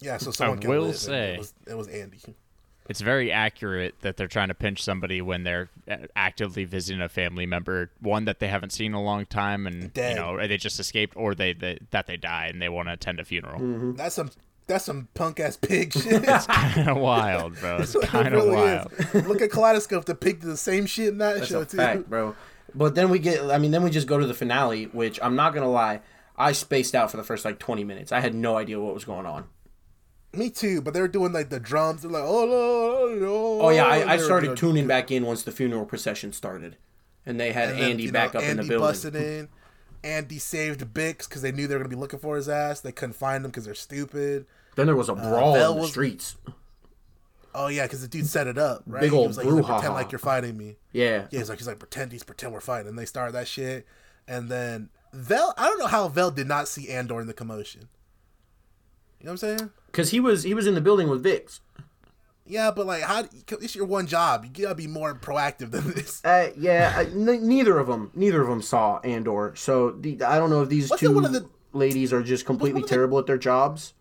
[SPEAKER 1] Yeah, so someone can
[SPEAKER 2] will
[SPEAKER 1] live, and
[SPEAKER 2] say-
[SPEAKER 1] it was, it was Andy.
[SPEAKER 2] It's very accurate that they're trying to pinch somebody when they're uh, actively visiting a family member, one that they haven't seen in a long time, and
[SPEAKER 1] Dead.
[SPEAKER 2] you know they just escaped, or they, they that they die and they want to attend a funeral.
[SPEAKER 3] Mm-hmm.
[SPEAKER 1] That's some that's some punk ass pig shit.
[SPEAKER 2] It's kind of wild, bro. It's kind of
[SPEAKER 1] really
[SPEAKER 2] wild.
[SPEAKER 1] is. Look at Kaleidoscope. The pig did the same shit in that
[SPEAKER 3] that's
[SPEAKER 1] show
[SPEAKER 3] a
[SPEAKER 1] too.
[SPEAKER 3] fact bro but then we get i mean then we just go to the finale which i'm not gonna lie i spaced out for the first like 20 minutes i had no idea what was going on
[SPEAKER 1] Me too. But they were doing like the drums. They're like, oh no, oh, no.
[SPEAKER 3] oh yeah i, I
[SPEAKER 1] They were
[SPEAKER 3] started
[SPEAKER 1] doing-
[SPEAKER 3] tuning back in once the funeral procession started and they had
[SPEAKER 1] and then,
[SPEAKER 3] andy
[SPEAKER 1] you know,
[SPEAKER 3] back up in the
[SPEAKER 1] Andy
[SPEAKER 3] building
[SPEAKER 1] busted in. Andy saved Bix because they knew they were gonna be looking for his ass. They couldn't find him because they're stupid.
[SPEAKER 3] then there was a brawl
[SPEAKER 1] Bell
[SPEAKER 3] in the
[SPEAKER 1] Uh, was-
[SPEAKER 3] streets
[SPEAKER 1] Oh yeah, because the dude set it up. Right?
[SPEAKER 3] Big
[SPEAKER 1] He
[SPEAKER 3] ol'
[SPEAKER 1] was like, he's like,
[SPEAKER 3] brouhaha.
[SPEAKER 1] pretend like you're fighting me.
[SPEAKER 3] yeah
[SPEAKER 1] Yeah, he's like, he's like, pretend he's pretend we're fighting. And they started that shit. And then Vel, I don't know how Vel did not see Andor in the commotion. You know what I'm saying?
[SPEAKER 3] because he was he was in the building with vix
[SPEAKER 1] Yeah, but like, how? It's your one job. You gotta be more proactive than this.
[SPEAKER 3] Uh, yeah, I- n- neither of them, neither of them saw Andor. So the, I don't know if these
[SPEAKER 1] Wasn't
[SPEAKER 3] two
[SPEAKER 1] one of the-
[SPEAKER 3] ladies are just completely
[SPEAKER 1] one of the-
[SPEAKER 3] terrible at their jobs.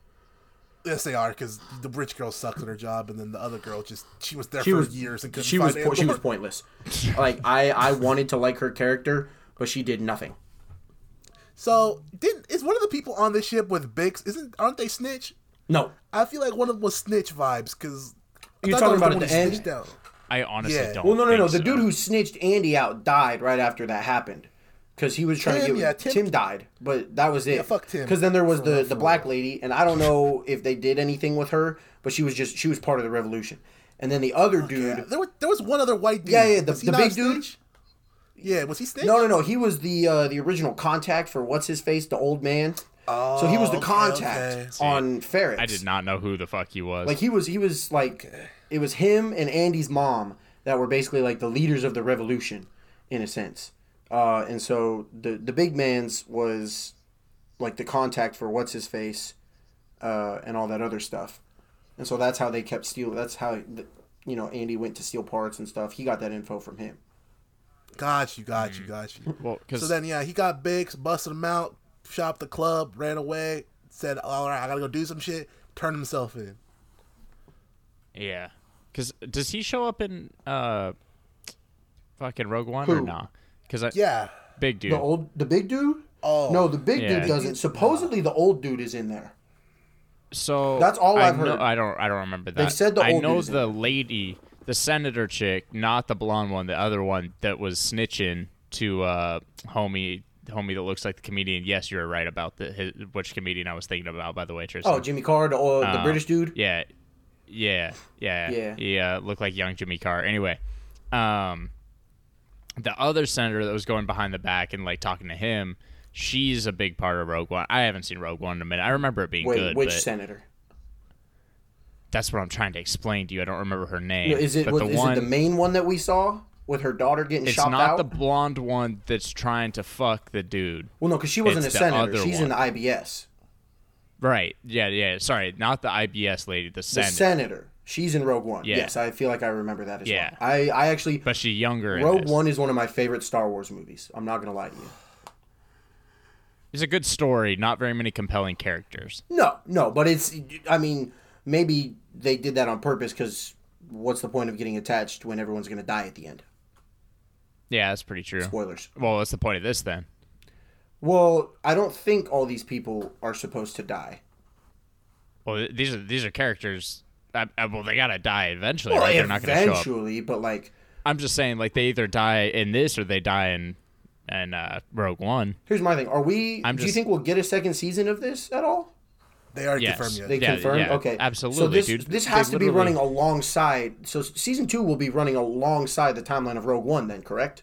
[SPEAKER 1] Yes, they are, because the rich girl sucks at her job, and then the other girl just she was there
[SPEAKER 3] She
[SPEAKER 1] for
[SPEAKER 3] was
[SPEAKER 1] years and couldn't
[SPEAKER 3] she was
[SPEAKER 1] find
[SPEAKER 3] po- she
[SPEAKER 1] Andor.
[SPEAKER 3] was pointless. like I I wanted to like her character, but she did nothing.
[SPEAKER 1] So didn't is one of the people on the ship with Bix? Isn't aren't they snitch?
[SPEAKER 3] No,
[SPEAKER 1] I feel like one of them was snitch vibes because
[SPEAKER 3] You're talking about at the end?
[SPEAKER 1] Snitched out.
[SPEAKER 2] I honestly
[SPEAKER 1] Yeah.
[SPEAKER 2] don't.
[SPEAKER 3] well, no, no, no.
[SPEAKER 2] think
[SPEAKER 3] The
[SPEAKER 2] so.
[SPEAKER 3] dude who snitched Andy out died right after that happened. Because he was trying
[SPEAKER 1] Tim,
[SPEAKER 3] to get
[SPEAKER 1] yeah,
[SPEAKER 3] Tim,
[SPEAKER 1] Tim-
[SPEAKER 3] died, but that was it. Yeah,
[SPEAKER 1] fuck Tim.
[SPEAKER 3] Because then there was the the black lady, and I don't know if they did anything with her, but she was just she was part of the revolution. And then the other dude,
[SPEAKER 1] Yeah, there, was, there was one other white dude.
[SPEAKER 3] Yeah, yeah, the-
[SPEAKER 1] Was he
[SPEAKER 3] the
[SPEAKER 1] not a
[SPEAKER 3] big dude?
[SPEAKER 1] snitch? Yeah, was he snitch?
[SPEAKER 3] No, no, no. He was the uh, the original contact for what's his face, the old man. so he was the
[SPEAKER 1] okay,
[SPEAKER 3] contact
[SPEAKER 1] okay.
[SPEAKER 3] on Ferris.
[SPEAKER 2] I did not know who the fuck he was.
[SPEAKER 3] Like he was, he was like, it was him and Andy's mom that were basically like the leaders of the revolution, in a sense. Uh, and so the the big man's was like the contact for what's his face, uh, and all that other stuff. And so that's how they kept stealing. That's how the, you know Andy went to steal parts and stuff. He got that info from him.
[SPEAKER 1] Got you, got you, got you.
[SPEAKER 2] well, because
[SPEAKER 1] So then, yeah, he got Biggs, busted him out, shot the club, ran away, said, "All right, I gotta go do some shit." Turned himself in.
[SPEAKER 2] yeah, because does he show up in uh, fucking Rogue One or
[SPEAKER 3] Who?
[SPEAKER 2] nah? Because I
[SPEAKER 1] Yeah,
[SPEAKER 2] big dude.
[SPEAKER 3] The old, the big dude.
[SPEAKER 1] Oh.
[SPEAKER 3] no, the big
[SPEAKER 2] Yeah.
[SPEAKER 3] dude doesn't. Supposedly, the old dude is in there.
[SPEAKER 2] So
[SPEAKER 3] That's all
[SPEAKER 2] I
[SPEAKER 3] I've
[SPEAKER 2] know-
[SPEAKER 3] heard.
[SPEAKER 2] I don't. I don't remember that.
[SPEAKER 3] They've said the
[SPEAKER 2] I
[SPEAKER 3] old
[SPEAKER 2] know
[SPEAKER 3] dude's
[SPEAKER 2] the lady, the senator chick, not the blonde one, the other one that was snitching to uh homie, homie that looks like the comedian. Yes, you're right about the his, which comedian I was thinking about. By the way, Tristan.
[SPEAKER 3] Oh, Jimmy Carr, the, oil, the
[SPEAKER 2] Um,
[SPEAKER 3] British dude.
[SPEAKER 2] Yeah, yeah, yeah,
[SPEAKER 3] Yeah.
[SPEAKER 2] yeah. Looked like young Jimmy Carr. Anyway, um, the other senator that was going behind the back and like talking to him, she's a big part of Rogue One. I haven't seen Rogue One in a minute. I remember it being
[SPEAKER 3] Wait,
[SPEAKER 2] good,
[SPEAKER 3] which
[SPEAKER 2] but
[SPEAKER 3] senator?
[SPEAKER 2] that's what I'm trying to explain to you. I don't remember her name.
[SPEAKER 3] No, is it
[SPEAKER 2] but
[SPEAKER 3] was,
[SPEAKER 2] the
[SPEAKER 3] is
[SPEAKER 2] one?
[SPEAKER 3] it the main one that we saw with her daughter getting
[SPEAKER 2] it's
[SPEAKER 3] shot
[SPEAKER 2] not
[SPEAKER 3] out?
[SPEAKER 2] the blonde one that's trying to fuck the dude.
[SPEAKER 3] well, no, because she wasn't a
[SPEAKER 2] it's the
[SPEAKER 3] senator.
[SPEAKER 2] other
[SPEAKER 3] She's in
[SPEAKER 2] one.
[SPEAKER 3] the IBS.
[SPEAKER 2] Right. Yeah. Yeah. Sorry. Not the IBS lady. The
[SPEAKER 3] The
[SPEAKER 2] senator.
[SPEAKER 3] senator. She's in Rogue One.
[SPEAKER 2] Yeah.
[SPEAKER 3] Yes, I feel like I remember that as
[SPEAKER 2] Yeah.
[SPEAKER 3] well. I I actually
[SPEAKER 2] but she's younger. in
[SPEAKER 3] Rogue
[SPEAKER 2] this.
[SPEAKER 3] One is one of my favorite Star Wars movies. I'm not gonna lie to you.
[SPEAKER 2] It's a good story. Not very many compelling characters.
[SPEAKER 3] No, no, but it's. I mean, maybe they did that on purpose because what's the point of getting attached when everyone's gonna die at the end?
[SPEAKER 2] Yeah, that's pretty true.
[SPEAKER 3] Spoilers.
[SPEAKER 2] Well, what's the point of this then?
[SPEAKER 3] Well, I don't think all these people are supposed to die.
[SPEAKER 2] Well, th- these are these are characters. I, I, well, they gotta die eventually,
[SPEAKER 3] Well,
[SPEAKER 2] right? They're not gonna show up.
[SPEAKER 3] eventually, but like,
[SPEAKER 2] I'm just saying, like they either die in this or they die in, in uh, Rogue One.
[SPEAKER 3] here's my thing: Are we?
[SPEAKER 2] I'm
[SPEAKER 3] do you
[SPEAKER 2] just-
[SPEAKER 3] think we'll get a second season of this at all?
[SPEAKER 1] They already
[SPEAKER 2] Yes.
[SPEAKER 1] confirmed yet.
[SPEAKER 3] They
[SPEAKER 2] Yeah,
[SPEAKER 3] confirmed.
[SPEAKER 2] yeah,
[SPEAKER 3] okay, So
[SPEAKER 2] absolutely,
[SPEAKER 3] this
[SPEAKER 2] dude.
[SPEAKER 3] this
[SPEAKER 2] They
[SPEAKER 3] has to be
[SPEAKER 2] literally-
[SPEAKER 3] running alongside. So season two will be running alongside the timeline of Rogue One, then correct?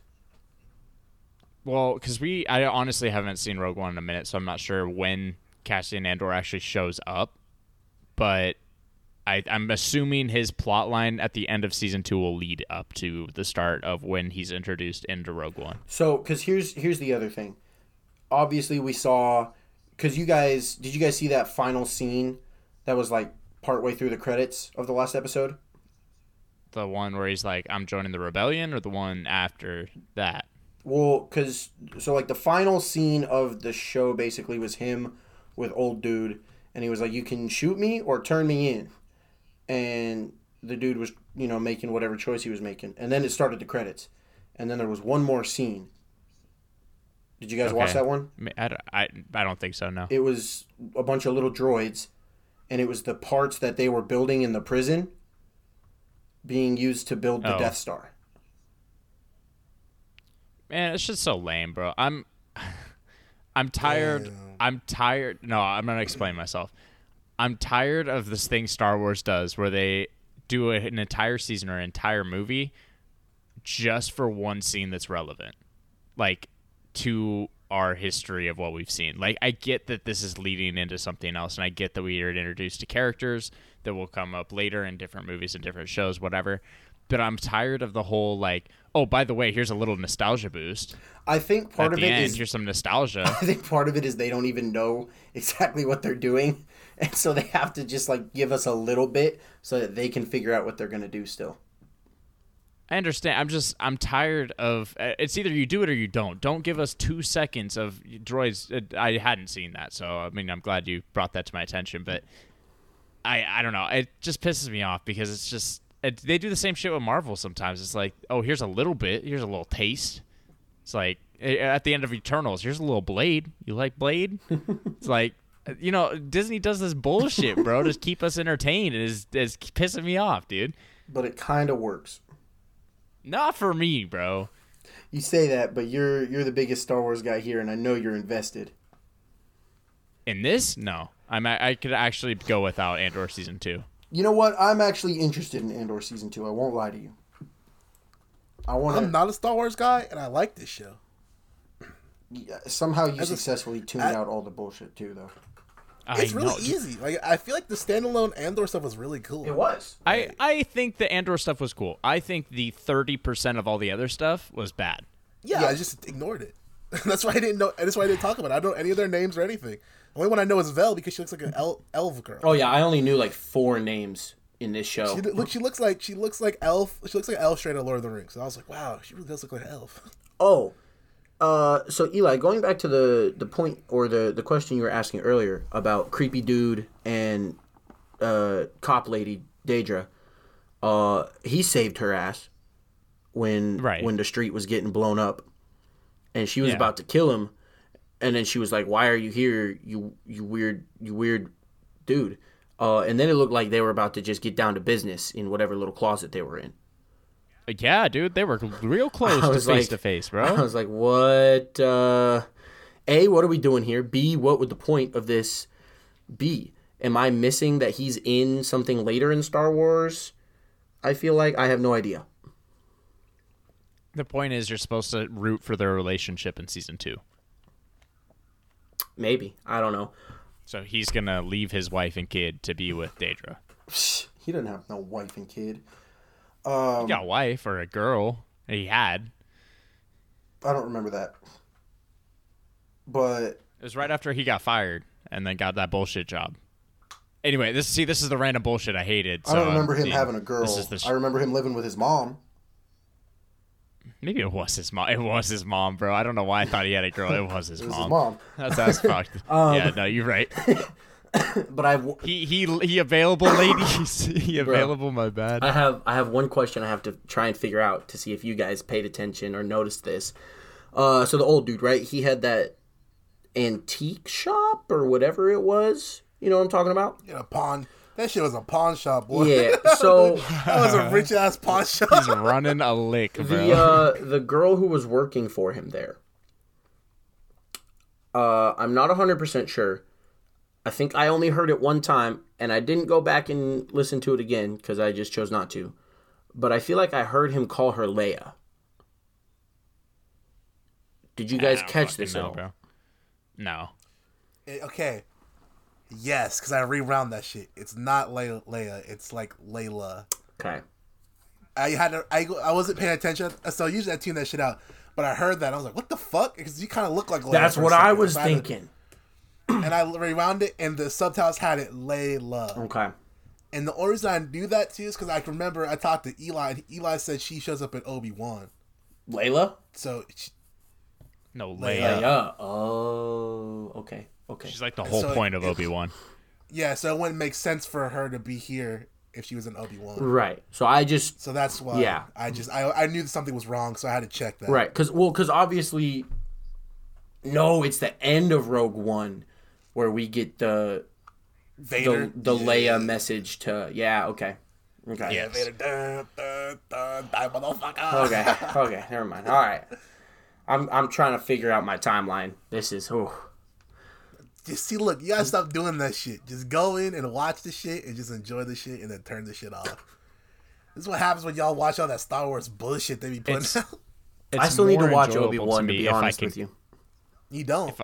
[SPEAKER 2] Well, because we, I honestly haven't seen Rogue One in a minute, so I'm not sure when Cassian Andor actually shows up. But I, I'm assuming his plot line at the end of season two will lead up to the start of when he's introduced into Rogue One.
[SPEAKER 3] So, because here's here's the other thing. Obviously, we saw because you guys did you guys see that final scene that was like partway through the credits of the last episode?
[SPEAKER 2] The one where he's like, "I'm joining the rebellion," or the one after that.
[SPEAKER 3] Well, because so like the final scene of the show basically was him with old dude, and he was like, "You can shoot me or turn me in," and the dude was you know making whatever choice he was making, and then it started the credits, and then there was one more scene. Did you guys watch
[SPEAKER 2] Okay.
[SPEAKER 3] that one?
[SPEAKER 2] I, mean, I, don't- I, I don't think so. No.
[SPEAKER 3] it was a bunch of little droids and it was the parts that they were building in the prison being used to build the
[SPEAKER 2] Oh.
[SPEAKER 3] death star
[SPEAKER 2] Man, it's just so lame, bro. I'm I'm tired. I'm tired. No, I'm going to explain myself. I'm tired of this thing Star Wars does where they do a, an entire season or an entire movie just for one scene that's relevant. Like to our history of what we've seen. Like I get that this is leading into something else and I get that we are introduced to characters that will come up later in different movies and different shows whatever. But I'm tired of the whole like, oh, by the way, here's a little nostalgia boost
[SPEAKER 3] i think part
[SPEAKER 2] at
[SPEAKER 3] of
[SPEAKER 2] the
[SPEAKER 3] it
[SPEAKER 2] end.
[SPEAKER 3] is
[SPEAKER 2] here's some nostalgia.
[SPEAKER 3] i think part of it is they don't even know exactly what they're doing and so they have to just like give us a little bit so that they can figure out what they're going to do still
[SPEAKER 2] I understand. I'm just I'm tired of uh, it's either you do it or you don't. Don't give us 2 seconds of droids uh, I hadn't seen that. So I mean, I'm glad you brought that to my attention, but I I don't know. It just pisses me off because it's just it, they do the same shit with Marvel sometimes. It's like, "Oh, here's a little bit. Here's a little taste." It's like a- at the end of Eternals, here's a little Blade. You like Blade? it's like uh, you know, Disney does this bullshit, bro, to keep us entertained. It is it's pissing me off, dude.
[SPEAKER 3] but it kind of works
[SPEAKER 2] Not for me, bro.
[SPEAKER 3] you say that but you're you're the biggest star wars guy here and i know you're invested
[SPEAKER 2] In this, no. I'm I I could actually go without Andor season two.
[SPEAKER 3] you know what i'm actually interested in andor season 2 i won't lie to you i want to
[SPEAKER 1] I'm not a Star Wars guy, and I like this show.
[SPEAKER 3] Yeah, somehow you
[SPEAKER 1] As a-
[SPEAKER 3] successfully tuned
[SPEAKER 1] I-
[SPEAKER 3] out all the bullshit too, though.
[SPEAKER 1] It's
[SPEAKER 2] I
[SPEAKER 1] really
[SPEAKER 2] know.
[SPEAKER 1] easy. Like I feel like the standalone Andor stuff was really cool.
[SPEAKER 3] was.
[SPEAKER 2] I, I think the Andor stuff was cool. I think the thirty percent of all the other stuff was bad.
[SPEAKER 1] Yeah, I just ignored it. that's why I didn't know. That's why I didn't talk about it. I don't know any of their names or anything. The only one I know is Vel because she looks like an el- elf girl.
[SPEAKER 3] Oh yeah, I only knew like four names in this show.
[SPEAKER 1] She, look, she looks like she looks like elf. She looks like elf straight out of Lord of the Rings. And I was like, wow, she really does look like an elf.
[SPEAKER 3] Oh, uh, so Eli, going back to the the point or the the question you were asking earlier about creepy dude and uh, cop lady Daedra, uh, he saved her ass when
[SPEAKER 2] Right.
[SPEAKER 3] when the street was getting blown up, and she was
[SPEAKER 2] Yeah.
[SPEAKER 3] about to kill him, and then she was like, "Why are you here, you you weird you weird dude?" Uh, and then it looked like they were about to just get down to business in whatever little closet they were in.
[SPEAKER 2] Yeah, dude, they were real close
[SPEAKER 3] I
[SPEAKER 2] to
[SPEAKER 3] was
[SPEAKER 2] face
[SPEAKER 3] like-
[SPEAKER 2] to face,
[SPEAKER 4] uh-huh.
[SPEAKER 3] I
[SPEAKER 2] bro.
[SPEAKER 3] was like, what? Uh, A, what are we doing here? B, what would the point of this be? Am I missing that he's in something later in Star Wars? I feel like I have no idea.
[SPEAKER 2] The point is, you're supposed to root for their relationship in season two.
[SPEAKER 3] Maybe. I don't know.
[SPEAKER 2] So he's gonna leave his wife and kid to be with Daedra.
[SPEAKER 3] He doesn't have no wife and kid.
[SPEAKER 4] Um,
[SPEAKER 2] He got a wife or a girl. He had.
[SPEAKER 3] I don't remember that. But
[SPEAKER 2] It was right after he got fired and then got that bullshit job. Anyway, this see this is the random bullshit I hated. So
[SPEAKER 4] I don't
[SPEAKER 2] um,
[SPEAKER 4] remember him
[SPEAKER 2] the-
[SPEAKER 4] having a girl.
[SPEAKER 2] This is the sh-
[SPEAKER 4] I remember him living with his mom.
[SPEAKER 2] Maybe it was his mom. It was his mom, bro. I don't know why I thought he had a girl. It was his, mom.
[SPEAKER 4] His mom.
[SPEAKER 2] That's that's fucked.
[SPEAKER 3] Um,
[SPEAKER 2] yeah, no, you're right.
[SPEAKER 3] but I have
[SPEAKER 2] He he he available, ladies. he available. My bad.
[SPEAKER 3] I have I have one question I have to try and figure out to see if you guys paid attention or noticed this. Uh, so the old dude, right? He had that antique shop or whatever it was. You know what I'm talking about?
[SPEAKER 1] In a pawn. That shit was a pawn shop, boy.
[SPEAKER 3] Yeah. So
[SPEAKER 1] that was a rich ass pawn shop.
[SPEAKER 2] He's running a lick, bro.
[SPEAKER 3] the uh, the girl who was working for him there. Uh, I'm not 100% sure. I think I only heard it one time, and I didn't go back and listen to it again because I just chose not to. But I feel like I heard him call her Leia. Did you guys
[SPEAKER 2] I don't
[SPEAKER 3] catch
[SPEAKER 2] fucking
[SPEAKER 3] this? at
[SPEAKER 2] know,
[SPEAKER 3] all?
[SPEAKER 2] bro. No.
[SPEAKER 1] Eh, Okay. Yes, because I rewound that shit. It's not Le- Leia. It's like Layla.
[SPEAKER 3] Okay.
[SPEAKER 1] I had to, I go- I wasn't paying attention, so usually I tune that shit out. But I heard that I was like, "What the fuck?" Because you kind of look like Leia
[SPEAKER 3] That's
[SPEAKER 1] for a
[SPEAKER 3] what I
[SPEAKER 1] second.
[SPEAKER 3] was
[SPEAKER 1] So had to-
[SPEAKER 3] thinking.
[SPEAKER 1] and I rewound it, and the subtitles had it Layla.
[SPEAKER 3] Okay.
[SPEAKER 1] And the only reason I knew that too is because I can remember I talked to Eli, and Eli said she shows up in Obi Wan.
[SPEAKER 3] Layla?
[SPEAKER 1] So she,
[SPEAKER 2] No,
[SPEAKER 1] Leia.
[SPEAKER 2] Leia.
[SPEAKER 3] Leia. Oh, okay. Okay.
[SPEAKER 2] Uh. She's like the whole
[SPEAKER 1] So
[SPEAKER 2] point of
[SPEAKER 1] it-
[SPEAKER 2] Obi Wan.
[SPEAKER 1] yeah, so it wouldn't make sense for her to be here if she was in Obi Wan.
[SPEAKER 3] Right. So I just
[SPEAKER 1] So that's why.
[SPEAKER 3] Yeah.
[SPEAKER 1] I just I I knew that something was wrong, so I had to check that.
[SPEAKER 3] Right, because well, because obviously, no, it's the end of Rogue One where we get the
[SPEAKER 1] Vader.
[SPEAKER 3] the, the
[SPEAKER 1] yeah.
[SPEAKER 3] Leia message to yeah, okay, okay,
[SPEAKER 1] Yeah, Vader. Dun, dun, dun, die, motherfucker.
[SPEAKER 3] okay, okay, never mind. All right, I'm I'm trying to figure out my timeline. This is oh,
[SPEAKER 1] Just see, look, you gotta stop doing that shit. Just go in and watch the shit and just enjoy the shit and then turn the shit off. This is what happens when y'all watch all that Star Wars bullshit they be putting
[SPEAKER 2] It's-
[SPEAKER 1] out.
[SPEAKER 3] I still need to
[SPEAKER 2] more
[SPEAKER 3] watch
[SPEAKER 2] enjoyable
[SPEAKER 3] Obi Wan to,
[SPEAKER 2] me
[SPEAKER 3] be
[SPEAKER 2] if I
[SPEAKER 3] honest
[SPEAKER 2] can-
[SPEAKER 3] with you.
[SPEAKER 1] You don't.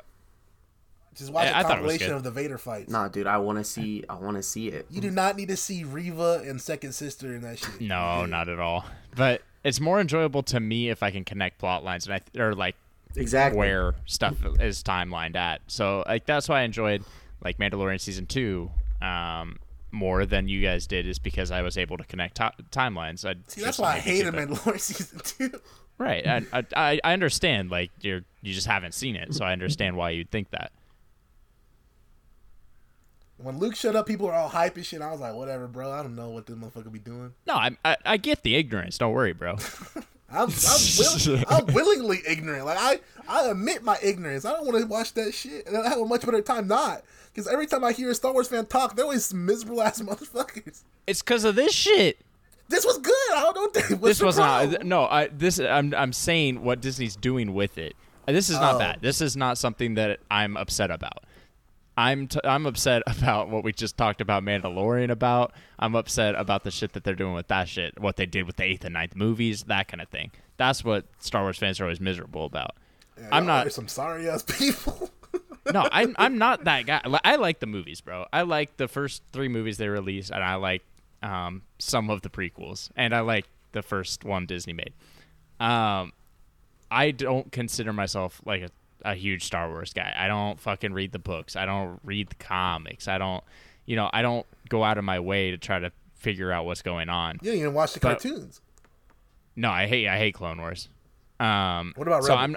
[SPEAKER 1] Just watch
[SPEAKER 2] Yeah, I
[SPEAKER 1] a
[SPEAKER 2] thought it was
[SPEAKER 1] compilation
[SPEAKER 2] good.
[SPEAKER 1] of the Vader fights.
[SPEAKER 3] Nah, dude, I want to see I want to see it.
[SPEAKER 1] You do not need to see Reva and Second Sister and that shit.
[SPEAKER 2] No, not at all. But it's more enjoyable to me if I can connect plot lines and I th- or like
[SPEAKER 3] Exactly.
[SPEAKER 2] where stuff is timelined at. So like that's why I enjoyed like Mandalorian season two um, more than you guys did is because I was able to connect ti- timelines. I
[SPEAKER 1] See, that's why I hated Mandalorian season two.
[SPEAKER 2] Right, I, I- I I understand. Like you're you just haven't seen it, so I understand why you'd think that.
[SPEAKER 1] When Luke showed up, people were all hype and shit. I was like, whatever, bro. I don't know what this motherfucker be doing.
[SPEAKER 2] No, I I, I get the ignorance. Don't worry, bro.
[SPEAKER 1] I'm, I'm, will- I'm willingly ignorant. Like I, I admit my ignorance. I don't want to watch that shit, and I have a much better time not. Because every time I hear a Star Wars fan talk, they're always miserable ass motherfuckers.
[SPEAKER 2] It's because of this shit.
[SPEAKER 1] This was good. I don't know. What's
[SPEAKER 2] this
[SPEAKER 1] the
[SPEAKER 2] was not
[SPEAKER 1] problem?
[SPEAKER 2] no i this i'm i'm saying what disney's doing with it Uh, this is
[SPEAKER 1] Oh.
[SPEAKER 2] not bad this is not something that i'm upset about i'm t- i'm upset about what we just talked about mandalorian about i'm upset about the shit that they're doing with that shit what they did with the eighth and ninth movies that kind of thing that's what star wars fans are always miserable about i'm
[SPEAKER 1] Y'all are
[SPEAKER 2] not
[SPEAKER 1] some sorry ass people.
[SPEAKER 2] no, I'm I'm not that guy. Li- I like the movies, bro. I like the first three movies they released, and I like um, some of the prequels, and I like the first one Disney made. Um, I don't consider myself like a, a huge Star Wars guy. I don't fucking read the books. I don't read the comics. I don't, you know, I don't go out of my way to try to figure out what's going on.
[SPEAKER 1] you didn't even watch the cartoons.
[SPEAKER 2] No, I hate I hate Clone Wars. Um,
[SPEAKER 1] What about
[SPEAKER 2] so
[SPEAKER 1] Rebels?
[SPEAKER 2] I'm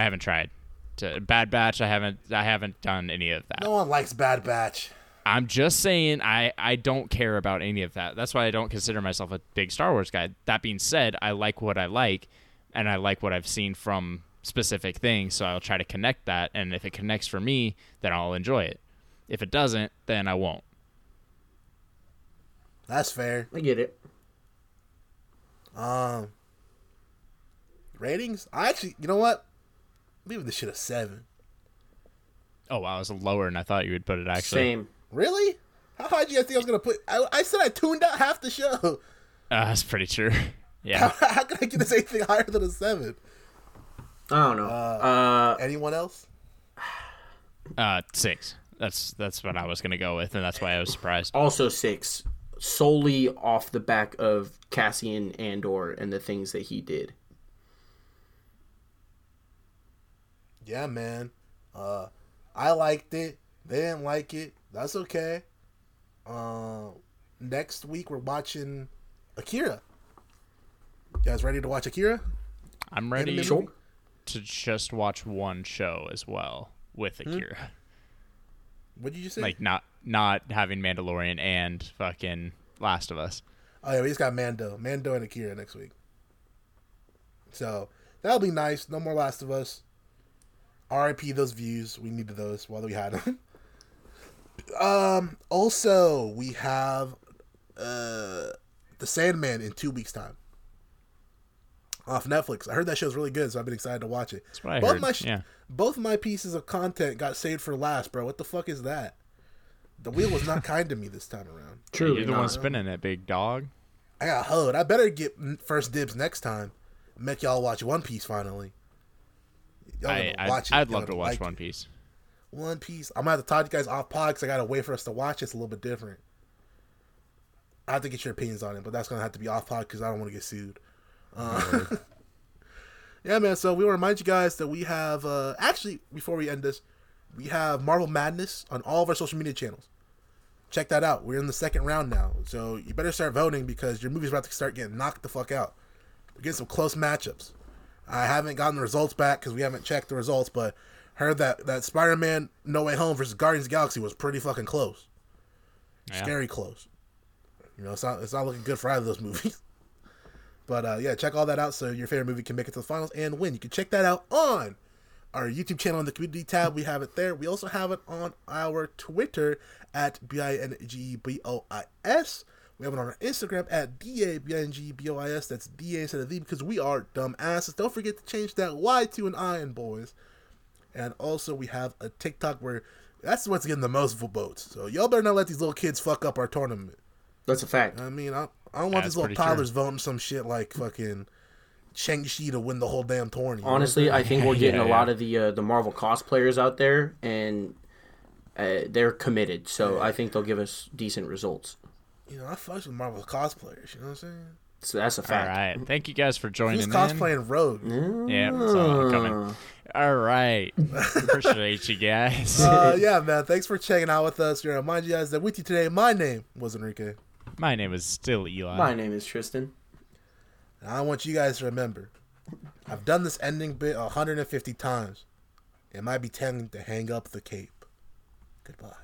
[SPEAKER 2] I haven't tried. To, Bad Batch, I haven't I haven't done any of that.
[SPEAKER 1] No one likes Bad Batch.
[SPEAKER 2] I'm just saying I, I don't care about any of that. That's why I don't consider myself a big Star Wars guy. That being said, I like what I like and I like what I've seen from specific things, so I'll try to connect that and if it connects for me, then I'll enjoy it. If it doesn't, then I won't.
[SPEAKER 1] That's fair.
[SPEAKER 3] I get it.
[SPEAKER 1] Um, ratings? I actually, you know what? I'm leaving this shit a seven.
[SPEAKER 2] Oh wow, it's lower than I thought you would put it. Actually,
[SPEAKER 3] Same.
[SPEAKER 1] Really? How high do you guys think I was gonna put? I, I said I tuned out half the show.
[SPEAKER 2] Uh, that's pretty true.
[SPEAKER 1] How,
[SPEAKER 2] Yeah,
[SPEAKER 1] how can I get this anything higher than a seven?
[SPEAKER 3] I don't know. Uh,
[SPEAKER 1] Anyone else?
[SPEAKER 2] uh, six. That's that's what I was gonna go with, and that's why I was surprised.
[SPEAKER 3] also six, solely off the back of Cassian Andor and the things that he did.
[SPEAKER 1] Yeah, man. Uh, I liked it. They didn't like it. That's okay. Uh, next week we're watching Akira. You guys ready to watch Akira?
[SPEAKER 2] I'm ready
[SPEAKER 1] Anime movie?
[SPEAKER 2] to just watch one show as well with Akira,
[SPEAKER 1] What did you say?
[SPEAKER 2] like not not having Mandalorian and fucking Last of Us.
[SPEAKER 1] Oh yeah, we just got Mando, Mando and Akira next week. So that'll be nice. No more Last of Us. R.I.P. Those views. We needed those while we had them. um. Also, we have uh the Sandman in two weeks' time off Netflix. I heard that show's really good, so I've been excited to watch it. That's
[SPEAKER 2] what I heard,
[SPEAKER 1] My
[SPEAKER 2] yeah.
[SPEAKER 1] Both my pieces of content got saved for last, bro. What the fuck is that? The wheel was not kind to me this time around.
[SPEAKER 3] Truly
[SPEAKER 2] You're the
[SPEAKER 3] not.
[SPEAKER 2] one spinning it, big dog.
[SPEAKER 1] I got hoed. I better get n- first dibs next time. Make y'all watch One Piece finally. Y'all
[SPEAKER 2] I,
[SPEAKER 1] gonna
[SPEAKER 2] I
[SPEAKER 1] watch it.
[SPEAKER 2] I'd
[SPEAKER 1] Y'all
[SPEAKER 2] love to
[SPEAKER 1] gonna
[SPEAKER 2] watch
[SPEAKER 1] like
[SPEAKER 2] One
[SPEAKER 1] it.
[SPEAKER 2] Piece.
[SPEAKER 1] One Piece. I'm gonna have to talk to you guys off pod because I gotta wait for us to watch. It's a little bit different. I have to get your opinions on it, but that's gonna have to be off pod because I don't want to get sued. Uh, yeah, man. So we want to remind you guys that we have uh, actually before we end this, we have Marvel Madness on all of our social media channels. Check that out. We're in the second round now, so you better start voting because your movie's about to start getting knocked the fuck out. We're getting some close matchups. I haven't gotten the results back because we haven't checked the results, but heard that that Spider-Man No Way Home versus Guardians of the Galaxy was pretty fucking close,
[SPEAKER 2] Yeah.
[SPEAKER 1] scary close. You know, it's not it's not looking good for either of those movies. But uh, yeah, check all that out so your favorite movie can make it to the finals and win. You can check that out on our YouTube channel in the community tab. We have it there. We also have it on our Twitter at B I N G E B O I S. We have it on our Instagram at D A B I N G E B O I S. That's D A instead of the because we are dumb asses. Don't forget to change that Y to an I in boys. And also we have a TikTok where that's what's getting the most votes. So y'all better not let these little kids fuck up our tournament.
[SPEAKER 3] That's a fact.
[SPEAKER 1] I mean, I, I don't want
[SPEAKER 2] That's
[SPEAKER 1] these little
[SPEAKER 2] pretty true.
[SPEAKER 1] toddlers voting some shit like fucking Shang-Chi to win the whole damn tournament.
[SPEAKER 3] Honestly, I think we're getting
[SPEAKER 2] Yeah,
[SPEAKER 3] a
[SPEAKER 2] yeah.
[SPEAKER 3] lot of the uh, the Marvel cosplayers out there, and uh, they're committed. So I think they'll give us decent results.
[SPEAKER 1] You know, I fucks with Marvel cosplayers, you know what I'm saying?
[SPEAKER 3] So that's a
[SPEAKER 2] All
[SPEAKER 3] fact.
[SPEAKER 2] right, thank you guys for joining.
[SPEAKER 1] Who's
[SPEAKER 2] in.
[SPEAKER 1] cosplaying Rogue?
[SPEAKER 2] Yeah, it's all coming. All right. Appreciate you guys.
[SPEAKER 1] Uh, yeah, man. Thanks for checking out with us. We remind you guys that with you today, my name was Enrique.
[SPEAKER 2] My name is still Eli.
[SPEAKER 3] My name is Tristan.
[SPEAKER 1] And I want you guys to remember, I've done this ending bit 150 times. It might be tempting to hang up the cape. Goodbye.